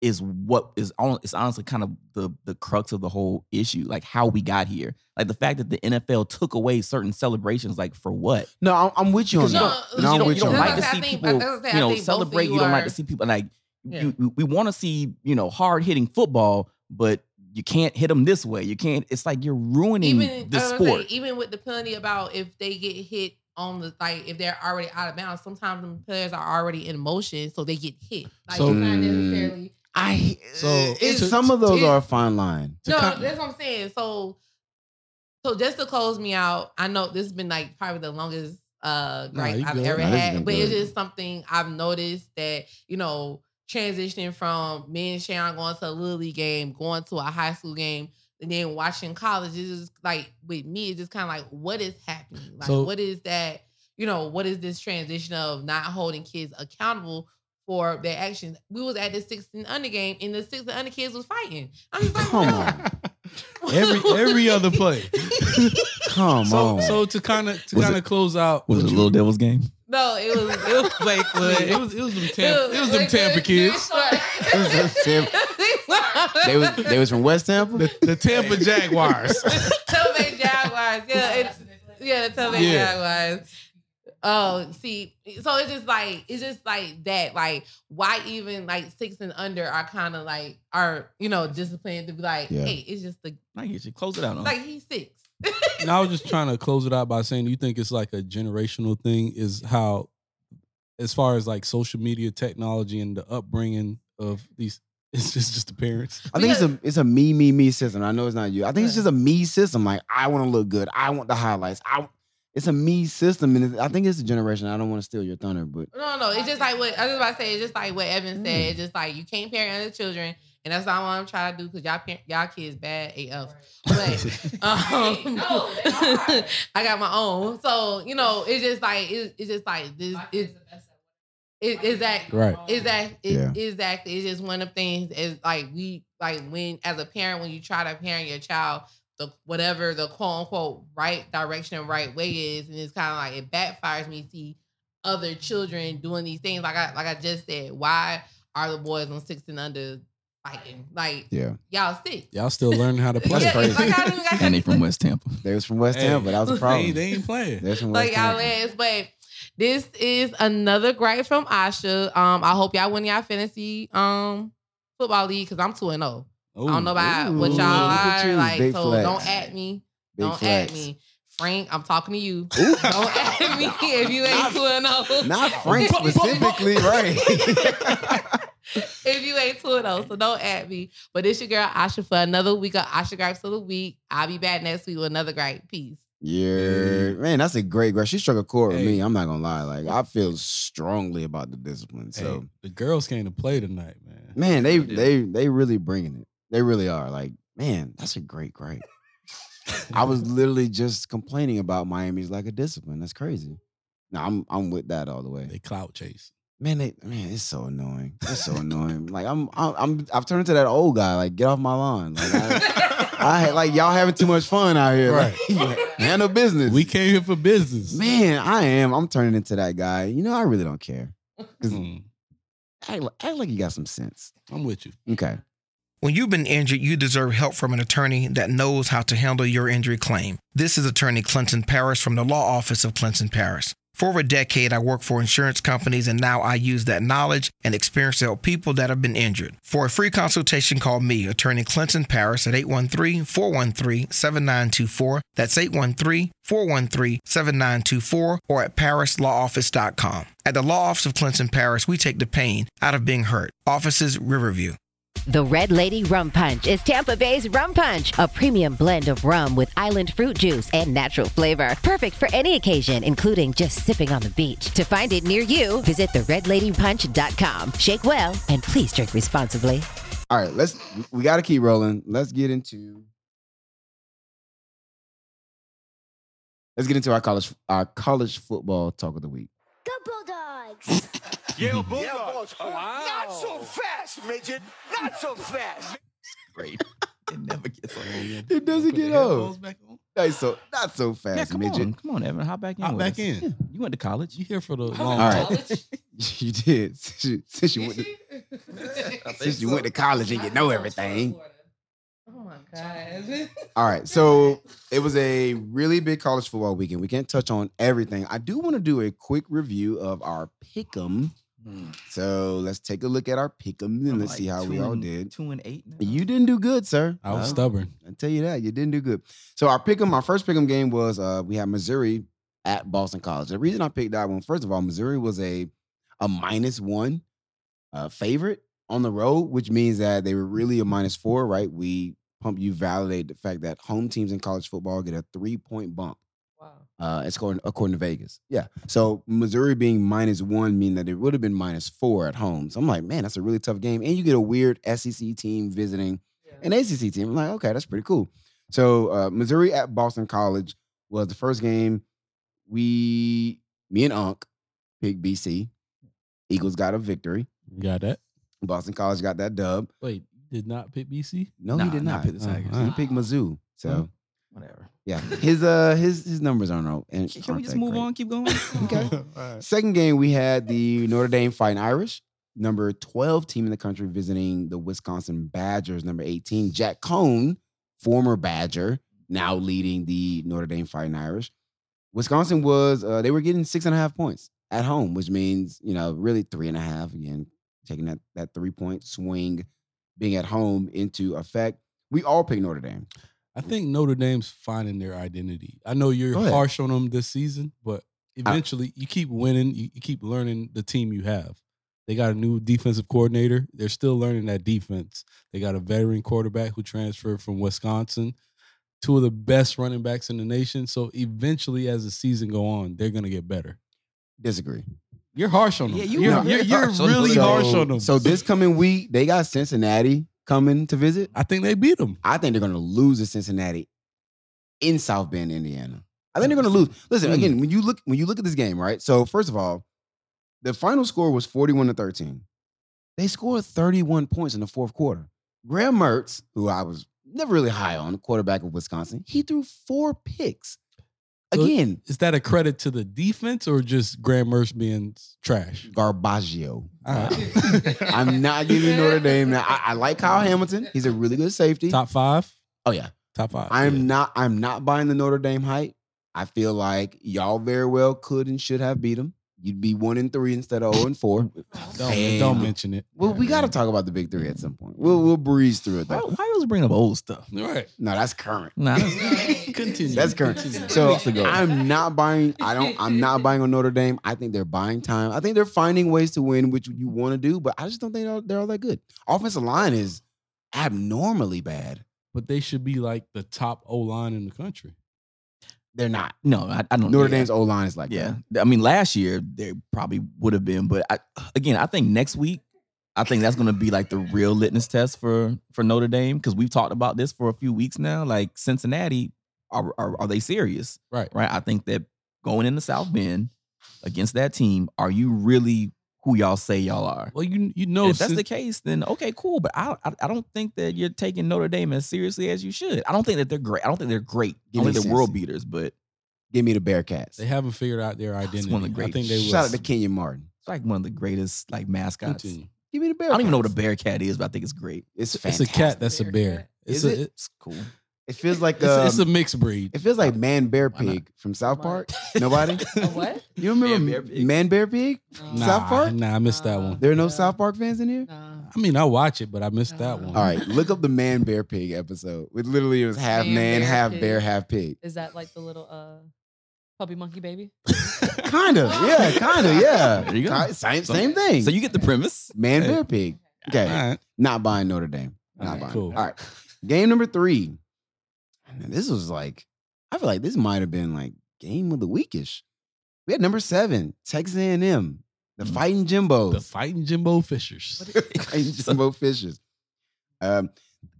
Speaker 2: is what is on. It's honestly kind of the the crux of the whole issue. Like how we got here. Like the fact that the NFL took away certain celebrations. Like for what?
Speaker 3: No, I'm, I'm with you on
Speaker 2: Because you don't,
Speaker 3: that. No,
Speaker 2: you
Speaker 3: I'm
Speaker 2: don't,
Speaker 3: with
Speaker 2: you
Speaker 3: you
Speaker 2: don't
Speaker 3: on
Speaker 2: like
Speaker 3: that.
Speaker 2: to
Speaker 4: I
Speaker 2: see
Speaker 4: think-
Speaker 2: people,
Speaker 4: I was gonna say,
Speaker 2: you
Speaker 4: I
Speaker 2: know,
Speaker 4: think both of
Speaker 2: celebrate. You,
Speaker 4: you
Speaker 2: don't like
Speaker 4: are-
Speaker 2: to see people like
Speaker 4: Yeah.
Speaker 2: you, you- we want to see you know hard hitting football, but you can't hit them this way. You can't. It's like you're ruining
Speaker 4: even
Speaker 2: the
Speaker 4: I was gonna say,
Speaker 2: sport.
Speaker 4: even with the penalty about if they get hit on the like if they're already out of bounds, sometimes the players are already in motion, so they get hit. Like
Speaker 1: So-
Speaker 4: it's not
Speaker 3: Mm.
Speaker 4: necessarily.
Speaker 3: I
Speaker 1: So,
Speaker 3: it's,
Speaker 1: to-
Speaker 3: some of those
Speaker 4: to-
Speaker 3: are a fine line.
Speaker 1: To
Speaker 4: no,
Speaker 1: com-
Speaker 4: that's what I'm saying. So, so just to close me out, I know this has been like probably the longest uh
Speaker 1: Nah,
Speaker 4: gripe
Speaker 1: you
Speaker 4: I've
Speaker 1: good.
Speaker 4: ever
Speaker 3: Nah, this has been
Speaker 4: had, but it's
Speaker 3: good.
Speaker 4: just something I've noticed that you know transitioning from me and Sharon going to a little league game, going to a high school game. And then watching college is just like with me, it's just kind of like what is happening? Like
Speaker 1: So-
Speaker 4: what is that? You know, what is this transition of not holding kids accountable for their actions? We was at the six and under game, and the six and under kids was fighting. I'm just like,
Speaker 3: Come
Speaker 4: bro,
Speaker 3: on.
Speaker 1: Every every other play.
Speaker 3: Come
Speaker 1: So
Speaker 3: on.
Speaker 1: so to kind of to
Speaker 2: Was
Speaker 1: kind of close out.
Speaker 2: was it
Speaker 1: would
Speaker 2: a
Speaker 1: you-
Speaker 2: little devil's game?
Speaker 4: no, it was it was
Speaker 1: I mean, it
Speaker 4: Lakewood.
Speaker 1: was it was them Tampa, it was them Tampa kids.
Speaker 3: It was them they was they was from West Tampa.
Speaker 1: The, the Tampa Jaguars.
Speaker 4: Tampa Bay Jaguars. Yeah, it's, yeah, the Tampa Bay
Speaker 1: Yeah.
Speaker 4: Jaguars. Oh, see, so it's just like it's just like that. Like, why even like six and under are kind of like are you know disciplined to be like,
Speaker 3: Yeah.
Speaker 4: hey, it's just the
Speaker 2: I get you. Close it out. On.
Speaker 4: like he's six.
Speaker 1: and I was just trying to close it out by saying, do you think it's like a generational thing? Is how, as far as like social media technology and the upbringing of these, it's just just the parents.
Speaker 3: I think it's a it's a me me me system. I know it's not you. I think it's just a me system. Like I want to look good. I want the highlights. I it's a me system, and it- I think it's a generation. I don't want to steal your thunder, but
Speaker 4: No, no, it's just like what I was about to say. It's just like what Evan said. It's just like you can't parent other children, and that's not what I'm trying to do because y'all parent, y'all kids bad AF. But um,
Speaker 7: No, they are.
Speaker 4: I got my own, so you know it's just like it's, it's just like this. It's, it, is that
Speaker 1: Right.
Speaker 4: is that is,
Speaker 3: Yeah.
Speaker 4: e-, exactly? It's just one of the things is like we like when as a parent when you try to parent your child the whatever the quote unquote right direction and right way is, and it's kind of like it backfires when you see other children doing these things. Like I like I just said, why are the boys on six and under fighting? Like
Speaker 3: yeah,
Speaker 4: y'all sick.
Speaker 1: Y'all still learning how to play.
Speaker 3: That's
Speaker 4: yeah,
Speaker 3: crazy.
Speaker 4: It's like, I don't even got
Speaker 2: And they
Speaker 4: nothing-
Speaker 2: from West Tampa.
Speaker 3: they was from West
Speaker 1: Hey,
Speaker 3: Tampa. That was a problem.
Speaker 1: They, they ain't playing.
Speaker 3: They was from West
Speaker 4: like y'all
Speaker 3: Tampa.
Speaker 4: ass. But this is another gripe from Asha. Um, I hope y'all win y'all fantasy um football league because I'm two and zero. I don't know about
Speaker 3: Ooh,
Speaker 4: what
Speaker 3: look
Speaker 4: y'all
Speaker 3: at
Speaker 4: are
Speaker 3: you,
Speaker 4: like.
Speaker 3: big
Speaker 4: So
Speaker 3: flex.
Speaker 4: don't at me.
Speaker 3: Big
Speaker 4: don't
Speaker 3: flex.
Speaker 4: at me, Frank. I'm talking to you. don't at me if you ain't two and oh. zero.
Speaker 3: Not Frank specifically, right?
Speaker 4: if you ain't two of those, so don't at me. But it's your girl Asha for another week of Asha Gripes of the Week. I'll be back next week with another gripe. Peace.
Speaker 3: yeah, man, that's a great girl. She struck a chord with
Speaker 1: Hey.
Speaker 3: me. I'm not gonna lie. Like I feel strongly about the discipline.
Speaker 1: Hey,
Speaker 3: So
Speaker 1: the girls came to play tonight, man.
Speaker 3: man, they
Speaker 2: They did.
Speaker 3: they they really bringing it. They really are. Like man, that's a great gripe. I was literally just complaining about Miami's lack of discipline. That's crazy. No, I'm I'm with that all the way.
Speaker 1: They clout chase.
Speaker 3: Man, they, man, it's so annoying. It's so annoying. Like I'm I'm, I'm I've turned into that old guy. Like get off my lawn. Like I, I had- like y'all having too much fun out here. Right. handle business.
Speaker 1: We came here for business.
Speaker 3: Man, I am. I'm turning into that guy. You know, I really don't care.
Speaker 1: Mm,
Speaker 3: Act, li- act like you got some sense.
Speaker 1: I'm with you.
Speaker 3: Okay.
Speaker 8: When you've been injured, you deserve help from an attorney that knows how to handle your injury claim. This is attorney Clinton Paris from the Law Office of Clinton Paris. For over a decade, I worked for insurance companies, and now I use that knowledge and experience to help people that have been injured. For a free consultation, call me, Attorney Clinton Paris, at 813 413 7924. That's 813 413 7924 or at parislawoffice.com. At the Law Office of Clinton Paris, we take the pain out of being hurt. Offices Riverview.
Speaker 9: The Red Lady Rum Punch is Tampa Bay's Rum Punch, a premium blend of rum with island fruit juice and natural flavor. Perfect for any occasion, including just sipping on the beach. To find it near you, visit theredladypunch.com. Shake well and please drink responsibly.
Speaker 3: All right, let's we gotta keep rolling. Let's get into let's get into our college our college football talk of the week.
Speaker 10: Go Bulldogs!
Speaker 11: Yeah, Bulldogs. Not so fast, midget. Not so fast.
Speaker 2: Great. it never gets old.
Speaker 3: It doesn't
Speaker 2: Put the
Speaker 3: get old.
Speaker 2: headphones back on.
Speaker 3: Hey, so not so fast,
Speaker 2: Yeah, come
Speaker 3: midget.
Speaker 2: on, come on, Evan, hop back in.
Speaker 1: Hop
Speaker 2: with
Speaker 1: back
Speaker 2: us.
Speaker 1: in.
Speaker 2: Yeah, you went to college.
Speaker 1: You here for the long
Speaker 3: All
Speaker 1: haul.
Speaker 3: right. you did. Since you, since you went to, since you went to college and you know everything.
Speaker 6: Oh my god.
Speaker 3: All right. So it was a really big college football weekend. We can't touch on everything. I do want to do a quick review of our pick'em. So let's take a look at our pick'em and
Speaker 2: Hmm. I'm
Speaker 3: let's
Speaker 2: like
Speaker 3: see how we
Speaker 2: two
Speaker 3: all
Speaker 2: and-
Speaker 3: did.
Speaker 2: Two and eight. now.
Speaker 3: You didn't do good, sir.
Speaker 1: I was
Speaker 3: No.
Speaker 1: stubborn.
Speaker 3: I tell you that you didn't do good. So our pick'em, our first pick'em game was uh we had Missouri at Boston College. The reason I picked that one, first of all, Missouri was a a minus one uh favorite on the road, which means that they were really a minus four, right? We pump you validate the fact that home teams in college football get a three point bump.
Speaker 6: Wow.
Speaker 3: Uh, it's going according to Vegas. Yeah. So Missouri being minus one mean that it would have been minus four at home. So I'm like, man, that's a really tough game. And you get a weird SEC team visiting an ACC team. I'm like, okay, that's pretty cool. So uh, Missouri at Boston College was the first game. We, me and Unc, picked BC. Eagles got a victory.
Speaker 1: You got that?
Speaker 3: Boston College got that dub.
Speaker 1: Wait, you did not pick BC?
Speaker 3: No, he
Speaker 2: Nah,
Speaker 3: did
Speaker 2: nah,
Speaker 3: not
Speaker 2: pick the
Speaker 3: Uh,
Speaker 2: Tigers.
Speaker 3: He picked Mizzou. So
Speaker 2: Huh? Whatever.
Speaker 3: yeah, his uh his his numbers aren't. o-
Speaker 2: Can,
Speaker 3: aren't
Speaker 2: can we just
Speaker 3: that
Speaker 2: move
Speaker 3: great.
Speaker 2: on? Keep going.
Speaker 3: Okay. Second game, we had the Notre Dame Fighting Irish, number 12 team in the country, visiting the Wisconsin Badgers, number 18. Jack Cohn, former Badger, now leading the Notre Dame Fighting Irish. Wisconsin was, uh, they were getting six and a half points at home, which means, you know, really three and a half. Again, taking that, that three point swing being at home into effect. We all picked Notre Dame.
Speaker 1: I think Notre Dame's finding their identity. I know you're
Speaker 3: Go ahead.
Speaker 1: harsh on them this season, but eventually you keep winning, you, you keep learning the team you have. They got a new defensive coordinator. They're still learning that defense. They got a veteran quarterback who transferred from Wisconsin. Two of the best running backs in the nation. So eventually, as the season go on, they're gonna get better.
Speaker 3: Disagree.
Speaker 1: You're harsh on them.
Speaker 2: Yeah, you
Speaker 1: are
Speaker 3: are
Speaker 1: you're, you're
Speaker 2: very harsh on them.
Speaker 1: really harsh on them.
Speaker 3: So this coming week, they got Cincinnati coming to visit.
Speaker 1: I think they beat them.
Speaker 3: I think they're going to lose to Cincinnati in South Bend, Indiana. I think they're going to lose. Listen
Speaker 1: Hmm.
Speaker 3: again when you look when you look at this game, right? So first of all, the final score was forty-one to thirteen. They scored thirty-one points in the fourth quarter. Graham Mertz, who I was never really high on, quarterback of Wisconsin, he threw four picks.
Speaker 1: So-
Speaker 3: Again,
Speaker 1: Is that a credit to the defense or just Graham Mertz being trash?
Speaker 3: Garbaggio.
Speaker 1: All right.
Speaker 3: I'm not giving Notre Dame. Now I, I like Kyle Hamilton. He's a really good safety.
Speaker 1: Top five.
Speaker 3: Oh yeah,
Speaker 1: Top five.
Speaker 3: I'm
Speaker 1: yeah.
Speaker 3: not. I'm not buying the Notre Dame hype. I feel like y'all very well could and should have beat them. You'd be one and three instead of zero and four.
Speaker 1: Don't,
Speaker 3: Damn.
Speaker 1: don't mention it.
Speaker 3: Well, we got to talk about the big three at some point. We'll we'll breeze through it
Speaker 2: Why,
Speaker 1: Oh.
Speaker 3: though.
Speaker 2: why always bring up old stuff?
Speaker 1: All right.
Speaker 3: No, that's current.
Speaker 2: Oh. Nah,
Speaker 1: Continue.
Speaker 3: That's current.
Speaker 1: Continue.
Speaker 3: So
Speaker 2: Weeks ago.
Speaker 3: I'm not buying. I don't. I'm not buying on Notre Dame. I think they're buying time. I think they're finding ways to win, which you want to do. But I just don't think they're, they're all that good. Offensive line is abnormally bad.
Speaker 1: But they should be like the top O line in the country.
Speaker 3: They're not.
Speaker 2: no, I, I don't.
Speaker 3: Notre
Speaker 2: yeah.
Speaker 3: Dame's O line is like that.
Speaker 2: Yeah, I mean, last year they probably would have been, but I, again, I think next week, I think that's going to be like the real litmus test for for Notre Dame because we've talked about this for a few weeks now. Like Cincinnati, are are, are they serious?
Speaker 1: Right.
Speaker 2: Right. I think that going into South Bend against that team, are you really who y'all say y'all are?
Speaker 1: Well, you you
Speaker 2: And
Speaker 1: know
Speaker 2: if that's
Speaker 1: since-
Speaker 2: the case, then okay, cool. But I, I I don't think that you're taking Notre Dame as seriously as you should. I don't think that they're great. I don't think they're great. I
Speaker 3: Give
Speaker 2: don't
Speaker 3: me
Speaker 2: think they're world
Speaker 3: Cincy.
Speaker 2: beaters, but
Speaker 3: Give me the Bearcats.
Speaker 1: they haven't figured out their
Speaker 2: That's
Speaker 1: identity.
Speaker 2: one of the
Speaker 1: I
Speaker 2: great-
Speaker 1: think they will.
Speaker 3: Shout out to Kenyon Martin.
Speaker 2: it's like one of the greatest like mascots
Speaker 1: Continue.
Speaker 3: Give me the bear.
Speaker 2: I don't even know what a bear cat is, but I think it's great.
Speaker 3: It's
Speaker 1: It's
Speaker 3: fantastic.
Speaker 1: a cat that's a bear. It's
Speaker 3: Is
Speaker 1: a,
Speaker 3: it?
Speaker 1: it-
Speaker 2: It's cool.
Speaker 3: It feels like
Speaker 1: it's, a-
Speaker 3: um,
Speaker 1: it's a mixed breed.
Speaker 3: it feels like man bear
Speaker 2: Why not?
Speaker 3: pig from South
Speaker 6: Why?
Speaker 3: Park. Nobody.
Speaker 6: A what?
Speaker 3: You remember
Speaker 2: Man Bear Pig.
Speaker 3: man bear pig?
Speaker 6: Um,
Speaker 1: Nah,
Speaker 3: South Park? Uh,
Speaker 1: Nah, I missed that one.
Speaker 3: There are no
Speaker 6: Yeah.
Speaker 3: South Park fans in here.
Speaker 6: Nah.
Speaker 1: I mean, I watch it, but I missed that one.
Speaker 3: Uh, All right, look up the man bear pig episode. It literally was half man,
Speaker 6: Man, bear,
Speaker 3: half
Speaker 6: pig.
Speaker 3: bear, half pig.
Speaker 4: Is that like the little uh puppy monkey baby?
Speaker 3: Kind of, yeah, kind of, yeah.
Speaker 2: There you go.
Speaker 3: Ki- Same,
Speaker 2: So-
Speaker 3: same thing.
Speaker 2: So you get the premise.
Speaker 3: man
Speaker 2: Hey.
Speaker 3: bear pig. Okay,
Speaker 1: All right.
Speaker 3: not buying Notre Dame. Not
Speaker 2: Okay,
Speaker 3: buying.
Speaker 1: cool.
Speaker 3: All right, game number three. Man, this was like, I feel like this might have been like game of the weekish. We had number seven, Texas A&M, the
Speaker 2: Mhm.
Speaker 3: Fighting Jimbos.
Speaker 1: The fighting Jimbo Fishers.
Speaker 3: Fighting Jimbo Fishers. Um,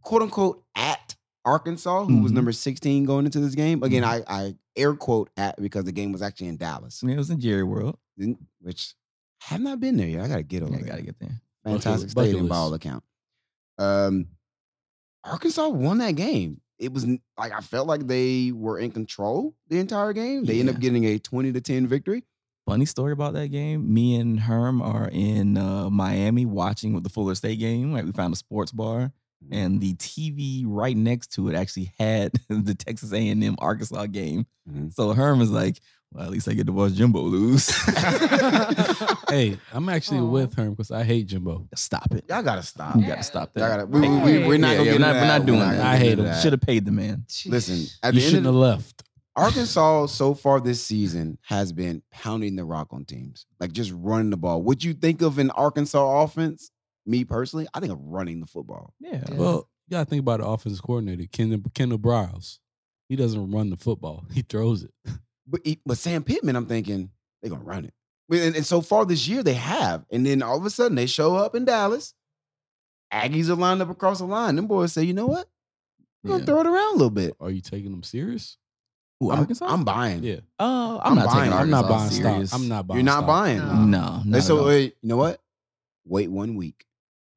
Speaker 3: quote unquote at Arkansas, who was
Speaker 2: Mhm.
Speaker 3: number 16 going into this game. Again, I,
Speaker 2: Mm-hmm.
Speaker 3: I air quote at because the game was actually in Dallas,
Speaker 2: I mean, it was in Jerry World.
Speaker 3: didn't- which I have not been there yet. I gotta get over
Speaker 2: Mm. Yeah, I
Speaker 3: there.
Speaker 2: gotta get there.
Speaker 1: Bucket-
Speaker 3: Fantastic
Speaker 1: bucket
Speaker 3: stadium by
Speaker 1: list.
Speaker 3: all account. Um, Arkansas won that game. It was n- like I felt like they were in control the entire game. They end up
Speaker 2: Yeah.
Speaker 3: getting a 20 to 10 victory.
Speaker 2: Funny story about that game. Me and Herm are in uh, Miami watching with the Fuller State game. Like we found a sports bar, and the TV right next to it actually had the Texas A and M Arkansas game.
Speaker 3: Mhm.
Speaker 2: So Herm is like, "Well, at least I get to watch Jimbo lose."
Speaker 1: hey, I'm actually
Speaker 4: Aw.
Speaker 1: with her because I hate Jimbo.
Speaker 2: Stop it.
Speaker 3: Y'all gotta stop.
Speaker 2: You
Speaker 6: Yeah.
Speaker 2: gotta stop that.
Speaker 3: Y'all gotta, we, we, we, we're not,
Speaker 2: Yeah, yeah,
Speaker 3: gonna get
Speaker 2: we're not,
Speaker 3: into
Speaker 2: we're not
Speaker 3: that.
Speaker 2: doing
Speaker 3: We're
Speaker 2: that.
Speaker 3: gonna
Speaker 1: I
Speaker 3: get
Speaker 1: hate
Speaker 3: into
Speaker 1: him.
Speaker 3: that.
Speaker 2: Should have paid the man.
Speaker 3: Listen, at
Speaker 1: You
Speaker 3: the end of
Speaker 1: shouldn't have left.
Speaker 3: Arkansas so far this season has been pounding the rock on teams, like just running the ball. What you think of an Arkansas offense? Me personally, I think of running the football.
Speaker 2: Yeah.
Speaker 4: Yeah.
Speaker 1: Well, you gotta think about the offensive coordinator, Kendall, Kendall Briles. He doesn't run the football; he throws it.
Speaker 3: But e- but Sam Pittman, I'm thinking they're gonna run it. But- And, and so far this year they have, and then all of a sudden they show up in Dallas. Aggies are lined up across the line. Them boys say, you know what? We're gonna
Speaker 2: Yeah.
Speaker 3: throw it around a little bit.
Speaker 1: Are you taking them serious?
Speaker 2: Ooh,
Speaker 3: I'm,
Speaker 2: Arkansas?
Speaker 3: I'm buying.
Speaker 1: Yeah,
Speaker 2: Oh, I'm,
Speaker 3: I'm
Speaker 2: not
Speaker 3: buying.
Speaker 2: taking
Speaker 1: I'm not buying
Speaker 2: Arkansas
Speaker 1: stock.
Speaker 2: serious.
Speaker 1: I'm not buying.
Speaker 3: You're not
Speaker 1: stock.
Speaker 3: buying.
Speaker 4: No.
Speaker 2: No. Mm, not
Speaker 3: And
Speaker 2: at
Speaker 3: so
Speaker 2: all.
Speaker 3: uh, you know what? Wait one week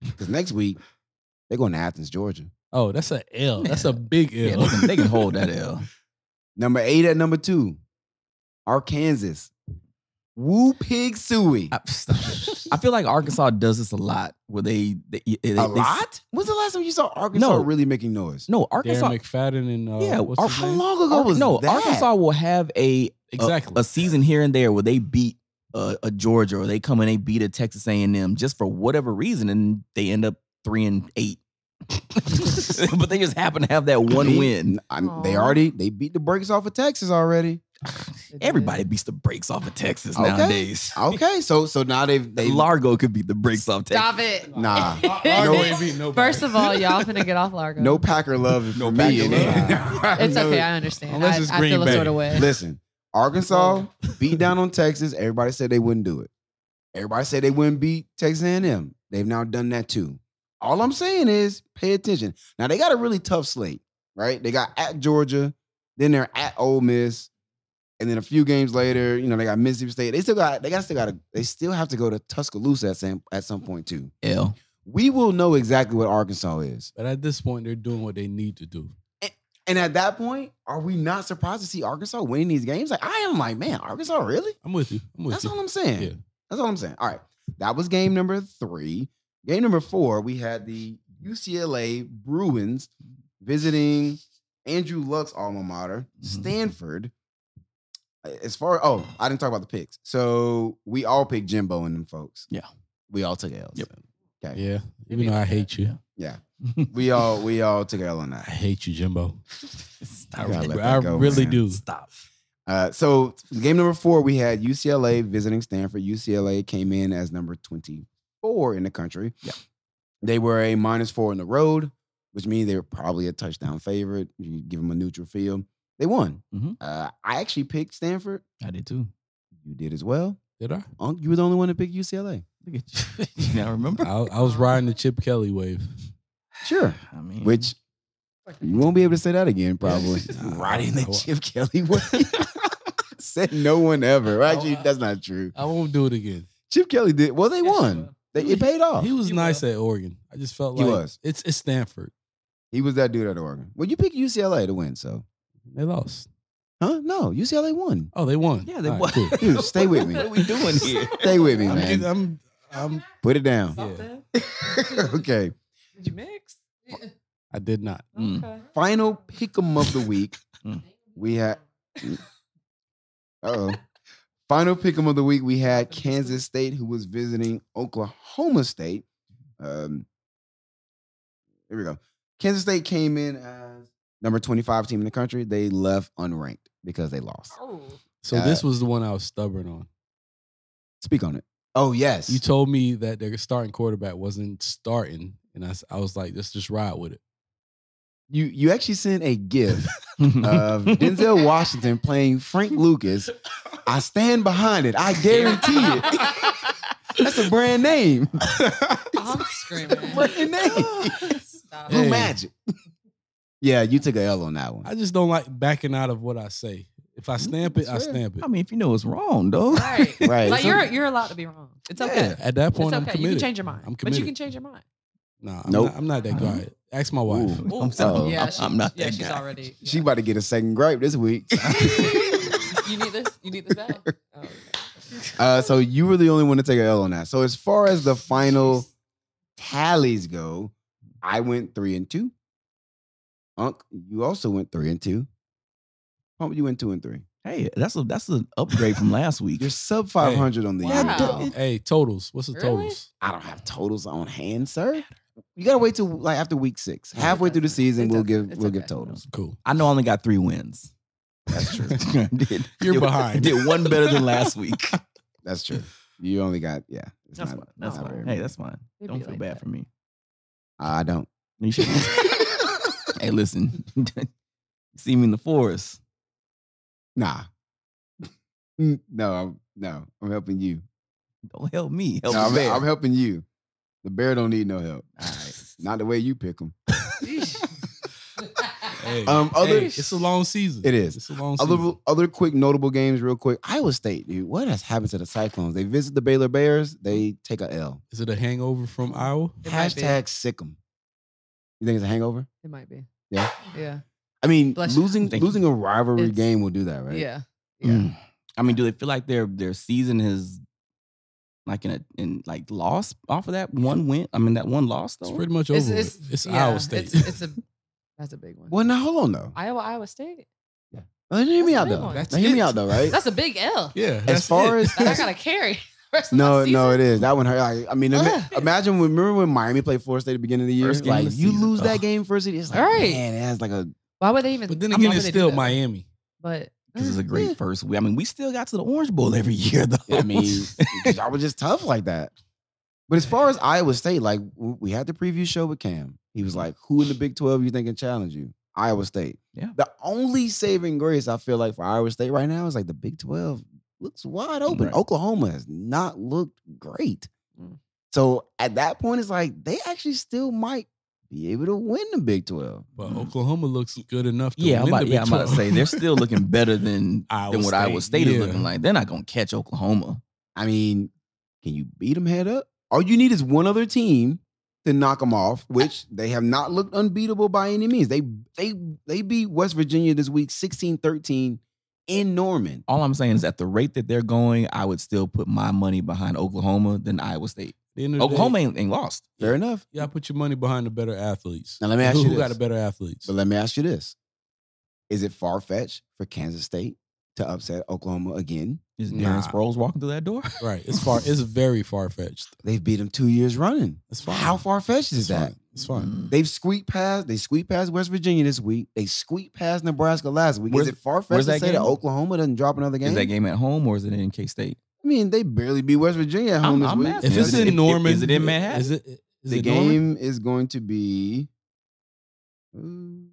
Speaker 3: because next week they're going to Athens, Georgia.
Speaker 1: Oh, that's a L. That's a big L.
Speaker 2: Yeah, they, can, they can hold that L.
Speaker 3: Number eight at number two, Arkansas. Woo Pig Suey.
Speaker 2: I, stop it. I feel like Arkansas does this a lot where they, they, they- they-
Speaker 3: A lot? When's the last time you saw Arkansas
Speaker 2: No.
Speaker 3: really making noise?
Speaker 2: No,
Speaker 1: Darren
Speaker 2: Arkansas.
Speaker 1: McFadden and uh,
Speaker 2: Yeah,
Speaker 1: what's
Speaker 2: Ar-
Speaker 1: his
Speaker 3: How
Speaker 1: name?
Speaker 3: long ago
Speaker 2: Ar-
Speaker 3: was
Speaker 2: no,
Speaker 3: that?
Speaker 2: Arkansas will have a a-
Speaker 1: Exactly.
Speaker 2: a, season here and there where they beat a, a Georgia or they come and they beat a Texas A and M just for whatever reason, and they end up three and eight. but they just happen to have that one
Speaker 3: They-
Speaker 2: win.
Speaker 3: I'm- they
Speaker 4: Aw.
Speaker 3: already they beat the brakes off of Texas already.
Speaker 4: They did.
Speaker 2: Everybody beats the brakes off of Texas
Speaker 3: Okay.
Speaker 2: nowadays.
Speaker 3: Okay, so so now they've they
Speaker 2: Largo could beat the brakes off Texas.
Speaker 6: Stop it.
Speaker 3: nah
Speaker 1: Largo
Speaker 3: No-
Speaker 1: ain't beat nobody.
Speaker 4: First of all, y'all finna get off Largo.
Speaker 3: no Packer love no
Speaker 2: No
Speaker 3: for
Speaker 2: Packer
Speaker 3: me.
Speaker 1: love.
Speaker 4: It's
Speaker 3: No-
Speaker 4: okay, I understand.
Speaker 1: Unless
Speaker 4: I,
Speaker 1: it's
Speaker 4: I
Speaker 1: Green
Speaker 4: feel a
Speaker 1: Bay.
Speaker 4: sort of way.
Speaker 3: Listen, Arkansas beat down on Texas. Everybody said they wouldn't do it. Everybody said they wouldn't beat Texas A&M. They've now done that too. All I'm saying is pay attention. Now they got a really tough slate, right? They got at Georgia, then they're at Ole Miss, and then a few games later, you know, they got Mississippi State. They still got they got still got to, they still have to go to Tuscaloosa at some at some point too.
Speaker 2: L.
Speaker 3: We will know exactly what Arkansas is.
Speaker 1: but at this point, they're doing what they need to do.
Speaker 3: And at that point, are we not surprised to see Arkansas winning these games? Like I am like, man, Arkansas really?
Speaker 1: I'm with you. I'm with
Speaker 3: That's
Speaker 1: you.
Speaker 3: all I'm saying.
Speaker 1: Yeah.
Speaker 3: That's all I'm saying. All right. That was game number three. Game number four, we had the UCLA Bruins visiting Andrew Luck's alma mater,
Speaker 2: Mhm.
Speaker 1: Mm-hmm.
Speaker 3: Stanford. As far oh, I didn't talk about the picks. So we all picked Jimbo and them folks.
Speaker 2: Yeah.
Speaker 3: We all took L's.
Speaker 2: Yep.
Speaker 1: Yeah, even though I hate you,
Speaker 3: Yeah. We all we all took L on
Speaker 1: I
Speaker 3: that.
Speaker 1: hate you, Jimbo.
Speaker 2: Stop.
Speaker 3: You gotta let
Speaker 1: I
Speaker 3: that go,
Speaker 1: really
Speaker 3: man.
Speaker 1: do.
Speaker 2: Stop.
Speaker 3: Uh, so game number four, we had UCLA visiting Stanford. UCLA came in as number 24 in the country.
Speaker 2: Yeah.
Speaker 3: They were a minus four on the road, which means they were probably a touchdown favorite. You give them a neutral field. They won.
Speaker 2: Mhm.
Speaker 3: Uh, I actually picked Stanford.
Speaker 2: I did too.
Speaker 3: You did as well.
Speaker 1: Did I?
Speaker 3: Unc, you were the only one to pick UCLA.
Speaker 2: Look at you. you now
Speaker 1: I,
Speaker 2: remember?
Speaker 1: I was riding the Chip Kelly wave.
Speaker 3: Sure.
Speaker 2: I mean,
Speaker 3: Which you won't be able to say that again, probably.
Speaker 1: Nah,
Speaker 3: Riding
Speaker 1: I
Speaker 3: the
Speaker 1: won't.
Speaker 3: Chip Kelly way. Said no one ever. Actually,
Speaker 1: I-
Speaker 3: that's not true.
Speaker 1: I won't do it again.
Speaker 3: Chip Kelly did. Well, they won. They, it paid off.
Speaker 1: He was
Speaker 6: You
Speaker 1: nice at Oregon. I just felt
Speaker 3: Oh, He
Speaker 1: like
Speaker 3: was.
Speaker 1: it's it's Stanford.
Speaker 3: He was that dude at Oregon. Well, you pick UCLA to win, so.
Speaker 1: They lost.
Speaker 3: Huh? No, UCLA won.
Speaker 1: Oh, they won.
Speaker 2: yeah, they
Speaker 1: All right,
Speaker 2: won.
Speaker 1: cool.
Speaker 3: Dude, stay with me.
Speaker 2: what are we doing here?
Speaker 3: Stay with me,
Speaker 1: I'm,
Speaker 3: man.
Speaker 1: getting- I'm I'm,
Speaker 3: Put it down.
Speaker 1: yeah,
Speaker 3: okay.
Speaker 4: Did you mix?
Speaker 1: I did not.
Speaker 2: Mm.
Speaker 4: Okay.
Speaker 3: Final pick 'em of the week.
Speaker 2: Mm.
Speaker 3: we had. Uh oh. Final pick 'em of the week. We had Kansas State, who was visiting Oklahoma State. Um, here we go. Kansas State came in as number 25 team in the country. They left unranked because they lost.
Speaker 4: Oh.
Speaker 1: So
Speaker 3: Uh,
Speaker 1: this was the one I was stubborn on.
Speaker 3: Speak on it. Oh, yes.
Speaker 1: You told me that their starting quarterback wasn't starting, and I, s- I was like, let's just ride with it.
Speaker 3: you you actually sent a gift
Speaker 2: Uh,
Speaker 3: of Denzel Washington playing Frank Lucas. I stand behind it. I guarantee it. That's a brand name.
Speaker 4: I'm
Speaker 3: Brand
Speaker 4: screaming.
Speaker 3: name.
Speaker 6: Stop.
Speaker 3: Blue
Speaker 1: Hey.
Speaker 3: Magic. Yeah, you took a L on that one.
Speaker 1: I just don't like backing out of what I say. If I stamp it, I
Speaker 2: That's fair.
Speaker 1: stamp it.
Speaker 2: I mean, if you know it's wrong, though.
Speaker 4: Right.
Speaker 3: Right.
Speaker 4: Like you're you're allowed to be wrong. It's okay.
Speaker 1: At that point,
Speaker 4: it's
Speaker 1: I'm
Speaker 4: okay. You
Speaker 1: committed.
Speaker 4: can change your mind.
Speaker 1: I'm
Speaker 4: but you
Speaker 1: committed.
Speaker 4: can change your mind.
Speaker 1: Nah, I'm,
Speaker 3: Nope.
Speaker 1: not, I'm not that
Speaker 2: Uh-huh.
Speaker 1: guy. Ask my wife.
Speaker 2: Ooh, I'm sorry.
Speaker 3: Oh.
Speaker 2: I'm, I'm not
Speaker 4: Yeah,
Speaker 2: that
Speaker 4: she's
Speaker 2: guy.
Speaker 4: already.
Speaker 3: She
Speaker 4: yeah.
Speaker 3: about to get a second gripe this week.
Speaker 4: you need this. You need this back. Oh, okay.
Speaker 3: Uh, so you were the only one to take a L on that. So as far as the final tallies go, I went three and two. Unc, you also went three and two. Pump, you went two and three.
Speaker 2: Hey, that's a that's an upgrade from last week.
Speaker 3: You're sub five hundred on the year.
Speaker 4: Wow.
Speaker 1: Hey, totals. What's the
Speaker 4: Really?
Speaker 1: totals?
Speaker 3: I don't have totals on hand, sir. You gotta wait till like after week six, halfway through the season,
Speaker 4: It
Speaker 3: we'll
Speaker 4: doesn't.
Speaker 3: give
Speaker 4: It's
Speaker 3: we'll give
Speaker 4: okay.
Speaker 3: totals.
Speaker 1: Cool.
Speaker 2: I know I only got three wins. That's true. did,
Speaker 1: You're
Speaker 2: did-
Speaker 1: behind.
Speaker 2: Did one better than last week.
Speaker 3: That's true. You only got yeah. It's
Speaker 2: That's
Speaker 3: not-
Speaker 2: fine. That's
Speaker 3: not
Speaker 2: fine.
Speaker 3: very
Speaker 2: Hey,
Speaker 3: bad.
Speaker 2: that's fine.
Speaker 4: It'd
Speaker 2: Don't
Speaker 4: be
Speaker 2: feel
Speaker 4: like
Speaker 2: bad
Speaker 4: that.
Speaker 2: for me.
Speaker 3: I don't.
Speaker 2: You should. hey, listen. See me in the forest.
Speaker 3: Nah. Mm, no, I'm no. I'm helping you.
Speaker 2: Don't help me. Help
Speaker 3: No, I'm,
Speaker 2: the bear.
Speaker 3: I'm helping you. The bear don't need no help.
Speaker 2: All right.
Speaker 3: Not the way you pick him.
Speaker 1: Hey,
Speaker 3: Um, other-
Speaker 1: hey, it's a long season.
Speaker 3: It is.
Speaker 1: It's a long season.
Speaker 3: Other other quick notable games, real quick. Iowa State, dude. What has happened to the Cyclones? They visit the Baylor Bears. They take a L.
Speaker 1: is it a hangover from Iowa?
Speaker 4: It might be.
Speaker 3: Hashtag sick 'em. You think it's a hangover?
Speaker 4: It might be.
Speaker 3: Yeah.
Speaker 4: Yeah.
Speaker 3: I mean,
Speaker 4: Bless you.
Speaker 3: losing
Speaker 2: Thank you.
Speaker 3: losing a rivalry
Speaker 4: It's-
Speaker 3: game will do that, right?
Speaker 4: Yeah.
Speaker 2: Mm. I mean, do they feel like their their season has like in a in like lost off of that one win? I mean, that one loss though.
Speaker 1: It's pretty much over. with. It's,
Speaker 4: yeah,
Speaker 1: Iowa State.
Speaker 4: It's, it's a. That's a big one.
Speaker 3: Well, now hold on though.
Speaker 4: Iowa, Iowa State.
Speaker 3: Uh, hear me
Speaker 4: That's a
Speaker 3: out
Speaker 4: big
Speaker 3: though.
Speaker 4: one.
Speaker 3: Now,
Speaker 1: That's
Speaker 3: hear me
Speaker 1: it.
Speaker 3: out though, right?
Speaker 4: That's a big L.
Speaker 1: yeah.
Speaker 3: as far as
Speaker 4: That I gotta carry. the rest of my
Speaker 3: no, no,
Speaker 4: season.
Speaker 3: it is. That one hurt. Like, I mean, ima-
Speaker 4: Ugh.
Speaker 3: imagine when remember when Miami played Florida State at the beginning of the year.
Speaker 2: First game of
Speaker 3: like
Speaker 2: the
Speaker 3: you
Speaker 2: season.
Speaker 3: lose that
Speaker 2: Ugh.
Speaker 3: game first, it's like
Speaker 4: Right.
Speaker 3: man, it has like a
Speaker 4: Why would they even?
Speaker 1: but then
Speaker 4: I'm
Speaker 1: again,
Speaker 4: not
Speaker 1: it's
Speaker 4: gonna do
Speaker 1: still
Speaker 4: that.
Speaker 1: Miami.
Speaker 4: But mm, eh.
Speaker 2: This is a great first. win. I mean, we still got to the Orange Bowl every year though.
Speaker 3: I mean, y'all were just tough like that. But as far as Iowa State, like w- we had the preview show with Cam. He
Speaker 2: Mm-hmm.
Speaker 3: was like, "Who in the Big Twelve you think can challenge you?" Iowa State.
Speaker 2: Yeah.
Speaker 3: The only saving grace I feel like for Iowa State right now is like the Big Twelve looks wide open.
Speaker 2: Right.
Speaker 3: Oklahoma has not looked great.
Speaker 4: Mm.
Speaker 3: So at that point, it's like they actually still might be able to win the Big Twelve.
Speaker 1: But
Speaker 2: Mhm.
Speaker 1: Oklahoma looks good enough to
Speaker 2: yeah, I'm
Speaker 1: win
Speaker 2: about,
Speaker 1: the
Speaker 2: yeah, I'm
Speaker 1: Big
Speaker 2: about to
Speaker 1: 12.
Speaker 2: say they're still looking better than
Speaker 1: Iowa
Speaker 2: than what Iowa
Speaker 1: State,
Speaker 2: State is
Speaker 1: yeah.
Speaker 2: looking like. They're not gonna catch Oklahoma.
Speaker 3: I mean, can you beat them head up? All you need is one other team to knock them off,
Speaker 2: Uh
Speaker 3: which they have not looked unbeatable by any means. They they they beat West Virginia this week 16-13 in Norman.
Speaker 2: All I'm saying is, at the rate that they're going, I would still put my money behind Oklahoma than Iowa State.
Speaker 1: At the end of the
Speaker 2: Oklahoma
Speaker 1: Day,
Speaker 2: ain't, ain't lost.
Speaker 3: Fair enough.
Speaker 1: yeah, put your money behind the better athletes.
Speaker 3: Now let me ask
Speaker 1: who,
Speaker 3: you
Speaker 1: who got
Speaker 3: this.
Speaker 1: the better athletes?
Speaker 3: But let me ask you this. Is it far-fetched for Kansas State to upset Oklahoma again?
Speaker 2: Is Darren
Speaker 1: Nah.
Speaker 2: Sproles walking through that door?
Speaker 1: Right. It's far. It's very far fetched.
Speaker 3: They've beat them two years running.
Speaker 1: It's fine.
Speaker 3: How far-fetched is
Speaker 1: It's
Speaker 3: that?
Speaker 1: fine. It's fine.
Speaker 2: Mm.
Speaker 3: They've squeaked past. They squeaked past West Virginia this week. They squeaked past Nebraska last week.
Speaker 2: Where's-
Speaker 3: is it far fetched
Speaker 2: where's
Speaker 3: to say
Speaker 2: that
Speaker 3: that
Speaker 2: game?
Speaker 3: Oklahoma doesn't drop another game?
Speaker 2: Is that game at home or is it in K State?
Speaker 3: I mean, they barely beat West Virginia at
Speaker 2: I'm-
Speaker 3: home this
Speaker 2: I'm
Speaker 3: week.
Speaker 2: asking.
Speaker 1: If
Speaker 2: Is
Speaker 1: it's
Speaker 2: it- if-
Speaker 1: in
Speaker 2: if-
Speaker 1: Norman,
Speaker 2: is it in Manhattan?
Speaker 1: Is it? Is
Speaker 3: the
Speaker 1: it
Speaker 3: game
Speaker 1: Norman?
Speaker 3: is going to be. Mm,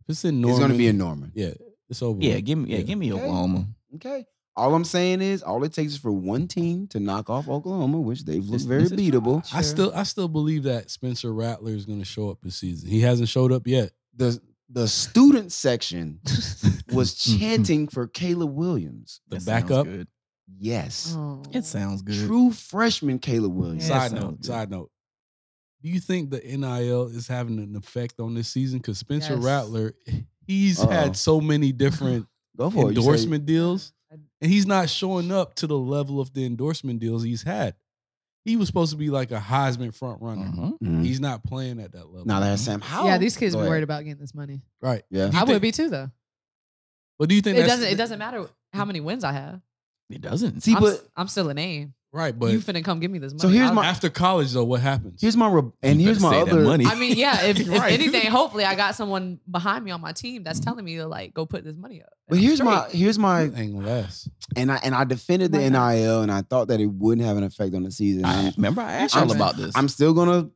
Speaker 1: If it's in Norman,
Speaker 3: It's going to be in Norman.
Speaker 1: Yeah, it's over.
Speaker 2: Yeah,
Speaker 1: with.
Speaker 2: give me yeah,
Speaker 1: Yeah.
Speaker 2: give me
Speaker 3: Okay.
Speaker 2: Oklahoma.
Speaker 3: Okay. All I'm saying is, all it takes is for one team to knock off Oklahoma, which they've looked
Speaker 2: This-
Speaker 3: very
Speaker 2: this is
Speaker 3: beatable.
Speaker 1: I still, I still believe that Spencer Rattler is going to show up this season. He hasn't showed up yet.
Speaker 3: The the student section was
Speaker 2: Mm-hmm.
Speaker 3: chanting for Caleb Williams.
Speaker 1: The
Speaker 2: That sounds
Speaker 1: backup.
Speaker 2: good.
Speaker 3: Yes,
Speaker 4: Oh.
Speaker 2: It sounds good.
Speaker 3: true freshman Caleb Williams.
Speaker 2: Yeah,
Speaker 1: Side
Speaker 2: sounds
Speaker 1: note.
Speaker 2: good.
Speaker 1: Side note. Do you think the NIL is having an effect on this season? Because Spencer
Speaker 4: Yes.
Speaker 1: Rattler, he's
Speaker 3: Uh-oh.
Speaker 2: Uh-huh.
Speaker 1: had so many different
Speaker 3: Go for it. You say-
Speaker 1: endorsement deals. And he's not showing up to the level of the endorsement deals he's had. He was supposed to be like a Heisman front runner.
Speaker 2: Mhm.
Speaker 3: Mhm.
Speaker 1: He's not playing at that level.
Speaker 3: Now that's Sam Howell.
Speaker 4: yeah, these kids
Speaker 3: Go
Speaker 4: be
Speaker 3: ahead.
Speaker 4: worried about getting this money.
Speaker 1: right.
Speaker 3: Yeah.
Speaker 1: Do you
Speaker 4: I would
Speaker 1: think-
Speaker 4: be too, though.
Speaker 1: But do you think
Speaker 4: It
Speaker 1: that's-
Speaker 4: doesn't. It doesn't matter how
Speaker 3: Mm.
Speaker 4: many wins I have.
Speaker 2: It doesn't.
Speaker 3: See,
Speaker 4: I'm,
Speaker 3: but
Speaker 4: s- I'm still a name.
Speaker 1: Right,
Speaker 4: you
Speaker 1: but
Speaker 4: finna come give me this money.
Speaker 3: So here's
Speaker 4: I-
Speaker 3: my-
Speaker 1: after college though, what happens?
Speaker 3: here's my re- and
Speaker 2: You
Speaker 3: here's
Speaker 2: better
Speaker 3: my
Speaker 2: save that
Speaker 3: other.
Speaker 2: money.
Speaker 4: I mean, yeah. If, if
Speaker 2: Right.
Speaker 4: anything, hopefully, I got someone behind me on my team that's telling me to like go put this money up.
Speaker 3: But here's my here's my
Speaker 1: It ain't gonna last.
Speaker 3: and I and I defended the
Speaker 4: Why not?
Speaker 3: NIL and I thought that it wouldn't have an effect on the season.
Speaker 2: I,
Speaker 3: I'm,
Speaker 2: remember I asked
Speaker 3: I'm-
Speaker 2: y'all about this.
Speaker 3: I'm still gonna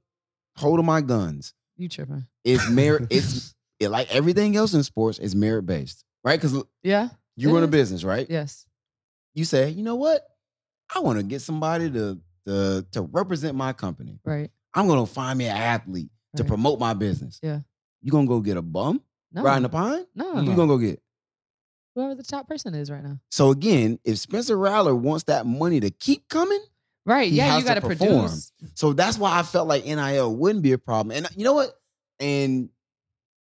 Speaker 3: hold on my guns.
Speaker 4: you tripping?
Speaker 3: It's merit. it's it, like everything else in sports is merit based, right? Because
Speaker 4: Yeah.
Speaker 3: you
Speaker 4: It
Speaker 3: run a
Speaker 4: is.
Speaker 3: business, right?
Speaker 4: Yes.
Speaker 3: You say, you know what? I want to get somebody to to to represent my company.
Speaker 4: Right.
Speaker 3: I'm gonna find me an athlete to
Speaker 4: Right.
Speaker 3: promote my business.
Speaker 4: Yeah.
Speaker 3: You gonna go get a bum
Speaker 4: No.
Speaker 3: riding a pine?
Speaker 4: no.
Speaker 3: You gonna go get?
Speaker 4: Whoever the top person is right now.
Speaker 3: So again, if Spencer Rattler wants that money to keep coming,
Speaker 4: Right.
Speaker 3: He
Speaker 4: yeah.
Speaker 3: has to
Speaker 4: You got to
Speaker 3: perform.
Speaker 4: produce.
Speaker 3: so that's why I felt like NIL wouldn't be a problem. And uh, you know what? And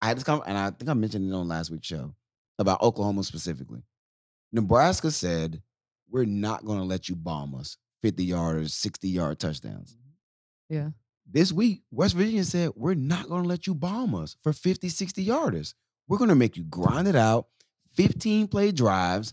Speaker 3: I had this con- and I think I mentioned it on last week's show about Oklahoma specifically. Nebraska said, "We're not going to let you bomb us 50 yarders, 60 yard touchdowns."
Speaker 4: Yeah.
Speaker 3: This week, West Virginia said, "We're not going to let you bomb us for 50, 60 yarders. We're going to make you grind it out, 15 play drives,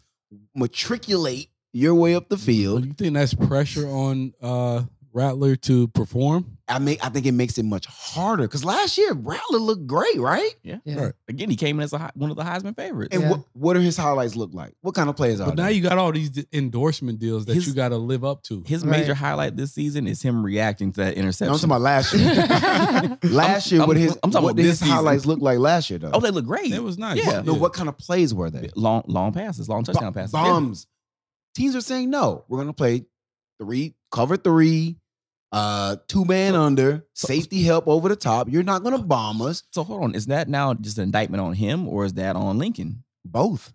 Speaker 3: matriculate your way up the
Speaker 1: Do
Speaker 3: field."
Speaker 1: you think that's pressure on uh Rattler to perform?
Speaker 3: I make I think it makes it much harder because last year Rattler looked great, right?
Speaker 2: yeah.
Speaker 4: Yeah.
Speaker 1: Right.
Speaker 2: Again, he came in as a, hi- one of the Heisman favorites.
Speaker 3: And
Speaker 4: Yeah.
Speaker 3: what what do his highlights look like? What kind of players are
Speaker 1: But now
Speaker 3: they?
Speaker 1: you got all these d- endorsement deals that
Speaker 2: His-
Speaker 1: you got to live up to.
Speaker 2: His
Speaker 4: Right.
Speaker 2: major highlight this season is him reacting to that
Speaker 3: No,
Speaker 2: interception.
Speaker 3: I'm talking about last year. last
Speaker 2: I'm-
Speaker 3: year, what
Speaker 2: I'm-
Speaker 3: his
Speaker 2: I'm talking
Speaker 3: what
Speaker 2: about
Speaker 3: did
Speaker 2: this
Speaker 3: his highlights
Speaker 2: season.
Speaker 3: look like last year though?
Speaker 2: oh, they look great.
Speaker 1: It was nice.
Speaker 2: Yeah.
Speaker 3: no, what kind of plays were they?
Speaker 2: long long passes, long touchdown
Speaker 3: Bo-
Speaker 2: passes. Yeah.
Speaker 3: Bombs. Teams are saying no. We're gonna play three cover three, uh, two man under, safety help over the top. You're not gonna bomb us.
Speaker 2: So hold on, is that now just an indictment on him, or is that on Lincoln?
Speaker 3: Both.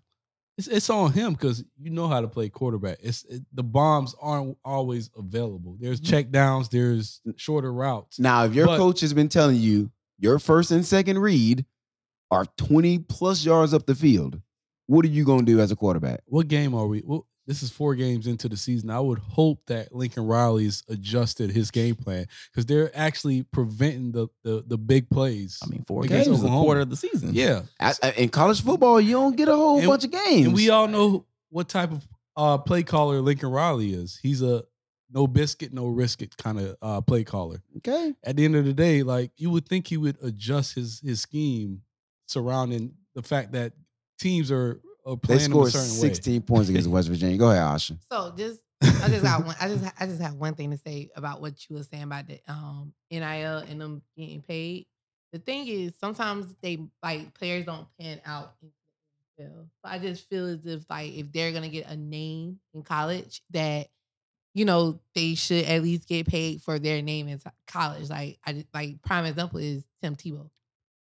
Speaker 1: It's, it's on him because you know how to play quarterback. It's it, the bombs aren't always available.
Speaker 3: Mm.
Speaker 1: There's checkdowns. There's shorter routes.
Speaker 3: Now, if your
Speaker 1: But-
Speaker 3: coach has been telling you your first and second read are 20 plus yards up the field, what are you going to do as a quarterback?
Speaker 1: What game are we? Well, this is four games into the season. I would hope that Lincoln Riley's adjusted his game plan because they're actually preventing the the, the big plays.
Speaker 2: I mean, four
Speaker 1: Against
Speaker 2: games is a
Speaker 1: Oklahoma.
Speaker 2: quarter of the season.
Speaker 1: yeah,
Speaker 3: I- I- in college football, you don't get a whole
Speaker 1: And-
Speaker 3: bunch of games.
Speaker 1: and we all know what type of uh, play caller Lincoln Riley is. He's a no biscuit, no risk it kind of uh, play caller.
Speaker 3: okay.
Speaker 1: at the end of the day, like you would think he would adjust his his scheme surrounding the fact that teams are, are
Speaker 3: They
Speaker 1: playing him a
Speaker 3: scored
Speaker 1: certain
Speaker 3: 16 points against West Virginia. Go ahead, Asha.
Speaker 6: So just I just got one. I just I just have one thing to say about what you were saying about the um NIL and them getting paid. The thing is, sometimes they like players don't pan out. in the NFL. So I just feel as if like if they're gonna get a name in college, that you know they should at least get paid for their name in so- college. Like I just like prime example is Tim Tebow.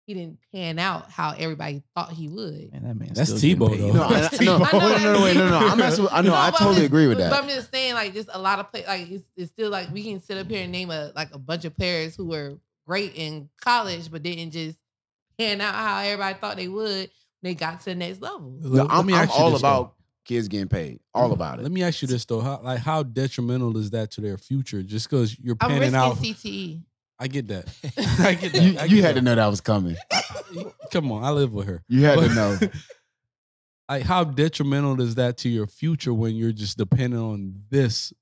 Speaker 6: He didn't pan out how everybody thought he would.
Speaker 2: Man, that man.
Speaker 1: That's
Speaker 2: still getting
Speaker 1: Tebow,
Speaker 2: paid.
Speaker 1: though.
Speaker 3: No, I- I- no,
Speaker 6: I know
Speaker 3: no, no, no, wait, no, no. I'm not, I know, I
Speaker 6: but I'm
Speaker 3: totally
Speaker 6: just-
Speaker 3: agree with
Speaker 6: But I'm
Speaker 3: that.
Speaker 6: just saying, like, just a lot of play. Like, it's, it's still like we can sit up here and name a like a bunch of players who were great in college, but didn't just pan out how everybody thought they would. They got to the next level.
Speaker 1: way.
Speaker 3: No,
Speaker 1: Let- let
Speaker 3: I'm,
Speaker 1: me
Speaker 3: I'm
Speaker 1: ask you
Speaker 3: all
Speaker 1: this, though.
Speaker 3: about kids getting paid, all about
Speaker 1: Let
Speaker 3: it.
Speaker 1: me ask you this though: how, like, how detrimental is that to their future? Just because you're
Speaker 6: I'm
Speaker 1: panning
Speaker 6: risking E.
Speaker 1: out,
Speaker 6: CTE.
Speaker 1: I get that. I get that.
Speaker 3: You,
Speaker 1: I
Speaker 3: you
Speaker 1: get
Speaker 3: had to
Speaker 1: that.
Speaker 3: know that was coming.
Speaker 1: Come on, I live with her.
Speaker 3: You had to
Speaker 1: But-
Speaker 3: know.
Speaker 1: Like, how detrimental is that to your future when you're just dependent on this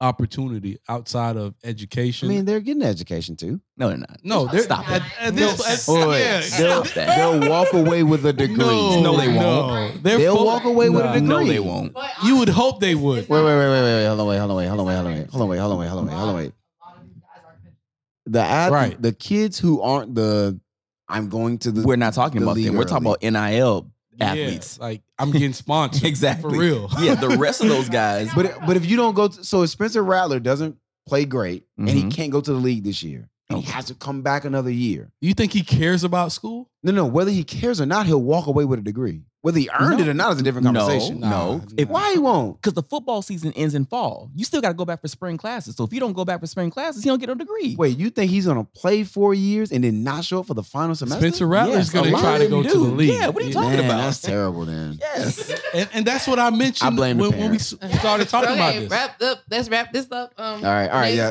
Speaker 1: opportunity outside of
Speaker 3: I
Speaker 1: education?
Speaker 3: mean, they're getting education too.
Speaker 2: No, they're not.
Speaker 1: no, they're
Speaker 2: Stop
Speaker 1: at-
Speaker 2: it.
Speaker 1: at
Speaker 3: No,
Speaker 1: this-
Speaker 3: wait,
Speaker 1: at-
Speaker 3: wait.
Speaker 1: yeah,
Speaker 3: They'll,
Speaker 2: Stop that.
Speaker 3: they'll walk away with a degree.
Speaker 2: No, they
Speaker 1: No. They're
Speaker 3: They'll
Speaker 1: fo-
Speaker 3: walk away with a
Speaker 1: Nah.
Speaker 3: degree.
Speaker 2: No, they won't.
Speaker 6: But
Speaker 1: You would hope they would.
Speaker 6: it's
Speaker 3: Wait,
Speaker 6: not-
Speaker 3: wait, wait, wait, wait, wait. Hold on, wait, hold on, wait, hold on, wait, hold on, wait, hold on, wait, hold on, wait, hold on, wait, hold on, wait.
Speaker 6: A lot of these guys are-
Speaker 3: The ad,
Speaker 1: Right.
Speaker 3: the kids who aren't the, I'm going to the.
Speaker 2: We're not talking
Speaker 3: the
Speaker 2: about
Speaker 3: league
Speaker 2: them. We're talking
Speaker 3: early.
Speaker 2: about NIL
Speaker 1: Yeah,
Speaker 2: athletes.
Speaker 1: like I'm getting sponsored.
Speaker 2: Exactly.
Speaker 1: For real.
Speaker 2: Yeah, the rest of those guys.
Speaker 3: But it- but if you don't go, to, so if Spencer Rattler doesn't play great and he
Speaker 2: Mhm.
Speaker 3: can't go to the league this year, and he
Speaker 2: Okay.
Speaker 3: has to come back another year.
Speaker 1: You think he cares about school?
Speaker 3: No, no. Whether he cares or not, he'll walk away with a degree. Whether he earned
Speaker 2: No.
Speaker 3: it or not is a different
Speaker 2: No,
Speaker 3: conversation.
Speaker 2: no.
Speaker 1: Nah,
Speaker 2: If-
Speaker 1: nah.
Speaker 3: Why he won't?
Speaker 2: Because the football season ends in fall. You still got to go back for spring classes. So if you don't go back for spring classes, he don't get no degree.
Speaker 3: Wait, you think he's gonna play four years and then not show up for the final semester?
Speaker 1: Spencer Rattler's
Speaker 2: Yes,
Speaker 1: going
Speaker 2: a
Speaker 1: to try
Speaker 2: lot
Speaker 1: to
Speaker 2: of
Speaker 1: go
Speaker 2: them
Speaker 1: to the
Speaker 2: do.
Speaker 1: league.
Speaker 2: Yeah, what are you talking
Speaker 3: Man,
Speaker 2: about?
Speaker 3: that's terrible, then.
Speaker 2: Yes.
Speaker 1: And, and that's what I mentioned
Speaker 3: I blame the
Speaker 1: when, when we
Speaker 3: parents.
Speaker 1: started talking
Speaker 6: okay,
Speaker 1: about this.
Speaker 6: Wrap up. Let's wrap this up. Um,
Speaker 3: All right, all right,
Speaker 6: next,
Speaker 3: yeah.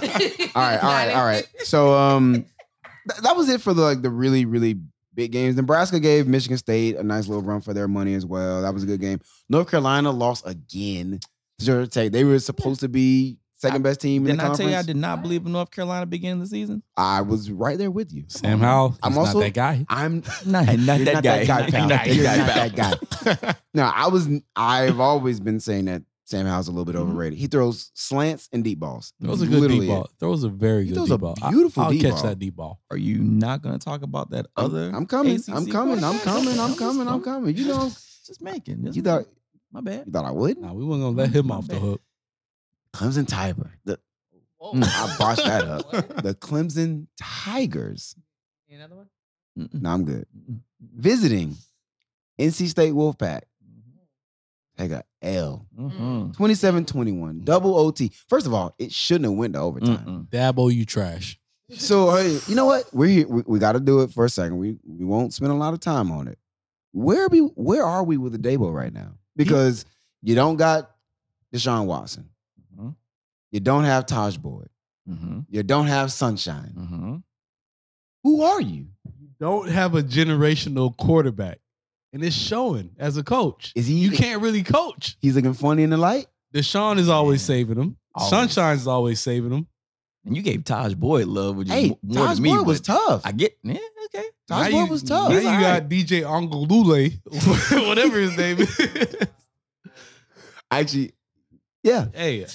Speaker 6: big three.
Speaker 3: All right, all right, all right. So um, th- that was it for the like the really really big games. Nebraska gave Michigan State a nice little run for their money as well. That was a good game. North Carolina lost again to Georgia Tech. They were supposed to be second best team in
Speaker 2: Didn't
Speaker 3: the
Speaker 2: I tell
Speaker 3: conference.
Speaker 2: you I did not believe in North Carolina beginning of the season?
Speaker 3: I was right there with you.
Speaker 1: Sam Howell, he's
Speaker 3: I'm
Speaker 1: not
Speaker 3: also-
Speaker 1: that guy.
Speaker 3: I'm
Speaker 2: Not, not,
Speaker 3: You're
Speaker 2: that,
Speaker 3: not
Speaker 2: guy.
Speaker 3: that guy, pal.
Speaker 2: Not that
Speaker 3: You're
Speaker 2: guy,
Speaker 3: not
Speaker 2: pal.
Speaker 3: that guy. no, I was. I've always been saying that Sam Howell's a little
Speaker 2: Mm-hmm.
Speaker 3: bit overrated. He throws slants and deep balls.
Speaker 1: That was a good
Speaker 3: Literally
Speaker 1: deep ball.
Speaker 3: it.
Speaker 1: That was a very
Speaker 3: He
Speaker 1: good
Speaker 3: throws a
Speaker 1: deep ball. I-
Speaker 3: beautiful
Speaker 1: I'll
Speaker 3: deep
Speaker 1: catch
Speaker 3: ball.
Speaker 1: that deep ball.
Speaker 2: Are you not going to talk about that
Speaker 3: I'm-
Speaker 2: other?
Speaker 3: I'm coming. I'm
Speaker 2: ACC
Speaker 3: coming. I'm
Speaker 2: quarterback?
Speaker 3: coming. I'm coming. I'm coming. You know.
Speaker 2: just, just making. Just
Speaker 3: You thought
Speaker 2: my
Speaker 3: you
Speaker 2: bad.
Speaker 3: thought I would?
Speaker 1: Nah, we weren't going to let him off the hook.
Speaker 3: Clemson Tiger. The,
Speaker 6: Whoa.
Speaker 3: Mm, I botched that up.
Speaker 6: What?
Speaker 3: the Clemson Tigers.
Speaker 6: Another one?
Speaker 3: No, I'm good. Visiting NC State Wolfpack. Mm-hmm. They got L.
Speaker 2: Mm-hmm.
Speaker 3: 27-21. Double OT. First of all, it shouldn't have went to overtime.
Speaker 1: Dabo, you trash.
Speaker 3: So hey, you know what? We're here. We, we got to do it for a second. We we won't spend a lot of time on it. Where be where are we with the Dabo right now? Because you don't got Deshaun Watson. Mm-hmm.
Speaker 2: Mhm.
Speaker 3: You don't have Taj Boyd.
Speaker 2: Mm-hmm.
Speaker 3: You don't have Sunshine.
Speaker 2: Mm-hmm.
Speaker 3: Who are you?
Speaker 1: Don't have a generational quarterback. And it's showing as a coach.
Speaker 3: Is he?
Speaker 1: You can't really coach.
Speaker 3: He's looking funny in the light.
Speaker 1: Deshaun is always
Speaker 2: Yeah.
Speaker 1: saving him.
Speaker 2: Always.
Speaker 1: Sunshine's always saving him.
Speaker 2: And you gave Taj Boyd love, which is
Speaker 3: Hey,
Speaker 2: mo- more
Speaker 3: Taj
Speaker 2: than me.
Speaker 3: Boyd was
Speaker 2: but
Speaker 3: tough.
Speaker 2: I get. Yeah, okay.
Speaker 1: Now
Speaker 3: Taj
Speaker 1: you-
Speaker 3: Boyd was tough.
Speaker 1: Now
Speaker 3: He's
Speaker 1: you
Speaker 3: all right.
Speaker 1: got DJ Angolule, whatever his name is.
Speaker 3: Actually, yeah.
Speaker 1: hey,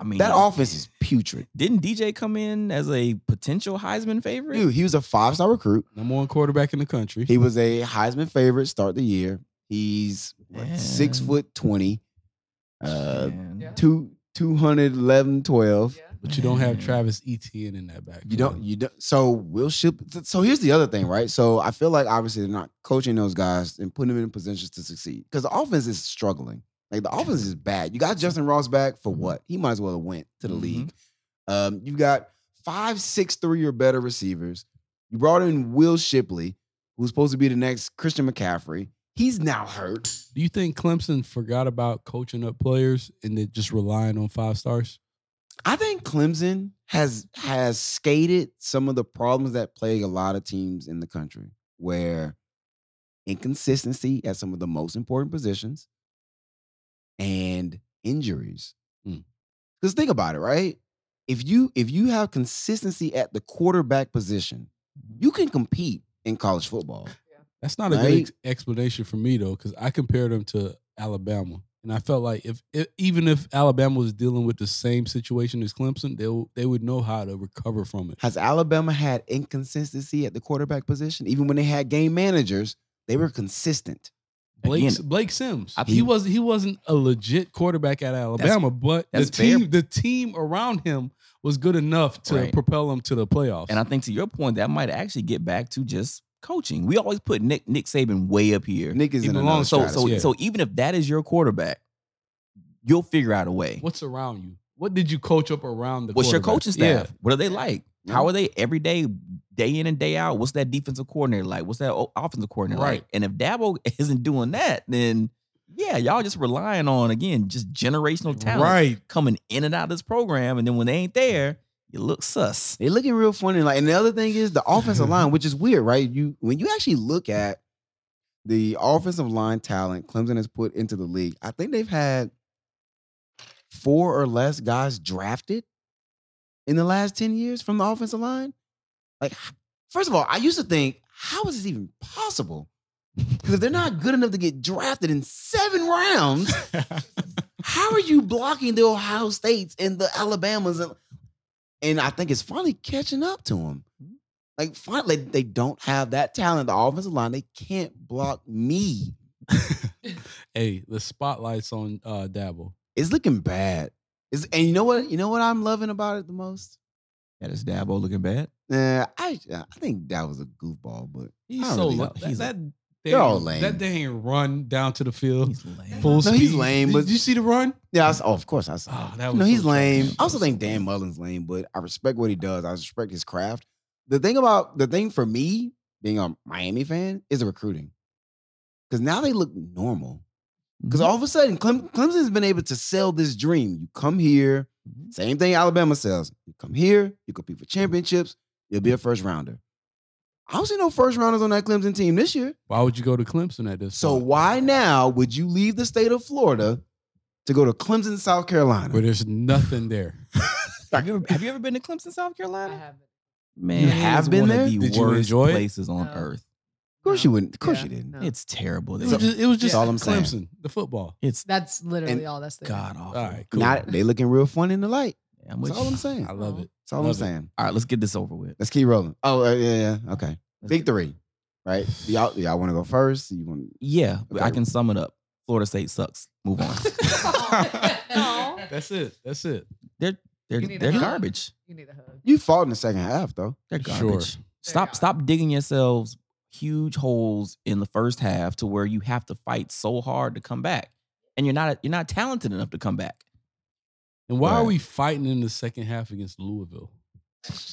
Speaker 2: I mean,
Speaker 3: That offense is putrid.
Speaker 2: Didn't DJ come in as a potential Heisman favorite?
Speaker 3: Dude, he was a five star recruit.
Speaker 1: number one quarterback in the country.
Speaker 3: He was a Heisman favorite start the year. He's what, six
Speaker 2: Man.
Speaker 3: foot twenty, uh,
Speaker 2: Man.
Speaker 6: Yeah.
Speaker 3: two two hundred eleven twelve.
Speaker 6: Yeah.
Speaker 1: But you don't have
Speaker 2: Man.
Speaker 1: Travis Etienne in that back.
Speaker 3: You don't. You don't. So Will Ship. So here's the other thing, right? So I feel like obviously they're not coaching those guys and putting them in positions to succeed because the offense is struggling. Like the offense is bad. You got Justin Ross back for what? He might as well have went to the
Speaker 2: Mhm.
Speaker 3: league. Um, you got five, six, three or better receivers. You brought in Will Shipley, who's supposed to be the next Christian McCaffrey. He's now hurt.
Speaker 1: Do you think Clemson forgot about coaching up players and then just relying on five stars?
Speaker 3: I think Clemson has has skated some of the problems that plague a lot of teams in the country, where inconsistency at some of the most important positions and injuries.
Speaker 2: Hmm.
Speaker 1: Mm.
Speaker 3: Because think about it, right? If you if you have consistency at the quarterback position, you can compete in college football.
Speaker 1: That's not a
Speaker 3: Right.
Speaker 1: good ex- explanation for me though, because I compared them to Alabama, and I felt like if, if even if Alabama was dealing with the same situation as Clemson, they w- they would know how to recover from it.
Speaker 3: Has Alabama had inconsistency at the quarterback position? Even when they had game managers, they were consistent.
Speaker 1: Blake
Speaker 2: Again,
Speaker 1: Blake Sims,
Speaker 2: I-
Speaker 1: he was he wasn't a legit quarterback at Alabama, but the
Speaker 2: that's fair.
Speaker 1: team the team around him was good enough to
Speaker 2: Right.
Speaker 1: propel him to the playoffs.
Speaker 2: And I think to your point, that might actually get back to just coaching. We always put Nick Nick Saban way up here.
Speaker 3: Nick is
Speaker 1: He
Speaker 3: in
Speaker 1: belongs-
Speaker 3: another
Speaker 2: so so
Speaker 1: Yeah.
Speaker 2: so even if that is your quarterback, you'll figure out a way.
Speaker 1: What's around you? What did you coach up around the?
Speaker 2: What's your
Speaker 1: quarterback?
Speaker 2: coaching
Speaker 1: Yeah.
Speaker 2: staff? What are they like? How are they every day, day in and day out? What's that defensive coordinator like? What's that o- offensive coordinator
Speaker 1: Right.
Speaker 2: like? And if Dabo isn't doing that, then yeah, y'all just relying on again just generational talent
Speaker 1: Right.
Speaker 2: coming in and out of this program, and then when they ain't there, you look sus.
Speaker 3: They looking real funny. Like, and the other thing is the offensive line, which is weird, right? You when you actually look at the offensive line talent Clemson has put into the league, I think they've had four or less guys drafted in the last 10 years from the offensive line. Like, first of all, I used to think, how is this even possible? Because if they're not good enough to get drafted in seven rounds, how are you blocking the Ohio States and the Alabamas? And, and I think it's finally catching up to them. Like, finally, they don't have that talent. The offensive line, they can't block me.
Speaker 1: Hey, the spotlight's on uh Dabble.
Speaker 3: It's looking bad. It's, and you know what? You know what I'm loving about it the most?
Speaker 2: That is Dabo looking bad.
Speaker 3: Nah, I I think that was a goofball, but
Speaker 1: He's
Speaker 3: I don't
Speaker 1: so
Speaker 3: really
Speaker 1: lame.
Speaker 3: know.
Speaker 1: That,
Speaker 3: He's-
Speaker 1: that
Speaker 3: they're all
Speaker 1: dang-
Speaker 3: lame.
Speaker 1: That dang run down to the field,
Speaker 2: He's lame.
Speaker 1: full
Speaker 3: No,
Speaker 1: speed.
Speaker 3: he's lame,
Speaker 1: Did
Speaker 3: but-
Speaker 1: you see the run?
Speaker 3: yeah, I saw, oh, of course I saw.
Speaker 1: Mm. Ah,
Speaker 3: it.
Speaker 1: that
Speaker 3: no,
Speaker 1: was
Speaker 3: he's
Speaker 1: so
Speaker 3: lame.
Speaker 1: trash.
Speaker 3: I also think Dan Mullen's lame, but I respect what he does. I respect his craft. The thing about the thing for me being a Miami fan is the recruiting, because now they look normal. Because
Speaker 1: Mm-hmm.
Speaker 3: all of a sudden, Clem, Clemson's been able to sell this dream. You come here,
Speaker 1: Mm-hmm.
Speaker 3: same thing Alabama sells. You come here, you compete for championships, you'll be a
Speaker 1: Mm-hmm.
Speaker 3: first rounder. I don't see no first rounders on that Clemson team this year.
Speaker 1: Why would you go to Clemson at this?
Speaker 3: So
Speaker 1: point?
Speaker 3: why now would you leave the state of Florida to go to Clemson, South Carolina?
Speaker 1: Where there's nothing there.
Speaker 2: Have you ever, have you ever been to Clemson, South Carolina?
Speaker 4: haven't.
Speaker 2: Man,
Speaker 3: You
Speaker 2: it
Speaker 3: have
Speaker 2: is
Speaker 3: been
Speaker 2: one
Speaker 3: there?
Speaker 2: Of the
Speaker 1: Did you
Speaker 2: worst
Speaker 1: enjoy it?
Speaker 2: places on
Speaker 4: No.
Speaker 2: earth.
Speaker 3: Of course
Speaker 4: No.
Speaker 3: you wouldn't. Of course
Speaker 4: Yeah,
Speaker 3: you didn't.
Speaker 4: no.
Speaker 2: It's terrible.
Speaker 1: It
Speaker 2: It's,
Speaker 1: was just, it was just
Speaker 3: That's all I'm saying.
Speaker 1: Clemson, the football.
Speaker 2: it's
Speaker 4: That's literally
Speaker 3: And
Speaker 4: all that's there.
Speaker 2: god awful.
Speaker 1: All right, cool.
Speaker 3: Not they looking real fun in the light.
Speaker 2: I'm with
Speaker 3: That's all
Speaker 2: you.
Speaker 3: I'm saying.
Speaker 1: I love it.
Speaker 3: That's all I'm
Speaker 1: Love it.
Speaker 3: saying.
Speaker 2: All right, let's get this over with.
Speaker 3: Let's keep rolling. Oh uh, yeah, yeah. Okay.
Speaker 2: Let's
Speaker 3: Big
Speaker 2: get-
Speaker 3: three, right? Do Y'all, do y'all want to go first? You want?
Speaker 2: Yeah, but I
Speaker 3: Okay.
Speaker 2: can sum it up. Florida State sucks. Move on.
Speaker 6: Aw.
Speaker 1: That's it. That's it.
Speaker 2: they're they're
Speaker 4: You need a
Speaker 2: they're
Speaker 4: hug.
Speaker 2: garbage.
Speaker 4: You need a hug.
Speaker 3: You fought in the second half though.
Speaker 2: They're
Speaker 1: Sure.
Speaker 2: garbage. Stop
Speaker 4: garbage.
Speaker 2: stop digging yourselves huge holes in the first half to where you have to fight so hard to come back. And you're not you're not talented enough to come back
Speaker 1: And why are
Speaker 2: Right.
Speaker 1: we fighting in the second half against Louisville?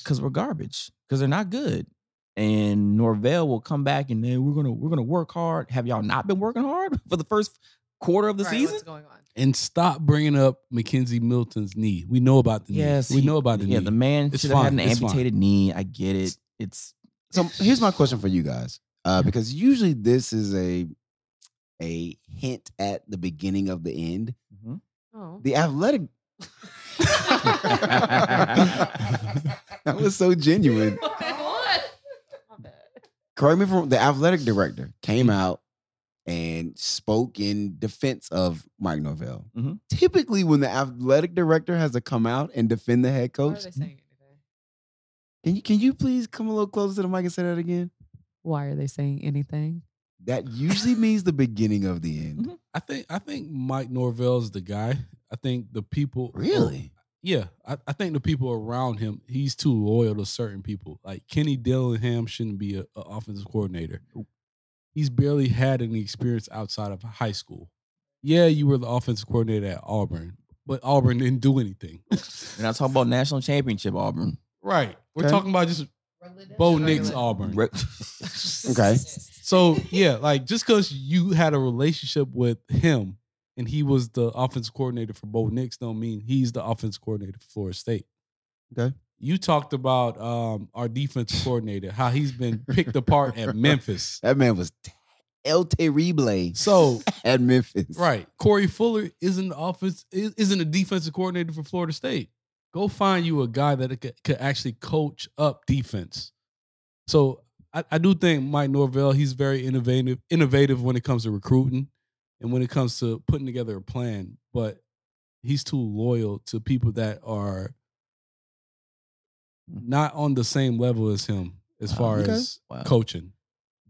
Speaker 2: because we're garbage. Because they're not good. And Norvell will come back and then we're gonna we're gonna work hard. Have y'all not been working hard for the first quarter of the
Speaker 4: Right,
Speaker 2: season?
Speaker 4: What's going on?
Speaker 1: And stop bringing up Mackenzie Milton's knee. We know about the knee.
Speaker 2: Yes,
Speaker 1: we
Speaker 2: he-
Speaker 1: know about the
Speaker 2: yeah,
Speaker 1: knee.
Speaker 2: the man
Speaker 1: It's
Speaker 2: should have had
Speaker 1: fine,
Speaker 2: an
Speaker 1: it's fine.
Speaker 2: amputated knee. I get it. It's
Speaker 3: So here's my question for you guys, uh, because usually this is a a hint at the beginning of the end.
Speaker 4: Oh.
Speaker 3: The athletic. that was so genuine.
Speaker 6: What?
Speaker 3: correct me from the athletic director came out and spoke in defense of Mike Norvell.
Speaker 2: Mhm.
Speaker 3: Typically, when the athletic director has to come out and defend the head
Speaker 4: Why are
Speaker 3: coach,
Speaker 4: they saying anything?
Speaker 3: can you can you please come a little closer to the mic and say that again?
Speaker 4: Why are they saying anything?
Speaker 3: That usually means the beginning of the end.
Speaker 1: I think I think Mike Norvell's the guy. I think the people
Speaker 3: Really?
Speaker 1: Yeah, I, I think the people around him, he's too loyal to certain people. Like Kenny Dillingham shouldn't be an offensive coordinator. He's barely had any experience outside of high school. Yeah, you were the offensive coordinator at Auburn, but Auburn didn't do anything.
Speaker 2: and I talk about national championship Auburn.
Speaker 1: right. We're
Speaker 3: Okay.
Speaker 1: talking about just Bo Nix Auburn.
Speaker 2: Re-
Speaker 3: Okay.
Speaker 1: So yeah, like just because you had a relationship with him and he was the offensive coordinator for Bo Nix, don't mean he's the offensive coordinator for Florida State.
Speaker 3: Okay.
Speaker 1: You talked about um, our defensive coordinator, how he's been picked apart at Memphis.
Speaker 3: That man was t- El Terrible
Speaker 1: So
Speaker 3: at Memphis.
Speaker 1: right, Corey Fuller isn't the offense is- isn't a defensive coordinator for Florida State. Go find you a guy that could, could actually coach up defense. So I, I do think Mike Norvell, he's very innovative, innovative when it comes to recruiting and when it comes to putting together a plan, but he's too loyal to people that are not on the same level as him as
Speaker 2: Wow.
Speaker 1: far
Speaker 3: Okay.
Speaker 1: as
Speaker 2: Wow.
Speaker 1: coaching.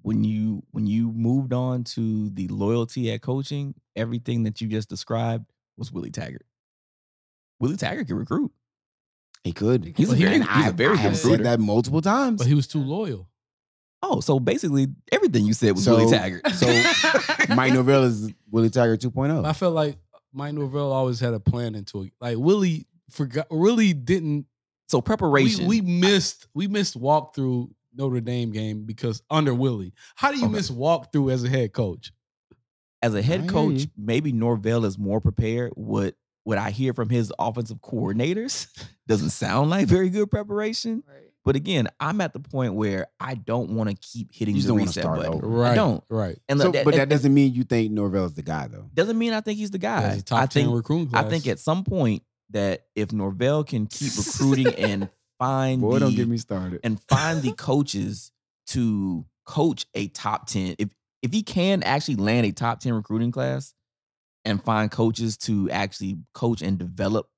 Speaker 2: when you when you moved on to the loyalty at coaching, everything that you just described was Willie Taggart. Willie Taggart can recruit.
Speaker 3: He could.
Speaker 2: He's a
Speaker 3: But
Speaker 2: very-
Speaker 3: and
Speaker 2: he's
Speaker 3: I-
Speaker 2: a very
Speaker 3: I
Speaker 2: good
Speaker 3: have said
Speaker 2: recruiter.
Speaker 3: that multiple times.
Speaker 1: But he was too loyal.
Speaker 2: Oh, so basically everything you said was
Speaker 3: So-
Speaker 2: Willie Taggart.
Speaker 3: so Mike Norvell is Willie Tiger 2.0.
Speaker 1: I felt like Mike Norvell always had a plan into it. Like Willie forgot, really didn't.
Speaker 2: so
Speaker 1: We,
Speaker 2: preparation.
Speaker 1: we missed, we missed walkthrough Notre Dame game because under Willie, how do you
Speaker 2: Okay.
Speaker 1: miss walkthrough as a head coach?
Speaker 2: as a
Speaker 3: I
Speaker 2: head
Speaker 3: hear
Speaker 2: coach,
Speaker 3: you.
Speaker 2: maybe Norvell is more prepared. What what I hear from his offensive coordinators doesn't sound like very good preparation.
Speaker 4: Right.
Speaker 2: But again, I'm at the point where I don't want to keep hitting
Speaker 3: You just
Speaker 2: the
Speaker 3: don't wanna
Speaker 2: reset
Speaker 3: start
Speaker 2: button.
Speaker 3: over.
Speaker 1: Right,
Speaker 2: I don't.
Speaker 1: right.
Speaker 2: And
Speaker 3: So-
Speaker 2: look, that,
Speaker 3: but that
Speaker 2: that
Speaker 3: doesn't mean you think Norvell's the guy, though.
Speaker 2: doesn't mean I think he's the guy.
Speaker 1: As a top
Speaker 2: I
Speaker 1: ten
Speaker 2: think
Speaker 1: recruiting class.
Speaker 2: I think at some point that if Norvell can keep recruiting and find
Speaker 3: Boy,
Speaker 2: the,
Speaker 3: don't get me started.
Speaker 2: and find the coaches to coach a top 10 if if he can actually land a top 10 recruiting class and find coaches to actually coach and develop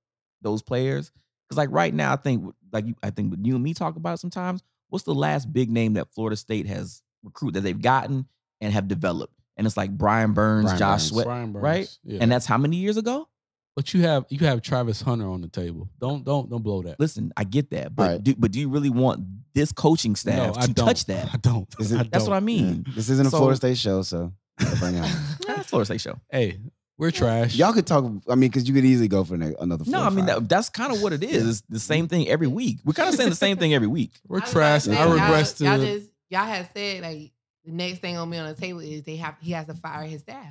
Speaker 2: those players cuz like right now I think like you, I think what you and me talk about sometimes what's the last big name that Florida State has recruited that they've gotten and have developed and it's like Brian Burns,
Speaker 3: Brian
Speaker 2: Josh
Speaker 3: Burns.
Speaker 2: Sweat
Speaker 1: Brian Burns,
Speaker 2: right?
Speaker 1: yeah.
Speaker 2: and that's how many years ago?
Speaker 1: But you have you have Travis Hunter on the table. Don't don't don't blow that.
Speaker 2: Listen, I get that, but
Speaker 3: Right.
Speaker 2: do, but do you really want this coaching
Speaker 1: No,
Speaker 2: staff
Speaker 1: I
Speaker 2: to
Speaker 1: don't.
Speaker 2: touch that?
Speaker 1: I don't.
Speaker 3: Is it-
Speaker 1: I
Speaker 2: That's what I
Speaker 1: don't.
Speaker 2: mean.
Speaker 3: This isn't a
Speaker 2: So-
Speaker 3: Florida State show, so bring it on.
Speaker 2: Yeah, it's Florida State show.
Speaker 1: Hey, we're trash.
Speaker 3: y'all could talk. I mean, because you could easily go for ne- another.
Speaker 2: No,
Speaker 3: four
Speaker 2: I
Speaker 3: or
Speaker 2: mean
Speaker 3: five.
Speaker 2: that, that's kind of what it is. It's the same thing every week. We're kind of saying the same thing every week.
Speaker 1: we're
Speaker 6: was about
Speaker 1: trash.
Speaker 6: to
Speaker 1: and
Speaker 6: say,
Speaker 1: I
Speaker 6: y'all-
Speaker 1: regress to
Speaker 6: Y'all just y'all had said like the next thing on me on the table is they have he has to fire his staff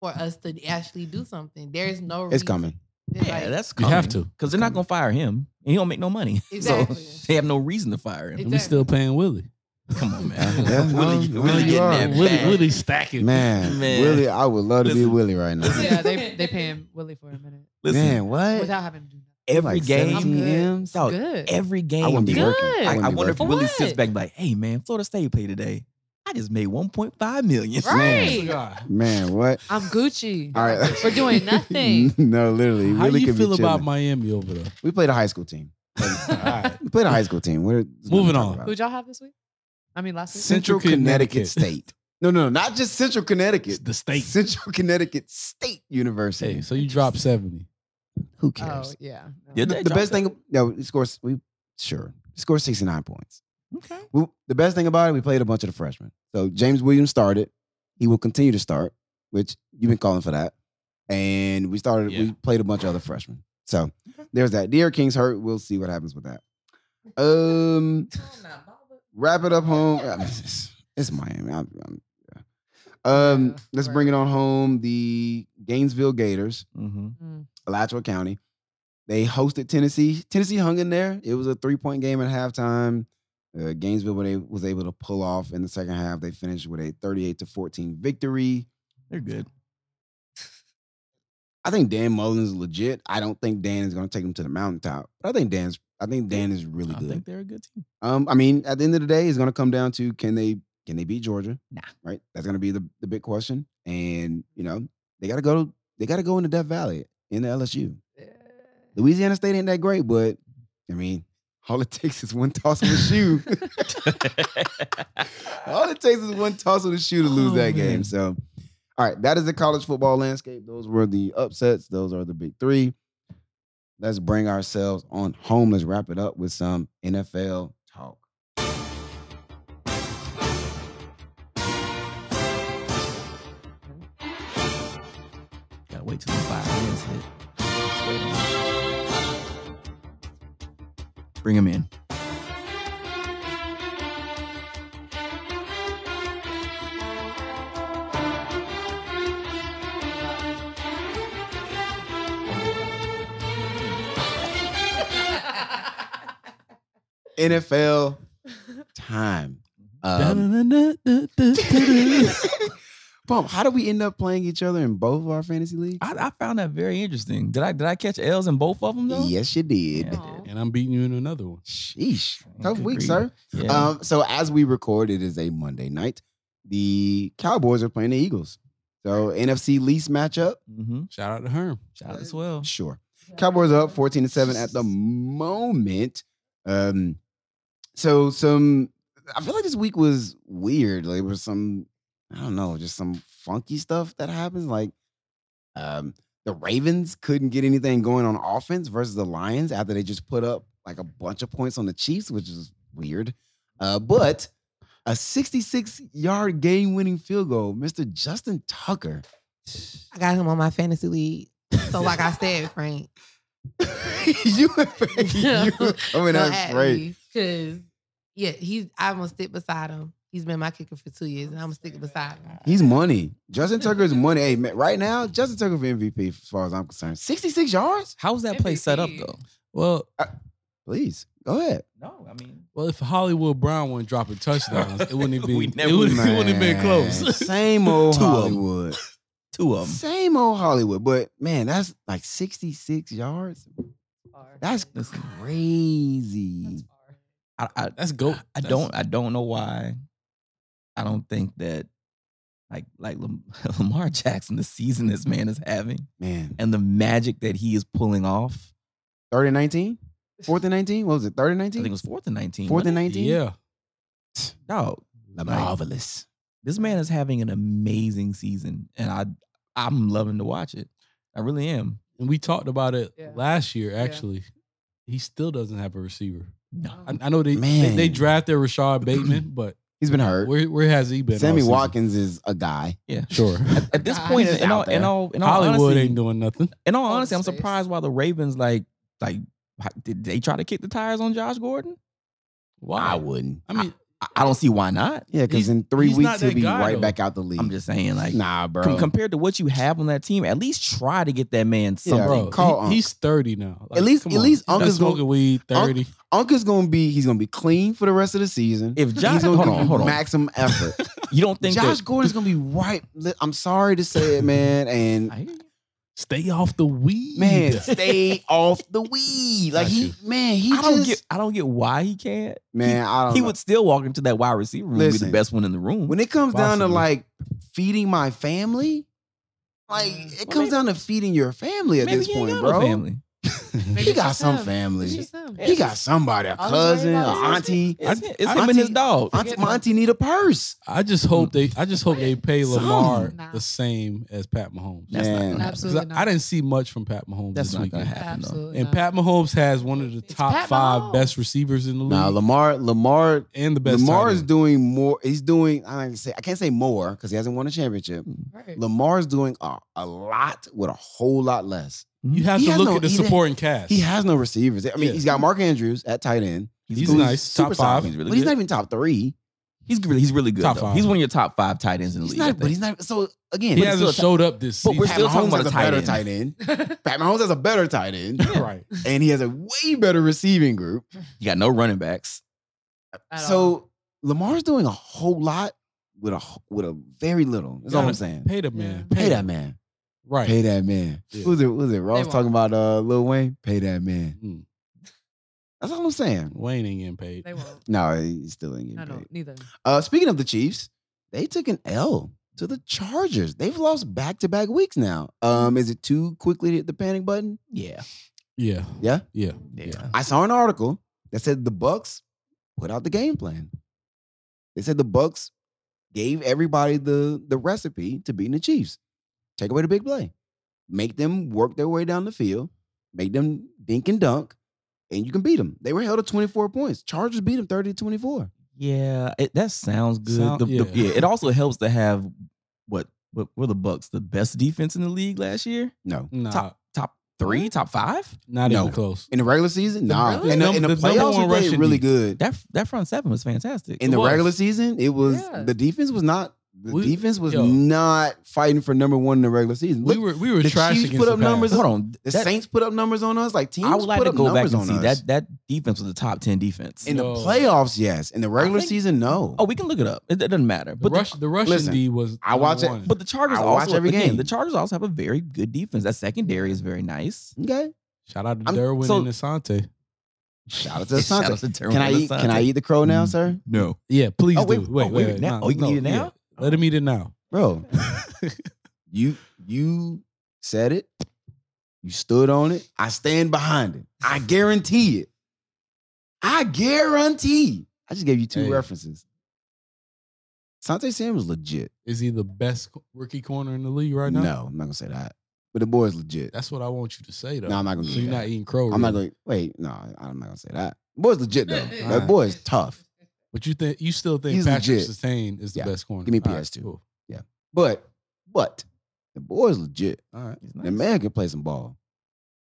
Speaker 6: for us to actually do something. There's no
Speaker 3: it's
Speaker 6: reason.
Speaker 3: coming.
Speaker 6: It's
Speaker 2: yeah,
Speaker 6: like-
Speaker 2: that's
Speaker 1: You have to.
Speaker 2: because they're not gonna fire him, and he don't make no money.
Speaker 6: Exactly.
Speaker 2: So they have no reason to fire him.
Speaker 1: and we still paying Willie.
Speaker 2: Come on, man.
Speaker 3: Yeah,
Speaker 2: Willie,
Speaker 3: no,
Speaker 2: Willie
Speaker 6: no,
Speaker 2: getting
Speaker 6: you are.
Speaker 2: that
Speaker 6: Willie-
Speaker 2: bag.
Speaker 6: Willie
Speaker 1: stacking.
Speaker 3: Man,
Speaker 2: Man.
Speaker 3: Willie, I would love to be
Speaker 2: Listen.
Speaker 3: Willie right now.
Speaker 4: yeah, they they paying Willie for a minute
Speaker 2: Listen,
Speaker 3: Man, what?
Speaker 4: without having to do
Speaker 2: every
Speaker 3: Like
Speaker 2: game,
Speaker 3: 17
Speaker 4: good.
Speaker 3: M's?
Speaker 2: dog,
Speaker 4: Good.
Speaker 2: every game.
Speaker 3: I wouldn't be
Speaker 2: dude.
Speaker 3: working.
Speaker 4: Good.
Speaker 2: I,
Speaker 3: wouldn't
Speaker 2: I
Speaker 3: be
Speaker 2: wonder if
Speaker 3: working.
Speaker 4: working.
Speaker 2: Willie
Speaker 4: For
Speaker 2: sits
Speaker 4: what?
Speaker 2: back like, hey man, Florida State play today. I just made 1.5 million.
Speaker 4: that. Right.
Speaker 1: God.
Speaker 3: Man, what?
Speaker 4: I'm Gucci.
Speaker 3: All right.
Speaker 4: We're doing nothing.
Speaker 3: no, literally.
Speaker 1: How
Speaker 3: Willie
Speaker 1: you
Speaker 3: could
Speaker 1: feel
Speaker 3: be
Speaker 1: about
Speaker 3: chilling.
Speaker 1: Miami over there?
Speaker 3: We played a high school team.
Speaker 1: Alright.
Speaker 3: We played a high school team. We're
Speaker 1: Moving on.
Speaker 4: Who'd y'all have this week? I mean, last week.
Speaker 3: Central
Speaker 1: Central
Speaker 3: Connecticut
Speaker 1: Connecticut.
Speaker 3: State. No, no, not just Central Connecticut.
Speaker 1: The state.
Speaker 3: Central Connecticut State University.
Speaker 1: Hey, so you dropped seventy.
Speaker 3: Who
Speaker 4: Oh
Speaker 3: cares?
Speaker 4: yeah. No.
Speaker 2: Did
Speaker 3: The,
Speaker 2: they
Speaker 3: the
Speaker 2: drop
Speaker 3: best
Speaker 2: that?
Speaker 3: thing, no, we scored, we, sure, we scored 69 points.
Speaker 2: Okay.
Speaker 3: We, the best thing about it, we played a bunch of the freshmen. So James Williams started. He will continue to start, which you've been calling for that. And we started, we
Speaker 1: Yeah.
Speaker 3: played a bunch of other freshmen. So there's that. Dear King's hurt. We'll see what happens with that. Um, wrap it up home. I mean, It's, it's Miami. I'm, I'm- yeah. Um,
Speaker 4: Yeah,
Speaker 3: let's
Speaker 4: right.
Speaker 3: bring it on home. The Gainesville Gators,
Speaker 2: Mm-hmm.
Speaker 4: Mm.
Speaker 3: Alachua County. They hosted Tennessee. Tennessee hung in there. It was a three point game at halftime. Uh, Gainesville were they, was able to pull off in the second half. They finished with a 38 to 14 victory.
Speaker 2: They're good.
Speaker 3: I think Dan Mullins is legit. I don't think Dan is going to take them to the mountaintop. But I think Dan's. I think Dan is really
Speaker 2: I
Speaker 3: good.
Speaker 2: think they're a good team.
Speaker 3: Um, I mean, at the end of the day, it's gonna come down to can they can they beat Georgia?
Speaker 2: Nah.
Speaker 3: Right? That's gonna be the, the big question. And you know, they gotta go they gotta go into Death Valley in the LSU. Louisiana State ain't that great, but I mean, all it takes is one toss of the shoe. all it takes is one toss of the shoe to lose
Speaker 2: Oh,
Speaker 3: that game.
Speaker 2: man.
Speaker 3: So all right, that is the college football landscape. Those were the upsets, those are the big three. Let's bring ourselves on home. Let's wrap it up with some NFL talk.
Speaker 2: Gotta wait till the five minutes hit. Just wait on it. Bring him in.
Speaker 3: NFL time. Um, Bump, how do we end up playing each other in both of our fantasy leagues?
Speaker 2: I, I found that very interesting. Did I did I catch L's in both of them though?
Speaker 3: yes, you did.
Speaker 2: Yeah, I did.
Speaker 1: and I'm beating you in another one.
Speaker 3: Sheesh. Tough
Speaker 2: Good
Speaker 3: week,
Speaker 2: grief.
Speaker 3: sir.
Speaker 2: Yeah.
Speaker 3: Um, so as we record, it is a Monday night. The Cowboys are playing the Eagles. So NFC least matchup,
Speaker 2: mm-hmm.
Speaker 1: Shout out to Herm.
Speaker 2: Shout out as well.
Speaker 3: sure. Cowboys are up 14 to 7 at the moment. Um, so some I feel like this week was weird. Like there was some, I don't know, just some funky stuff that happens. Like um the Ravens couldn't get anything going on offense versus the Lions after they just put up like a bunch of points on the Chiefs, which is weird. Uh, but a 66 yard game winning field goal, Mr. Justin Tucker.
Speaker 6: I got him on my fantasy league. So like I said, Frank,
Speaker 3: you, you were coming out straight.
Speaker 6: Because yeah, he's I'm gonna stick beside him. He's been my kicker for two years, and I'm gonna stick beside him.
Speaker 3: He's money. Justin Tucker is money. Hey, man, right now, Justin Tucker for MVP, as far as I'm concerned. 66 yards?
Speaker 2: How was that play set up
Speaker 6: MVP.
Speaker 2: though?
Speaker 1: Well,
Speaker 3: Please, go ahead.
Speaker 2: No, I mean
Speaker 1: well, if Hollywood Brown wasn't dropping touchdowns, it wouldn't even
Speaker 2: We
Speaker 1: be. It
Speaker 2: never-
Speaker 1: wouldn't, it wouldn't have been
Speaker 3: Man,
Speaker 1: close.
Speaker 3: Same old
Speaker 2: Two of 'em.
Speaker 3: Hollywood.
Speaker 2: two of them.
Speaker 3: Same old Hollywood. But man, that's like 66 yards.
Speaker 4: Far.
Speaker 3: That's
Speaker 2: Listen.
Speaker 3: crazy.
Speaker 4: That's far.
Speaker 2: I, I
Speaker 1: That's goat.
Speaker 2: I
Speaker 1: Oh, That's-
Speaker 2: don't I don't know why. I don't think that like like Lam- Lamar Jackson, the season this man is having
Speaker 3: Man,
Speaker 2: and the magic that he is pulling off.
Speaker 3: 30 and 19? Fourth and 19? What was it? 30 and
Speaker 2: I think it
Speaker 3: 19?
Speaker 2: was fourth and nineteen.
Speaker 3: Fourth and
Speaker 2: wasn't
Speaker 3: 19?
Speaker 1: Yeah.
Speaker 2: it? dog.
Speaker 3: Like, Marvelous.
Speaker 2: This man is having an amazing season, and I I'm loving to watch it. I really am.
Speaker 1: and we talked about it
Speaker 4: Yeah.
Speaker 1: last year. Actually, he still doesn't have a receiver.
Speaker 4: No.
Speaker 1: I, I know they, they
Speaker 3: Man.
Speaker 1: they drafted Rashad Bateman, but
Speaker 3: He's been hurt.
Speaker 1: where where has he been?
Speaker 3: Sammy
Speaker 1: all season?
Speaker 3: Watkins is a guy.
Speaker 2: Yeah.
Speaker 1: sure.
Speaker 2: At, at this
Speaker 4: Nah,
Speaker 2: point,
Speaker 3: he's
Speaker 2: in all,
Speaker 3: out
Speaker 2: in
Speaker 3: there.
Speaker 2: all, in all
Speaker 1: Hollywood
Speaker 2: honesty,
Speaker 1: ain't doing nothing.
Speaker 2: in all
Speaker 4: Open
Speaker 2: honesty, I'm
Speaker 4: space.
Speaker 2: surprised why the Ravens like like why- did they try to kick the tires on Josh Gordon? I wouldn't.
Speaker 1: I mean,
Speaker 2: I, I don't see why not.
Speaker 3: Yeah,
Speaker 1: He's-
Speaker 3: because in three
Speaker 1: he's not
Speaker 3: weeks he'll
Speaker 1: that
Speaker 3: be
Speaker 1: guy,
Speaker 3: right
Speaker 1: though.
Speaker 3: back out the league.
Speaker 2: I'm just saying, like,
Speaker 3: nah, bro.
Speaker 2: com- compared to what you have on that team, at least try to get that man
Speaker 3: Yeah,
Speaker 2: something.
Speaker 1: bro,
Speaker 3: call
Speaker 1: he-
Speaker 3: Unc.
Speaker 1: he's thirty now. Like,
Speaker 3: least-
Speaker 1: come
Speaker 3: at
Speaker 1: on.
Speaker 3: least
Speaker 1: He's
Speaker 3: Unc
Speaker 1: not
Speaker 3: is gonna-
Speaker 1: smoking weed. Thirty.
Speaker 3: Uncle's gonna be he's gonna be clean for the rest of the season.
Speaker 2: If Josh-
Speaker 3: he's gonna
Speaker 2: hold
Speaker 3: give
Speaker 2: on,
Speaker 3: you
Speaker 2: hold on.
Speaker 3: maximum effort.
Speaker 2: You don't think
Speaker 3: Josh
Speaker 2: that,
Speaker 3: Gordon's gonna be right. li- I'm sorry to say it, man. And
Speaker 2: I hear you.
Speaker 1: Stay off the weed,
Speaker 3: man, stay off the weed. Like
Speaker 1: Got
Speaker 3: he,
Speaker 1: you.
Speaker 3: man, he
Speaker 2: I don't
Speaker 3: just,
Speaker 2: get I don't get why he can't.
Speaker 3: man. I don't.
Speaker 2: He
Speaker 3: know.
Speaker 2: would still walk into that wide receiver room and be
Speaker 3: Listen.
Speaker 2: the best one in the room.
Speaker 3: When it comes down to
Speaker 1: Possibly.
Speaker 3: like feeding my family, like
Speaker 6: Mm.
Speaker 3: it
Speaker 2: Well,
Speaker 3: comes
Speaker 2: maybe-
Speaker 3: down to feeding your family at
Speaker 2: Maybe
Speaker 3: this
Speaker 2: he ain't
Speaker 3: point,
Speaker 2: got no
Speaker 3: bro.
Speaker 2: family.
Speaker 6: Maybe
Speaker 3: He
Speaker 6: it's
Speaker 3: got
Speaker 6: just
Speaker 3: some
Speaker 6: him. It's
Speaker 3: family.
Speaker 6: just him.
Speaker 3: He got somebody, a
Speaker 6: All he's worried
Speaker 3: cousin, an
Speaker 6: about is his
Speaker 3: auntie.
Speaker 2: It's,
Speaker 1: I-
Speaker 2: it's
Speaker 1: I
Speaker 2: him and his
Speaker 3: think-
Speaker 2: dog.
Speaker 3: Auntie,
Speaker 6: Yeah.
Speaker 3: auntie need a purse.
Speaker 1: I just hope they. I just hope they pay
Speaker 3: Some.
Speaker 1: Lamar
Speaker 4: Nah.
Speaker 1: the same as Pat Mahomes.
Speaker 2: That's
Speaker 3: Man.
Speaker 2: not gonna happen.
Speaker 1: 'Cause I-
Speaker 4: Absolutely not.
Speaker 1: I, didn't see much from Pat Mahomes
Speaker 2: That's
Speaker 1: this
Speaker 2: not gonna
Speaker 1: weekend.
Speaker 2: happen. though.
Speaker 4: Absolutely.
Speaker 1: And
Speaker 4: not.
Speaker 1: Pat Mahomes has one of the
Speaker 6: It's
Speaker 1: top
Speaker 6: Pat
Speaker 1: five
Speaker 6: Mahomes.
Speaker 1: best receivers in the league,
Speaker 3: Now Lamar, Lamar,
Speaker 1: and the best.
Speaker 3: Lamar
Speaker 1: tight
Speaker 3: is
Speaker 1: end.
Speaker 3: doing more. He's doing. I don't say I can't say more because he hasn't won a championship.
Speaker 6: Right.
Speaker 3: Lamar's doing a, a lot with a whole lot less.
Speaker 1: You have
Speaker 3: He
Speaker 1: to
Speaker 3: has
Speaker 1: look
Speaker 3: no-
Speaker 1: at the
Speaker 3: he didn't-
Speaker 1: supporting cast.
Speaker 3: He has no receivers. I mean,
Speaker 1: Yeah.
Speaker 3: he's got Mark Andrews at tight end.
Speaker 1: He's
Speaker 3: who's
Speaker 1: nice, top five.
Speaker 3: solid,
Speaker 2: He's really
Speaker 3: but he's
Speaker 2: good.
Speaker 3: not even top three.
Speaker 2: He's really, he's really good.
Speaker 1: Top
Speaker 2: though.
Speaker 1: five.
Speaker 2: He's one of your top five tight ends in the
Speaker 3: He's
Speaker 2: league. I
Speaker 3: not. But
Speaker 2: think.
Speaker 3: he's not. So again,
Speaker 1: He
Speaker 3: but
Speaker 1: hasn't
Speaker 3: still-
Speaker 1: showed up this
Speaker 2: but
Speaker 1: season.
Speaker 2: we're
Speaker 3: Pat
Speaker 2: still talking
Speaker 3: Mahomes
Speaker 2: about
Speaker 3: has
Speaker 2: a tight
Speaker 3: better
Speaker 2: end.
Speaker 3: tight end. Pat Mahomes has a better tight end,
Speaker 1: right.
Speaker 3: and he has a way better receiving group.
Speaker 2: You got no running backs.
Speaker 6: At all.
Speaker 3: So Lamar's doing a whole lot with a wh- with a very little. That's all
Speaker 1: Gotta
Speaker 3: I'm saying.
Speaker 1: Pay the
Speaker 6: Yeah.
Speaker 1: man.
Speaker 3: Pay that man.
Speaker 1: Right.
Speaker 3: Pay that man.
Speaker 1: Yeah.
Speaker 3: Who was it? Who was it? Ross
Speaker 6: won't.
Speaker 3: talking about uh, Lil Wayne. Pay that man.
Speaker 1: Mm.
Speaker 3: That's all I'm saying.
Speaker 1: Wayne ain't getting paid.
Speaker 6: they won't.
Speaker 3: No, he still ain't
Speaker 6: No,
Speaker 3: getting
Speaker 6: no,
Speaker 3: paid.
Speaker 6: neither.
Speaker 3: Uh, speaking of the Chiefs, they took an L to the Chargers. They've lost back to back weeks now.
Speaker 6: Mm-hmm.
Speaker 3: Um, is it too quickly to hit the panic button?
Speaker 2: Yeah.
Speaker 1: Yeah.
Speaker 3: Yeah.
Speaker 1: Yeah.
Speaker 2: Yeah.
Speaker 3: I saw an article that said the Bucks put out the game plan. They said the Bucks gave everybody the the recipe to beating the Chiefs. Take away the big play, make them work their way down the field, make them dink and dunk, and you can beat them. They were held to 24 points. Chargers beat them 30 to 24.
Speaker 2: Yeah. It, that sounds good.
Speaker 1: Sound-
Speaker 2: The- the- yeah.
Speaker 1: yeah.
Speaker 2: It also helps to have what what were the Bucks the best defense in the league last year?
Speaker 3: No.
Speaker 1: Nah.
Speaker 2: Top top three, top five.
Speaker 1: not
Speaker 3: No.
Speaker 1: even close.
Speaker 3: In the regular season, nah.
Speaker 1: Really?
Speaker 3: In the, in the
Speaker 1: Num- the number
Speaker 3: playoffs,
Speaker 1: one
Speaker 3: we played
Speaker 1: rushing
Speaker 3: really
Speaker 1: defense.
Speaker 3: good.
Speaker 2: That that front seven was fantastic.
Speaker 3: In
Speaker 1: It
Speaker 3: the
Speaker 1: was.
Speaker 3: regular season, it was
Speaker 6: Yeah.
Speaker 3: the defense was not the
Speaker 1: We-
Speaker 3: defense was
Speaker 1: yo.
Speaker 3: not fighting for number one in the regular season.
Speaker 1: We
Speaker 3: Look-
Speaker 1: were we were
Speaker 3: the
Speaker 1: trash
Speaker 3: Chiefs
Speaker 1: against
Speaker 3: put
Speaker 1: the
Speaker 3: up
Speaker 1: pass.
Speaker 3: numbers-
Speaker 2: Hold on.
Speaker 3: The
Speaker 2: that-
Speaker 3: Saints put up numbers on us. Like teams
Speaker 2: I would like
Speaker 3: put
Speaker 2: to
Speaker 3: up
Speaker 2: go back
Speaker 3: numbers
Speaker 2: and
Speaker 3: on
Speaker 2: see
Speaker 3: us.
Speaker 2: that that defense was a top ten defense.
Speaker 3: in the
Speaker 1: No.
Speaker 3: playoffs, yes. In the regular
Speaker 2: think-
Speaker 3: season, no.
Speaker 2: oh, we can look it up. It, it doesn't matter.
Speaker 1: The
Speaker 2: But
Speaker 1: rush
Speaker 2: the,
Speaker 1: the Russian
Speaker 3: listen,
Speaker 1: D was
Speaker 3: I watch it,
Speaker 1: number one.
Speaker 2: but the Chargers
Speaker 3: I
Speaker 2: also
Speaker 3: watch every
Speaker 2: again,
Speaker 3: game.
Speaker 2: The Chargers also have a very good defense. That secondary is very nice.
Speaker 3: okay.
Speaker 1: shout out to
Speaker 3: I'm-
Speaker 1: Derwin
Speaker 2: so-
Speaker 1: and Asante.
Speaker 3: Shout out to
Speaker 2: Shout out
Speaker 3: Asante.
Speaker 2: to Terrell
Speaker 3: Can I eat?
Speaker 2: Asante.
Speaker 3: Can I eat the crow now,
Speaker 2: Mm.
Speaker 3: sir?
Speaker 2: No.
Speaker 1: Yeah, please
Speaker 2: Oh, wait,
Speaker 1: do. Wait,
Speaker 2: oh,
Speaker 1: wait,
Speaker 2: wait,
Speaker 1: wait.
Speaker 2: now-
Speaker 1: no,
Speaker 2: oh, you can
Speaker 1: no,
Speaker 2: eat it now?
Speaker 1: yeah. Let him eat it now.
Speaker 3: Bro, you you said it. You stood on it. I stand behind it. I guarantee it. I guarantee. I just gave you two
Speaker 1: Hey.
Speaker 3: references. Sante Sam was legit.
Speaker 1: Is he the best rookie corner in the league right now?
Speaker 3: No, I'm not gonna say that. But the boy's legit.
Speaker 1: That's what I want you to say though.
Speaker 3: No, I'm not gonna
Speaker 1: so
Speaker 3: do
Speaker 1: you're
Speaker 3: that.
Speaker 1: not eating crow.
Speaker 3: I'm not
Speaker 1: Oh, really.
Speaker 3: going. to Wait, no, I'm not gonna say that. Boy's legit though. that
Speaker 1: Alright.
Speaker 3: boy's tough.
Speaker 1: But you think you still think
Speaker 3: He's
Speaker 1: Patrick
Speaker 3: legit.
Speaker 1: Sustain is the
Speaker 3: Yeah.
Speaker 1: best corner?
Speaker 3: Give me
Speaker 1: All right,
Speaker 3: PS2.
Speaker 1: cool.
Speaker 3: But, but the boy's legit.
Speaker 1: All right.
Speaker 2: He's
Speaker 3: The
Speaker 2: nice.
Speaker 3: man can play some ball.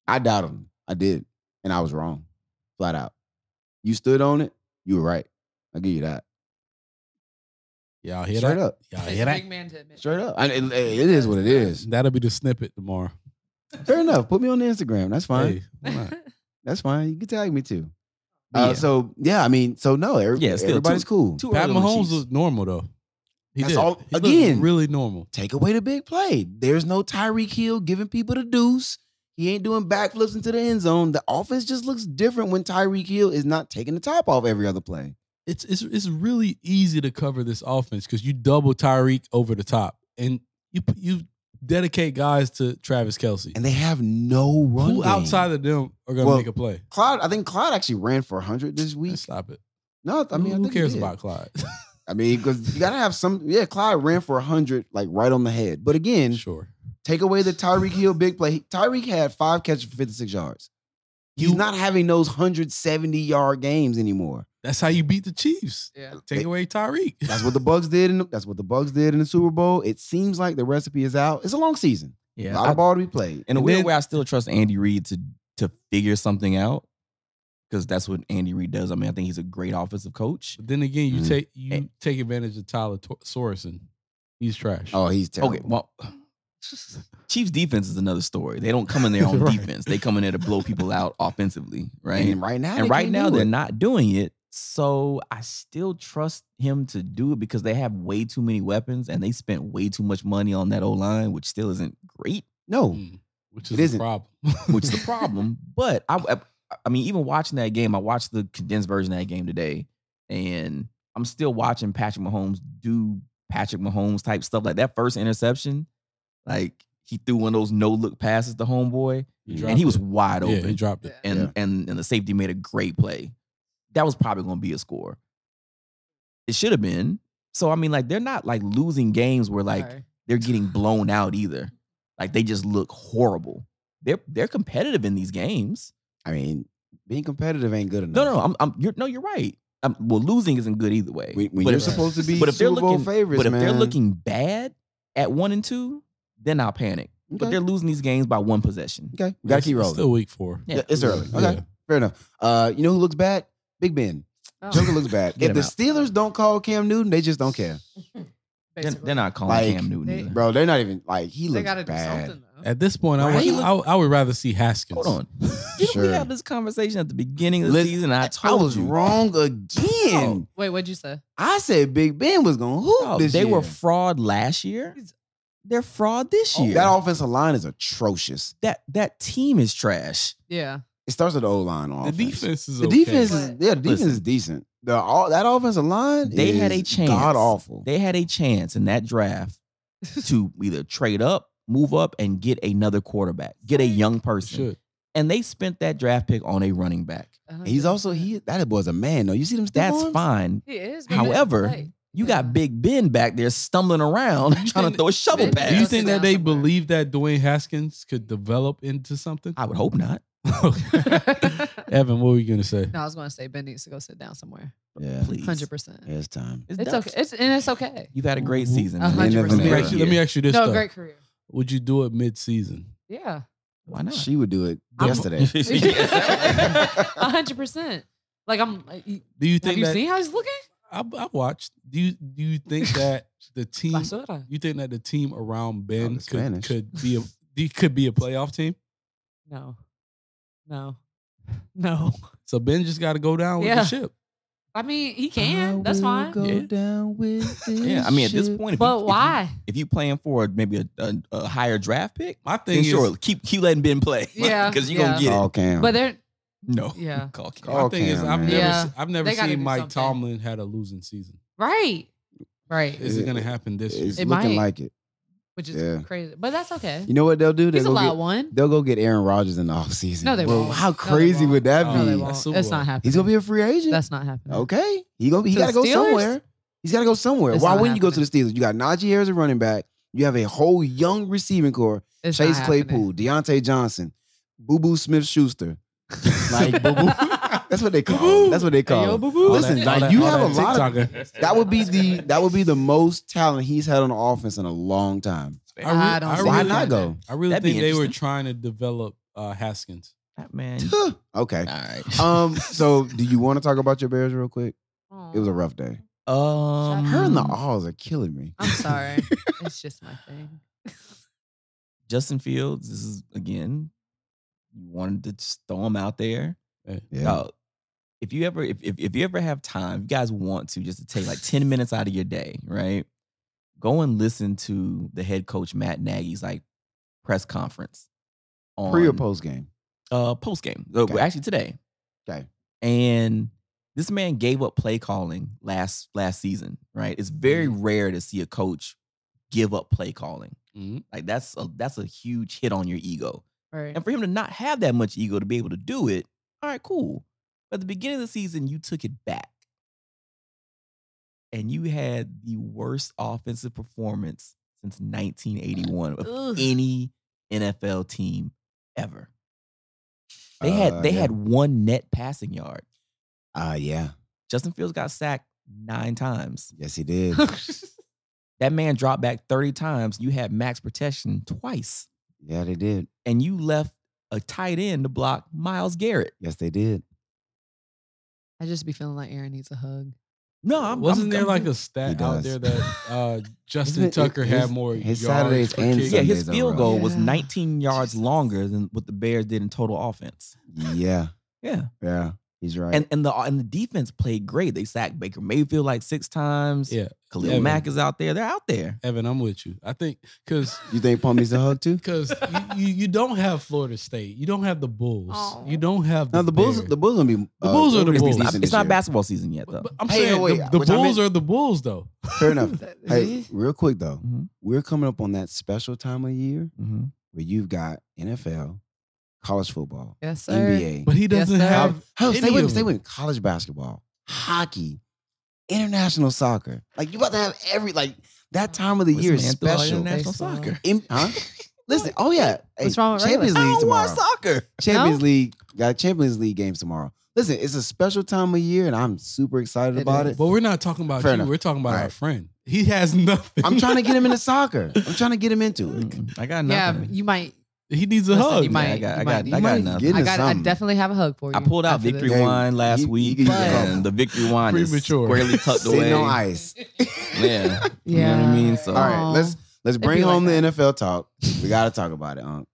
Speaker 3: I doubt him. I did, and I was wrong, flat out. You stood on it. You were right. I give you that.
Speaker 1: Y'all hear
Speaker 3: Straight
Speaker 1: that?
Speaker 3: up.
Speaker 1: Y'all
Speaker 6: Take
Speaker 1: hear
Speaker 6: the
Speaker 1: that?
Speaker 6: big man to admit.
Speaker 3: Straight up. And it- it- it is what it is.
Speaker 1: That'll be the snippet tomorrow.
Speaker 3: Fair enough. Put me on the Instagram. That's fine.
Speaker 1: Hey, why not?
Speaker 3: That's fine. You can tag me too.
Speaker 2: But
Speaker 3: Uh,
Speaker 2: yeah.
Speaker 3: So yeah, I mean, so no, every,
Speaker 2: Yeah, still
Speaker 3: everybody's cool.
Speaker 2: Too
Speaker 1: Pat
Speaker 2: early on the
Speaker 1: Mahomes
Speaker 2: Chiefs.
Speaker 1: looked normal though. He
Speaker 3: That's
Speaker 1: did.
Speaker 3: all-
Speaker 1: He looked
Speaker 3: again.
Speaker 1: really normal.
Speaker 3: take away the big play. There's no Tyreek Hill giving people the deuce. He ain't doing backflips into the end zone. The offense just looks different when Tyreek Hill is not taking the top off every other play.
Speaker 1: It's it's it's really easy to cover this offense because you double Tyreek over the top and you p- you dedicate guys to Travis Kelsey.
Speaker 3: And they have no run.
Speaker 1: Who
Speaker 3: game.
Speaker 1: outside of them are gonna
Speaker 3: Well,
Speaker 1: make a play?
Speaker 3: Clyde? I think Clyde actually ran for 100 this week.
Speaker 1: Stop it.
Speaker 3: No, I mean, I
Speaker 1: who
Speaker 3: think he
Speaker 1: cares
Speaker 3: did.
Speaker 1: about Clyde?
Speaker 3: I mean, because you gotta have some. Yeah, Clyde ran for 100, like right on the head. But again,
Speaker 1: sure.
Speaker 3: Take away the Tyreek Hill big play. Tyreek had five catches for 56 yards. He's not having those 170 yard games anymore.
Speaker 1: That's how you beat the Chiefs.
Speaker 6: Yeah.
Speaker 1: Take away Tyreek.
Speaker 3: That's what the Bucks did. In the, that's what the Bucks did in the Super Bowl. It seems like the recipe is out. It's a long season.
Speaker 2: Yeah,
Speaker 3: A lot
Speaker 2: I-
Speaker 3: of ball to be played.
Speaker 2: in a
Speaker 1: And
Speaker 2: weird
Speaker 1: then-
Speaker 2: way, I still trust Andy Reid to to figure something out because that's what Andy Reid does. I mean, I think he's a great offensive coach.
Speaker 1: But then again, you
Speaker 3: Mm.
Speaker 2: Mhm.
Speaker 1: take you
Speaker 2: And-
Speaker 1: take advantage of Tyler Tor- Sorensen. He's trash.
Speaker 3: Oh, he's terrible.
Speaker 2: Okay, well, Chiefs defense is another story. They don't come in there on
Speaker 1: Right.
Speaker 2: defense. They come in there to blow people out offensively, right?
Speaker 3: and right now,
Speaker 2: and
Speaker 3: they
Speaker 2: right
Speaker 3: can't
Speaker 2: now
Speaker 3: do
Speaker 2: they're
Speaker 3: it.
Speaker 2: not doing it. So I still trust him to do it because they have way too many weapons and they spent way too much money on that O line, which still isn't great,
Speaker 3: No,
Speaker 1: Mm, which
Speaker 3: It
Speaker 1: is the
Speaker 3: isn't.
Speaker 1: problem.
Speaker 2: which is the problem. But I, I, I mean, even watching that game, I watched the condensed version of that game today, and I'm still watching Patrick Mahomes do Patrick Mahomes type stuff. Like that first interception, like he threw one of those no look passes to homeboy, and he was wide
Speaker 1: yeah,
Speaker 2: open
Speaker 1: he dropped it.
Speaker 2: and
Speaker 3: Yeah.
Speaker 2: and and the safety made a great play. That was probably going to be a score. It should have been. So I mean, like they're not like losing games where like
Speaker 6: Sorry.
Speaker 2: they're getting blown out either. Like they just look horrible. They're they're competitive in these games.
Speaker 3: I mean, being competitive ain't good enough.
Speaker 2: No, no, no I'm, I'm you're no, you're right. i well, losing isn't good either way.
Speaker 3: When, when
Speaker 2: but
Speaker 3: you're
Speaker 2: if,
Speaker 3: supposed to be
Speaker 2: but if they're
Speaker 3: Super Bowl
Speaker 2: looking,
Speaker 3: favorites,
Speaker 2: but if they're
Speaker 3: man.
Speaker 2: looking bad at one and two, then I'll panic. But
Speaker 3: Okay.
Speaker 2: they're losing these games by one possession.
Speaker 3: okay, we gotta
Speaker 1: It's-
Speaker 3: keep
Speaker 1: it's
Speaker 3: rolling.
Speaker 1: Still week four.
Speaker 2: Yeah.
Speaker 3: Yeah, it's early.
Speaker 1: Yeah.
Speaker 3: Okay, fair enough. Uh, you know who looks bad? Big Ben.
Speaker 4: Oh,
Speaker 3: Joker looks bad.
Speaker 2: Get him
Speaker 3: if the
Speaker 2: out.
Speaker 3: Steelers don't call Cam Newton, they just don't care,
Speaker 2: They're,
Speaker 6: basically.
Speaker 2: they're not calling
Speaker 3: Like,
Speaker 2: Cam Newton.
Speaker 6: they-
Speaker 2: either.
Speaker 3: bro. They're not even like he
Speaker 6: They
Speaker 3: looks
Speaker 6: gotta do
Speaker 3: bad.
Speaker 6: something though.
Speaker 1: At this point, I
Speaker 3: Right?
Speaker 1: would I, would- I would rather see Haskins.
Speaker 2: Hold on. Didn't we
Speaker 3: Sure.
Speaker 2: have this conversation at the beginning of the
Speaker 3: Listen,
Speaker 2: season? And I
Speaker 3: I
Speaker 2: told
Speaker 3: was
Speaker 2: you. Oh.
Speaker 3: wrong again.
Speaker 4: Wait, what'd you say?
Speaker 3: I said Big Ben was gonna hoop
Speaker 2: Dog,
Speaker 3: this
Speaker 2: Oh, they
Speaker 3: year. Oh,
Speaker 2: were fraud last year. They're fraud this year.
Speaker 3: That offensive line is atrocious.
Speaker 2: that that team is trash.
Speaker 4: Yeah.
Speaker 3: It starts with the O line.
Speaker 1: The defense is
Speaker 3: The
Speaker 1: okay.
Speaker 3: defense is yeah. The defense is decent. The all that offensive line.
Speaker 2: They had
Speaker 3: is
Speaker 2: a chance.
Speaker 3: God awful.
Speaker 2: They had a chance in that draft to either trade up, move up, and get another quarterback, get a young person,
Speaker 1: should.
Speaker 2: and they spent that draft pick on a running back.
Speaker 3: He's also he. That boy's a man though. You see them. stiff
Speaker 2: That's
Speaker 3: arms?
Speaker 2: fine.
Speaker 4: He is.
Speaker 2: but he doesn't However, play. You
Speaker 4: Yeah.
Speaker 2: got Big Ben back there stumbling around
Speaker 1: You
Speaker 2: trying to
Speaker 1: think-
Speaker 2: throw a shovel
Speaker 6: Big
Speaker 1: Do
Speaker 2: pass.
Speaker 1: you
Speaker 6: Pass.
Speaker 1: think that they
Speaker 6: Somewhere.
Speaker 1: believe that Dwayne Haskins could develop into something?
Speaker 2: I would hope not.
Speaker 1: Evan, what were you gonna say?
Speaker 4: No, I was going to say Ben needs to go sit down somewhere.
Speaker 3: Yeah,
Speaker 2: Please.
Speaker 4: Hundred percent.
Speaker 3: it's time.
Speaker 4: It's
Speaker 2: done.
Speaker 4: okay. It's and it's okay.
Speaker 2: You've had a great
Speaker 1: Ooh.
Speaker 2: season.
Speaker 4: A
Speaker 2: man.
Speaker 4: hundred
Speaker 1: Let me
Speaker 4: Yeah.
Speaker 1: ask you, let me ask you this
Speaker 4: no,
Speaker 1: though.
Speaker 4: great career.
Speaker 1: Would you do it mid-season?
Speaker 4: Yeah.
Speaker 2: Why not?
Speaker 3: She would do it
Speaker 2: I'm-
Speaker 3: yesterday.
Speaker 4: A hundred percent. Like I'm. Like, you-
Speaker 1: Do you
Speaker 4: have
Speaker 1: think
Speaker 4: you
Speaker 1: that
Speaker 4: seen how he's looking?
Speaker 1: I, I watched? Do you do you think that the team?
Speaker 4: Basura.
Speaker 1: You think that the team around Ben
Speaker 3: the
Speaker 1: could,
Speaker 3: Spanish.
Speaker 1: could be a he could be a playoff team?
Speaker 4: No. No. No.
Speaker 1: So Ben just got to go down with
Speaker 4: Yeah.
Speaker 1: the ship.
Speaker 4: I mean, he can. That's fine.
Speaker 2: go Yeah.
Speaker 3: down with
Speaker 2: Yeah, I mean, at this point, if you- if
Speaker 4: But
Speaker 2: you-
Speaker 4: why?
Speaker 2: if you playing for maybe a, a, a higher draft pick,
Speaker 1: My thing
Speaker 2: then
Speaker 1: is,
Speaker 2: sure, keep keep letting Ben play.
Speaker 4: Yeah,
Speaker 2: because you're gonna
Speaker 4: yeah.
Speaker 2: get
Speaker 3: Call
Speaker 2: it.
Speaker 3: Cam.
Speaker 4: But they're
Speaker 2: No,
Speaker 4: Yeah.
Speaker 2: Call Cam.
Speaker 1: my
Speaker 3: Call
Speaker 1: thing is,
Speaker 3: Cam,
Speaker 1: I've
Speaker 3: man.
Speaker 1: never
Speaker 4: Yeah.
Speaker 1: se- I've never
Speaker 6: They gotta
Speaker 1: seen
Speaker 6: do
Speaker 1: Mike
Speaker 6: something.
Speaker 1: Tomlin had a losing season.
Speaker 4: right. Right.
Speaker 1: Is it,
Speaker 3: Eh,
Speaker 1: gonna happen this year?
Speaker 3: it's
Speaker 4: It
Speaker 3: looking
Speaker 4: might.
Speaker 3: like it.
Speaker 4: Which is
Speaker 3: Yeah.
Speaker 4: crazy. But that's okay.
Speaker 3: You know what they'll do? They'll
Speaker 4: he's a
Speaker 3: go
Speaker 4: loud
Speaker 3: get,
Speaker 4: one.
Speaker 3: They'll go get Aaron Rodgers in the offseason.
Speaker 4: No, they
Speaker 3: Bro,
Speaker 4: won't.
Speaker 3: How
Speaker 4: No, they
Speaker 3: crazy
Speaker 4: won't.
Speaker 3: would that
Speaker 1: No,
Speaker 3: be?
Speaker 4: No, they
Speaker 1: That's
Speaker 4: won't.
Speaker 1: Super
Speaker 4: It's
Speaker 1: Bowl.
Speaker 4: not happening.
Speaker 3: He's gonna be a free agent.
Speaker 4: That's not happening.
Speaker 3: okay. He gonna he
Speaker 4: To
Speaker 3: gotta
Speaker 4: the
Speaker 3: go
Speaker 4: Steelers?
Speaker 3: somewhere. He's gotta go somewhere.
Speaker 4: It's
Speaker 3: Why
Speaker 4: not
Speaker 3: wouldn't you go to the
Speaker 4: happening.
Speaker 3: Steelers? You got Najee Harris as a running back. You have a whole young receiving core.
Speaker 4: It's not
Speaker 3: Chase
Speaker 4: happening.
Speaker 3: Claypool, Deontay Johnson, Boo Boo Smith Schuster. Like Boo Boo. That's what they call. him. That's what they call.
Speaker 4: Hey, yo,
Speaker 3: him.
Speaker 4: boo-boo.
Speaker 3: Listen,
Speaker 1: All that-
Speaker 3: like
Speaker 1: all
Speaker 3: you
Speaker 1: that-
Speaker 3: have
Speaker 1: all
Speaker 3: a lot of
Speaker 1: TikToker.
Speaker 3: That would be the that would be the most talent he's had on the offense in a long time.
Speaker 1: I re-
Speaker 4: I don't
Speaker 1: I
Speaker 4: see
Speaker 1: really-
Speaker 3: Why
Speaker 4: that.
Speaker 3: not go?
Speaker 1: I really
Speaker 2: That'd be
Speaker 1: think they were
Speaker 2: interesting.
Speaker 1: trying to develop uh, Haskins.
Speaker 2: That man.
Speaker 3: Okay.
Speaker 2: All right.
Speaker 3: Um. So, do you want to talk about your Bears real quick? It was a rough day.
Speaker 2: Um,
Speaker 3: Her and the Alls are killing me.
Speaker 4: I'm sorry. it's just my thing.
Speaker 2: Justin Fields. This is again. You wanted to just throw him out there.
Speaker 1: Eh.
Speaker 3: Yeah.
Speaker 2: Dog, if you ever if, if if you ever have time, if you guys want to just to take like 10 minutes out of your day, right? Go and listen to the head coach Matt Nagy's like press conference on
Speaker 3: Pre or post game?
Speaker 2: uh post game. Uh,
Speaker 3: Okay.
Speaker 2: Actually today.
Speaker 3: Okay.
Speaker 2: And this man gave up play calling last last season, right? It's very
Speaker 3: Mm-hmm.
Speaker 2: rare to see a coach give up play calling.
Speaker 3: Mm-hmm.
Speaker 1: Mhm.
Speaker 2: Like that's a that's a huge hit on your ego.
Speaker 4: Right.
Speaker 2: And for him to not have that much ego to be able to do it, all right, cool. But at the beginning of the season, you took it back. And you had the worst offensive performance since 1981 of
Speaker 6: Ugh.
Speaker 2: any NFL team ever. They had
Speaker 3: Uh,
Speaker 2: they
Speaker 3: yeah.
Speaker 2: had one net passing yard.
Speaker 3: Ah, yeah.
Speaker 2: Justin Fields got sacked nine times.
Speaker 3: Yes, he did.
Speaker 2: That man dropped back 30 times. You had max protection twice.
Speaker 3: yeah, they did.
Speaker 2: And you left a tight end to block Miles Garrett.
Speaker 3: Yes, they did.
Speaker 4: I just be feeling like Aaron needs a hug.
Speaker 2: No, I'm
Speaker 1: Wasn't
Speaker 2: I'm-
Speaker 1: there
Speaker 2: I'm-
Speaker 1: like a stat
Speaker 3: He
Speaker 1: out
Speaker 3: does.
Speaker 1: there that uh, Justin
Speaker 3: Isn't it-
Speaker 1: Tucker had
Speaker 3: his-
Speaker 1: more
Speaker 3: his
Speaker 1: yards
Speaker 3: Saturdays
Speaker 1: per
Speaker 3: and
Speaker 1: kick?
Speaker 2: yeah, his
Speaker 3: Sundays are
Speaker 2: field
Speaker 3: rough.
Speaker 2: goal was
Speaker 4: Yeah.
Speaker 2: 19 yards longer than what the Bears did in total offense.
Speaker 3: Yeah,
Speaker 2: Yeah.
Speaker 3: yeah. He's right.
Speaker 2: And and the and the defense played great. They sacked Baker Mayfield like six times.
Speaker 1: Yeah.
Speaker 2: Khalil
Speaker 1: Evan.
Speaker 2: Mack is out there. They're out there.
Speaker 1: Evan, I'm with you. I think because
Speaker 3: you think Paul needs a hug too?
Speaker 1: because you, you, you don't have Florida State, you don't have the Bulls,
Speaker 4: Oh.
Speaker 1: you don't have the,
Speaker 3: No, the Bulls.
Speaker 1: Bears.
Speaker 3: The Bulls gonna be. uh,
Speaker 1: Bulls are the
Speaker 3: gonna be
Speaker 1: Bulls.
Speaker 2: It's
Speaker 3: decent
Speaker 2: not,
Speaker 3: this
Speaker 2: it's not
Speaker 3: year.
Speaker 2: basketball season yet though.
Speaker 1: But, but I'm
Speaker 3: Hey,
Speaker 1: saying
Speaker 3: wait,
Speaker 1: the, the
Speaker 3: which I
Speaker 1: Bulls
Speaker 3: meant-
Speaker 1: are the Bulls though.
Speaker 3: Fair enough. Hey,
Speaker 4: Really?
Speaker 3: real quick though,
Speaker 2: Mhm,
Speaker 3: we're coming up on that special time of year
Speaker 2: mhm.
Speaker 3: where you've got NFL, college football,
Speaker 4: Yes, sir.
Speaker 3: NBA.
Speaker 1: But he doesn't
Speaker 4: sir.
Speaker 1: have.
Speaker 3: Hell,
Speaker 1: any
Speaker 3: stay with,
Speaker 1: of
Speaker 3: me, stay
Speaker 1: them.
Speaker 3: with me. college basketball, hockey, international soccer. Like you about to have every like that time of the
Speaker 2: This
Speaker 3: year is
Speaker 2: man threw out
Speaker 3: special.
Speaker 2: International
Speaker 4: Baseball.
Speaker 2: soccer.
Speaker 3: Im- huh? Listen, oh yeah,
Speaker 4: What's wrong with
Speaker 3: Champions
Speaker 4: regular?
Speaker 3: League
Speaker 2: I don't
Speaker 3: tomorrow.
Speaker 2: watch soccer.
Speaker 3: Champions League got Champions League games tomorrow. Listen, it's a special time of year, and I'm super excited
Speaker 4: It
Speaker 3: about
Speaker 4: is.
Speaker 3: it.
Speaker 1: But we're not talking about
Speaker 3: Fair
Speaker 1: you.
Speaker 3: enough.
Speaker 1: We're talking about
Speaker 3: All
Speaker 1: our
Speaker 3: right.
Speaker 1: friend. He has nothing.
Speaker 3: I'm trying to get him into soccer. I'm trying to get him into it.
Speaker 2: Mm, I got
Speaker 4: Yeah,
Speaker 2: nothing.
Speaker 4: you might.
Speaker 1: He needs a
Speaker 4: Listen,
Speaker 1: hug.
Speaker 4: you
Speaker 2: Yeah,
Speaker 4: might-
Speaker 2: I got,
Speaker 4: you
Speaker 2: I
Speaker 4: might-
Speaker 2: got,
Speaker 4: you
Speaker 2: I
Speaker 3: might
Speaker 2: got
Speaker 3: get
Speaker 2: nothing.
Speaker 3: Get
Speaker 4: I
Speaker 3: into
Speaker 4: got. I
Speaker 3: something.
Speaker 4: definitely have a hug for you.
Speaker 2: I pulled out
Speaker 4: after this.
Speaker 2: victory
Speaker 3: Hey,
Speaker 2: wine last
Speaker 3: you- you
Speaker 2: week,
Speaker 3: can use
Speaker 4: the
Speaker 2: and
Speaker 3: combo.
Speaker 2: the victory wine is
Speaker 1: Premature.
Speaker 2: squarely tucked
Speaker 3: Sitting
Speaker 2: away.
Speaker 3: on ice.
Speaker 2: Yeah, you know
Speaker 4: Yeah.
Speaker 2: what I mean. So
Speaker 3: All right, let's let's
Speaker 4: It'd be
Speaker 3: bring
Speaker 4: like
Speaker 3: home
Speaker 4: that.
Speaker 3: the NFL talk. We got to talk about it. Um,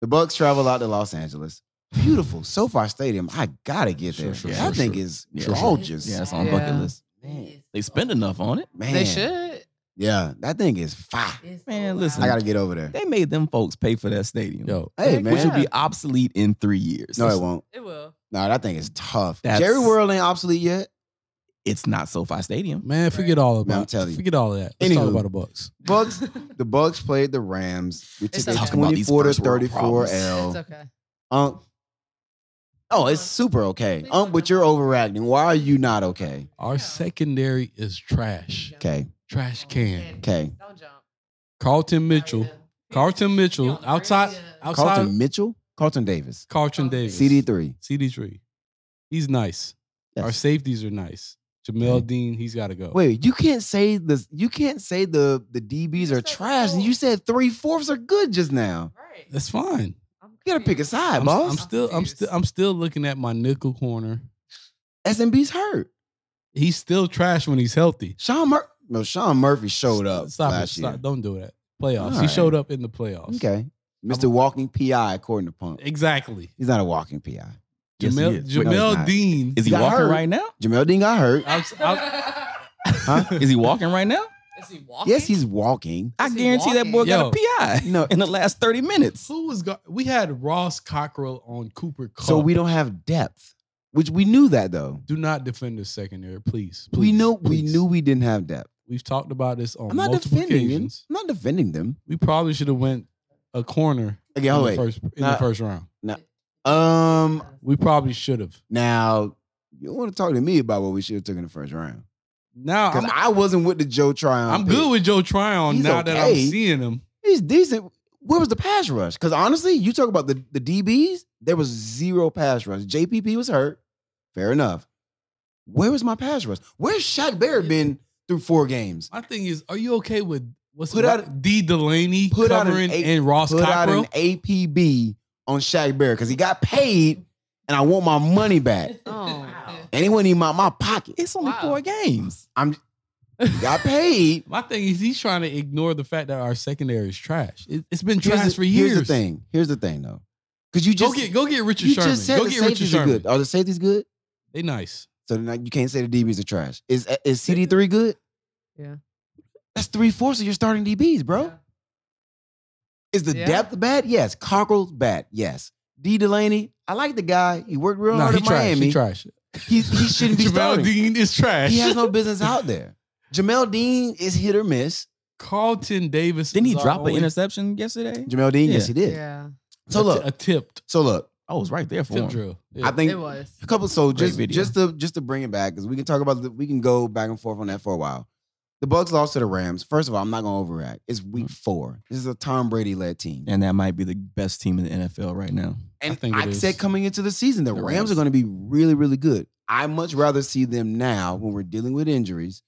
Speaker 3: the Bucks travel out to Los Angeles. Beautiful SoFi Stadium. I gotta get
Speaker 1: Sure,
Speaker 3: there.
Speaker 1: sure,
Speaker 3: that
Speaker 2: sure,
Speaker 3: thing
Speaker 1: sure.
Speaker 3: is
Speaker 2: Yeah, sure.
Speaker 3: gorgeous.
Speaker 2: yeah, it's on
Speaker 4: Yeah.
Speaker 2: bucket list.
Speaker 3: Man.
Speaker 2: They spend enough on it,
Speaker 3: man.
Speaker 4: They should.
Speaker 3: Yeah, that thing is fire.
Speaker 2: man. Listen,
Speaker 3: Ah. I gotta get over there.
Speaker 2: they made them folks pay for that stadium,
Speaker 1: Yo,
Speaker 3: Hey
Speaker 4: Heck
Speaker 3: man,
Speaker 2: which will
Speaker 4: yeah.
Speaker 2: be obsolete in three years.
Speaker 3: no, it won't.
Speaker 6: It will.
Speaker 3: No, that thing is tough.
Speaker 2: That's-
Speaker 3: Jerry World ain't obsolete yet.
Speaker 2: It's not SoFi Stadium.
Speaker 1: man, forget all about.
Speaker 3: Man, I'm telling you.
Speaker 1: forget all of that. Let's talk
Speaker 3: Anywho.
Speaker 1: about the Bucks.
Speaker 3: Bucks. the Bucks played the Rams. We
Speaker 4: It's
Speaker 3: took a
Speaker 4: okay. Talking
Speaker 2: about these
Speaker 3: twenty-four to
Speaker 2: first world
Speaker 3: thirty-four
Speaker 2: problems.
Speaker 3: L.
Speaker 4: It's okay.
Speaker 3: Unc. Oh, it's super okay. Unc, um, but you're overreacting. Why are you not okay?
Speaker 1: Our secondary is trash.
Speaker 3: Okay.
Speaker 1: Trash can.
Speaker 3: Okay.
Speaker 6: Don't jump.
Speaker 1: Carlton Mitchell. Carlton Mitchell. Outside. Outside.
Speaker 3: Carlton
Speaker 1: Carlton,
Speaker 3: Mitchell? Carlton Davis.
Speaker 1: Davis.
Speaker 3: CD3.
Speaker 1: CD3. He's nice.
Speaker 3: Yes.
Speaker 1: Our safeties are nice. Jamel
Speaker 3: Okay.
Speaker 1: Dean. He's got to go.
Speaker 3: Wait, you can't say the you can't say the the DBs are trash, and you said three fourths are good just now.
Speaker 6: Right.
Speaker 1: that's fine.
Speaker 3: You gotta pick a side,
Speaker 1: I'm,
Speaker 3: boss.
Speaker 1: I'm still. I'm still. I'm still looking at my nickel corner.
Speaker 3: SMB's hurt.
Speaker 1: He's still trash when he's healthy.
Speaker 3: Sean Murphy. No, Sean Murphy showed up
Speaker 1: Stop
Speaker 3: last
Speaker 1: it.
Speaker 3: year.
Speaker 1: Stop. Don't do that. Playoffs. He
Speaker 3: Alright.
Speaker 1: showed up in the playoffs.
Speaker 3: Okay, Mr. Walking PI, according to Punk.
Speaker 1: Exactly.
Speaker 3: He's not a walking PI.
Speaker 2: Yes, he
Speaker 1: Jamel,
Speaker 2: is.
Speaker 3: Wait, no,
Speaker 1: Jamel
Speaker 3: he's not.
Speaker 1: Dean.
Speaker 2: Is he
Speaker 3: Got
Speaker 2: walking
Speaker 3: hurt.
Speaker 2: right now?
Speaker 3: Jamel Dean got hurt.
Speaker 1: Outs- out-
Speaker 3: Huh?
Speaker 2: Is he walking right now?
Speaker 6: Is he walking?
Speaker 3: Yes, he's walking.
Speaker 2: I
Speaker 6: Is he
Speaker 2: guarantee that boy
Speaker 6: walking?
Speaker 2: got a PI
Speaker 3: No.
Speaker 2: in the last 30 minutes.
Speaker 1: Who was got, we had Ross Cockrell on Cooper Cup.
Speaker 3: So we don't have depth, which we knew that though.
Speaker 1: do not defend the secondary, please.
Speaker 3: we
Speaker 1: please,
Speaker 3: knew we
Speaker 1: please.
Speaker 3: knew we didn't have depth.
Speaker 1: We've talked about this on
Speaker 3: I'm not
Speaker 1: multiple
Speaker 3: defending
Speaker 1: occasions.
Speaker 3: him. I'm not defending them.
Speaker 1: We probably should have went a corner
Speaker 3: Okay,
Speaker 1: in
Speaker 3: hold
Speaker 1: the
Speaker 3: wait.
Speaker 1: first in the
Speaker 3: Nah.
Speaker 1: first round.
Speaker 3: Um,
Speaker 1: We probably should have.
Speaker 3: now you want to talk to me about what we should have took in the first round
Speaker 1: Now
Speaker 3: because
Speaker 1: I'm,
Speaker 3: I wasn't with the Joe Tryon.
Speaker 1: I'm
Speaker 3: pick.
Speaker 1: good with Joe Tryon
Speaker 3: He's
Speaker 1: now that I'm
Speaker 3: okay.
Speaker 1: seeing him.
Speaker 3: He's decent. Where was the pass rush? Because honestly, you talk about the the DBs. There was zero pass rush. JPP was hurt. Fair enough. Where was my pass rush? Where's Shaq Barrett been through four games?
Speaker 1: My thing is, are you okay with what's
Speaker 3: Put
Speaker 1: put
Speaker 3: out-
Speaker 1: out D Delaney
Speaker 3: put out an
Speaker 1: covering
Speaker 3: eight-
Speaker 1: and Ross
Speaker 3: Put out
Speaker 1: Cockrell?
Speaker 3: an APB on Shaq Barrett because he got paid, and I want my money back.
Speaker 4: Oh.
Speaker 3: And he wasn't even out my pocket.
Speaker 2: It's only
Speaker 6: Wow.
Speaker 2: four games.
Speaker 3: I'm he got paid.
Speaker 1: My thing is, he's trying to ignore the fact that our secondary is trash. It, has been
Speaker 3: Here's
Speaker 1: trash
Speaker 3: the-
Speaker 1: for years.
Speaker 3: Here's the thing. Here's the thing, though. Because you
Speaker 1: Go
Speaker 3: just
Speaker 1: get go get Richard
Speaker 3: you
Speaker 1: Sherman.
Speaker 3: just said
Speaker 1: Go
Speaker 3: the
Speaker 1: get Richard
Speaker 3: safeties are
Speaker 1: Sherman.
Speaker 3: good. Are the safeties good?
Speaker 1: They nice.
Speaker 3: So then like, you can't say the DBs are trash. Is uh, is CD three good?
Speaker 4: Yeah.
Speaker 3: That's three fourths of your starting DBs, bro. Is the
Speaker 4: Yeah.
Speaker 3: depth bad? Yes. Cockrell's bad. Yes. D Delaney, I like the guy. He worked real
Speaker 1: No,
Speaker 3: hard
Speaker 1: he
Speaker 3: in
Speaker 1: trash.
Speaker 3: Miami.
Speaker 1: He trash.
Speaker 3: He, he shouldn't be
Speaker 1: Jamel
Speaker 3: starting.
Speaker 1: Dean is trash.
Speaker 3: He has no business out there. Jamel Dean is hit or miss.
Speaker 1: Carlton Davis.
Speaker 2: Didn't he
Speaker 1: is our
Speaker 2: drop an
Speaker 1: only-
Speaker 2: interception yesterday?
Speaker 3: Jamel Dean, yes, he
Speaker 2: Yeah.
Speaker 3: did.
Speaker 4: Yeah.
Speaker 3: So
Speaker 1: a ti-
Speaker 3: look,
Speaker 1: a tipped
Speaker 3: so look.
Speaker 2: I was right there for
Speaker 1: tip
Speaker 2: him.
Speaker 1: drill. Yeah.
Speaker 3: I think
Speaker 4: It was.
Speaker 3: a couple. So
Speaker 2: Great
Speaker 3: just
Speaker 2: video.
Speaker 3: just to just to bring it back because we can talk about the, we can go back and forth on that for a while. The Bucks lost to the Rams. First of all, I'm not gonna overreact. It's
Speaker 1: Mm-hmm.
Speaker 3: week four. This is a Tom Brady led team.
Speaker 2: and that might be the best team in the NFL right now.
Speaker 3: And I,
Speaker 1: think it is.
Speaker 3: said coming into the season, the,
Speaker 2: The
Speaker 3: Rams,
Speaker 2: Rams.
Speaker 3: are going to be really, really good. I much rather see them now when we're dealing with injuries,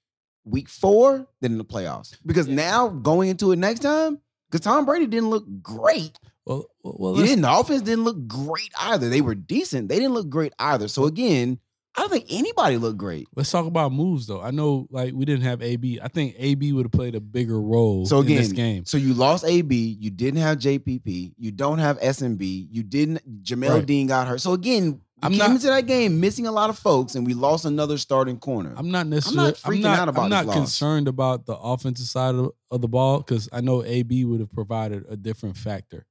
Speaker 3: week four, than in the playoffs. Because now going into it next time, because Tom Brady didn't look great.
Speaker 1: Well, well,
Speaker 3: he
Speaker 1: let's-
Speaker 3: didn't. The offense didn't look great either. They were decent. They didn't look great either. So again, I don't think anybody looked great.
Speaker 1: Let's talk about moves though. I know like we didn't have AB. I think AB would have played a bigger role
Speaker 3: So again,
Speaker 1: in this game.
Speaker 3: So you lost AB. You didn't have JPP. You don't have SMB. You didn't. Jamel
Speaker 1: Right.
Speaker 3: Dean got hurt. So again, we
Speaker 1: I'm
Speaker 3: came
Speaker 1: not-
Speaker 3: into that game missing a lot of folks, and we lost another starting corner.
Speaker 1: I'm not necessarily
Speaker 3: freaking out about
Speaker 1: I'm
Speaker 3: this
Speaker 1: not
Speaker 3: loss.
Speaker 1: concerned about the offensive side of, of the ball because I know AB would have provided a different factor.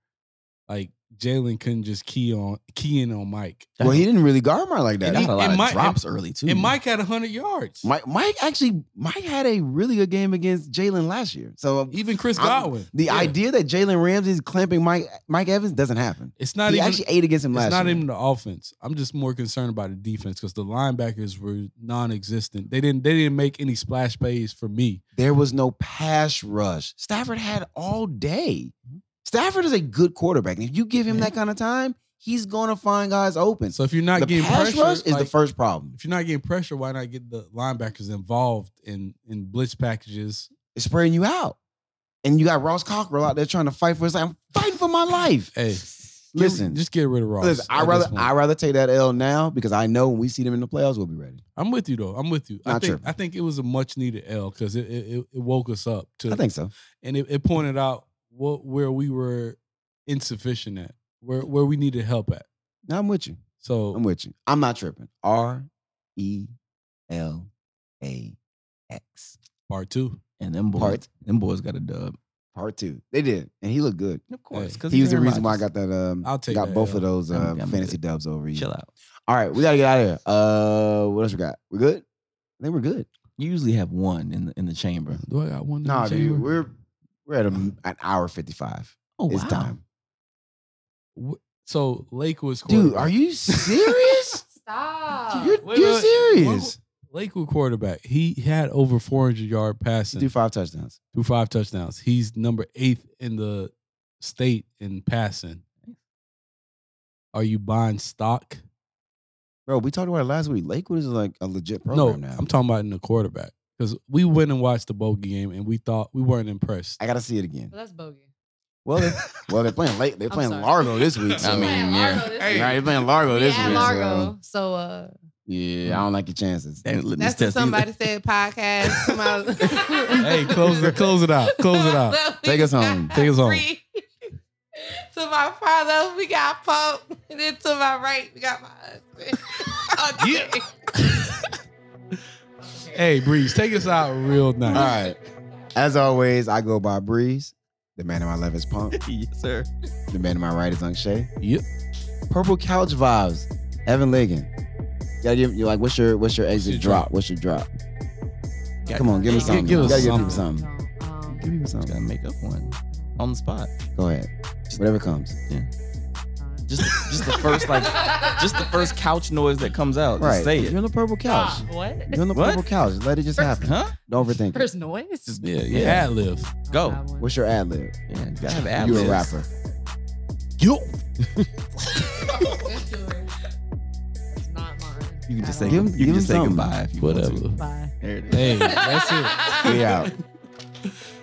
Speaker 1: Like Jalen couldn't just key on key in on Mike.
Speaker 3: well, he didn't really guard Mike like
Speaker 2: They
Speaker 3: that.
Speaker 2: got
Speaker 1: he-
Speaker 2: a lot
Speaker 1: and
Speaker 2: of
Speaker 1: Mike-
Speaker 2: drops early too.
Speaker 1: And Mike had hundred yards.
Speaker 3: Mike, Mike actually, Mike had a really good game against Jalen last year. So um,
Speaker 1: Even Chris
Speaker 3: I'm-
Speaker 1: Godwin.
Speaker 3: the
Speaker 1: Yeah.
Speaker 3: idea that Jalen Ramsey is clamping Mike Mike Evans doesn't happen.
Speaker 1: it's not
Speaker 3: he
Speaker 1: even
Speaker 3: actually ate against him last
Speaker 1: it's not
Speaker 3: year.
Speaker 1: even the offense. I'm just more concerned about the defense because the linebackers were non-existent. They didn't they didn't make any splash plays for me.
Speaker 3: there was no pass rush. Stafford had all day.
Speaker 1: Mm-hmm.
Speaker 3: Stafford is a good quarterback. And if you give him that kind of time, he's gonna find guys open.
Speaker 1: So if you're not
Speaker 3: the
Speaker 1: getting
Speaker 3: pass
Speaker 1: pressure,
Speaker 3: rush is the
Speaker 1: like-
Speaker 3: first problem.
Speaker 1: if you're not getting pressure, why not get the linebackers involved in in blitz packages?
Speaker 3: It's spreading you out. And you got Ross Cockrell out there trying to fight for his life. I'm fighting for my life.
Speaker 1: Hey, get-
Speaker 3: Listen.
Speaker 1: just get rid of Ross.
Speaker 3: Listen, I
Speaker 1: at
Speaker 3: rather
Speaker 1: this point.
Speaker 3: I rather take that L now because I know when we see them in the playoffs, we'll be ready.
Speaker 1: I'm with you though. I'm with you. I
Speaker 3: Not
Speaker 1: think
Speaker 3: tripping.
Speaker 1: I think it was a much needed L because it, it it- it woke us up to
Speaker 3: I think so.
Speaker 1: and it, it pointed out what where we were insufficient at, where where we needed help at.
Speaker 3: No, I'm with you.
Speaker 1: So
Speaker 3: I'm with you. I'm not tripping. R E L A X.
Speaker 1: part two.
Speaker 2: and them boys,
Speaker 3: Part-
Speaker 2: them boys got a dub.
Speaker 3: Part two. They did. And he looked good.
Speaker 2: Of
Speaker 1: course, 'cause
Speaker 3: He was the reason why I got that. Um,
Speaker 1: I'll take
Speaker 3: got
Speaker 1: that
Speaker 3: both
Speaker 1: L.
Speaker 3: of those
Speaker 2: I'm-
Speaker 3: uh,
Speaker 2: I'm
Speaker 3: fantasy
Speaker 2: good.
Speaker 3: dubs over you.
Speaker 2: Chill out.
Speaker 3: All right, we gotta get out of here. Uh, what else we got? We good? I think we're good.
Speaker 2: You usually have one in the in the chamber.
Speaker 1: Do I got one? in the
Speaker 3: Nah, dude,
Speaker 1: chamber?
Speaker 3: we're we're at a, an hour fifty five.
Speaker 2: Oh
Speaker 3: it's
Speaker 2: wow.
Speaker 3: time,
Speaker 1: so Lake was
Speaker 3: dude. Are you serious?
Speaker 6: Stop.
Speaker 1: Ah,
Speaker 3: you're
Speaker 1: wait,
Speaker 3: you're
Speaker 1: wait,
Speaker 3: serious?
Speaker 1: Lakewood quarterback. He had over 400 yard passing.
Speaker 3: Do five touchdowns.
Speaker 1: through five touchdowns. He's number eighth in the state in passing. Are you buying stock?
Speaker 3: Bro, we talked about it last week. Lakewood is like a legit
Speaker 1: No,
Speaker 3: program now.
Speaker 1: I'm talking about in the quarterback because we went and watched the bogey game and we thought we weren't impressed.
Speaker 3: I gotta see it again.
Speaker 4: Well, that's bogey.
Speaker 3: Well, they, well, they're playing late. They're
Speaker 4: I'm
Speaker 3: playing
Speaker 4: sorry.
Speaker 3: Largo this week. So.
Speaker 2: I mean, yeah.
Speaker 3: All right, they're playing Largo this
Speaker 4: yeah,
Speaker 3: week. so,
Speaker 4: Largo. So uh,
Speaker 3: yeah, I don't like your chances.
Speaker 2: They ain't letting
Speaker 6: That's
Speaker 2: this
Speaker 6: what
Speaker 2: test either.
Speaker 6: somebody said. Podcast. Tomorrow.
Speaker 1: hey, close it, close it out, close it out.
Speaker 3: Take us home.
Speaker 1: Take us home.
Speaker 6: to my far left, we got Pope. And then to my right, we got my husband. Okay.
Speaker 1: Hey, Breeze, take us out real
Speaker 3: All
Speaker 1: nice.
Speaker 3: right. As always, I go by Breeze. The man in my left is Pump.
Speaker 2: yes, sir.
Speaker 3: The man in my right is Unshay.
Speaker 1: Yep.
Speaker 3: Purple Couch Vibes. Evan Ligon. Gotta give you like what's your what's your exit
Speaker 1: your
Speaker 3: drop?
Speaker 1: drop?
Speaker 3: What's your drop? Come on, give me
Speaker 1: Give-
Speaker 3: something.
Speaker 1: give
Speaker 3: you
Speaker 1: us
Speaker 3: gotta give
Speaker 1: something.
Speaker 3: people something.
Speaker 4: Um,
Speaker 3: Give people
Speaker 2: Just
Speaker 3: something.
Speaker 2: gotta make up one on the spot.
Speaker 3: Go ahead. Whatever comes.
Speaker 2: Just just the first like just the first couch noise that comes out.
Speaker 3: Right.
Speaker 2: Just say
Speaker 3: You're
Speaker 2: it.
Speaker 3: on the purple couch.
Speaker 4: Ah, what?
Speaker 3: You're on the
Speaker 2: What?
Speaker 3: purple couch. Let it just happen.
Speaker 2: Huh?
Speaker 3: Don't overthink it.
Speaker 4: First noise.
Speaker 2: Just yeah,
Speaker 1: Yeah,
Speaker 2: yeah.
Speaker 1: ad libs.
Speaker 2: Go.
Speaker 3: What's your ad lib?
Speaker 2: Yeah, you gotta have
Speaker 3: You a
Speaker 2: ad-libs.
Speaker 3: rapper.
Speaker 1: Yo,
Speaker 4: It's not mine.
Speaker 2: You can just say
Speaker 3: Give
Speaker 2: give,
Speaker 3: 'em-
Speaker 2: you
Speaker 3: give
Speaker 2: can
Speaker 3: 'em
Speaker 2: just say
Speaker 3: something.
Speaker 2: goodbye if you
Speaker 1: whatever.
Speaker 2: want
Speaker 4: Bye.
Speaker 2: to. There it is.
Speaker 1: Hey, that's it.
Speaker 3: We out.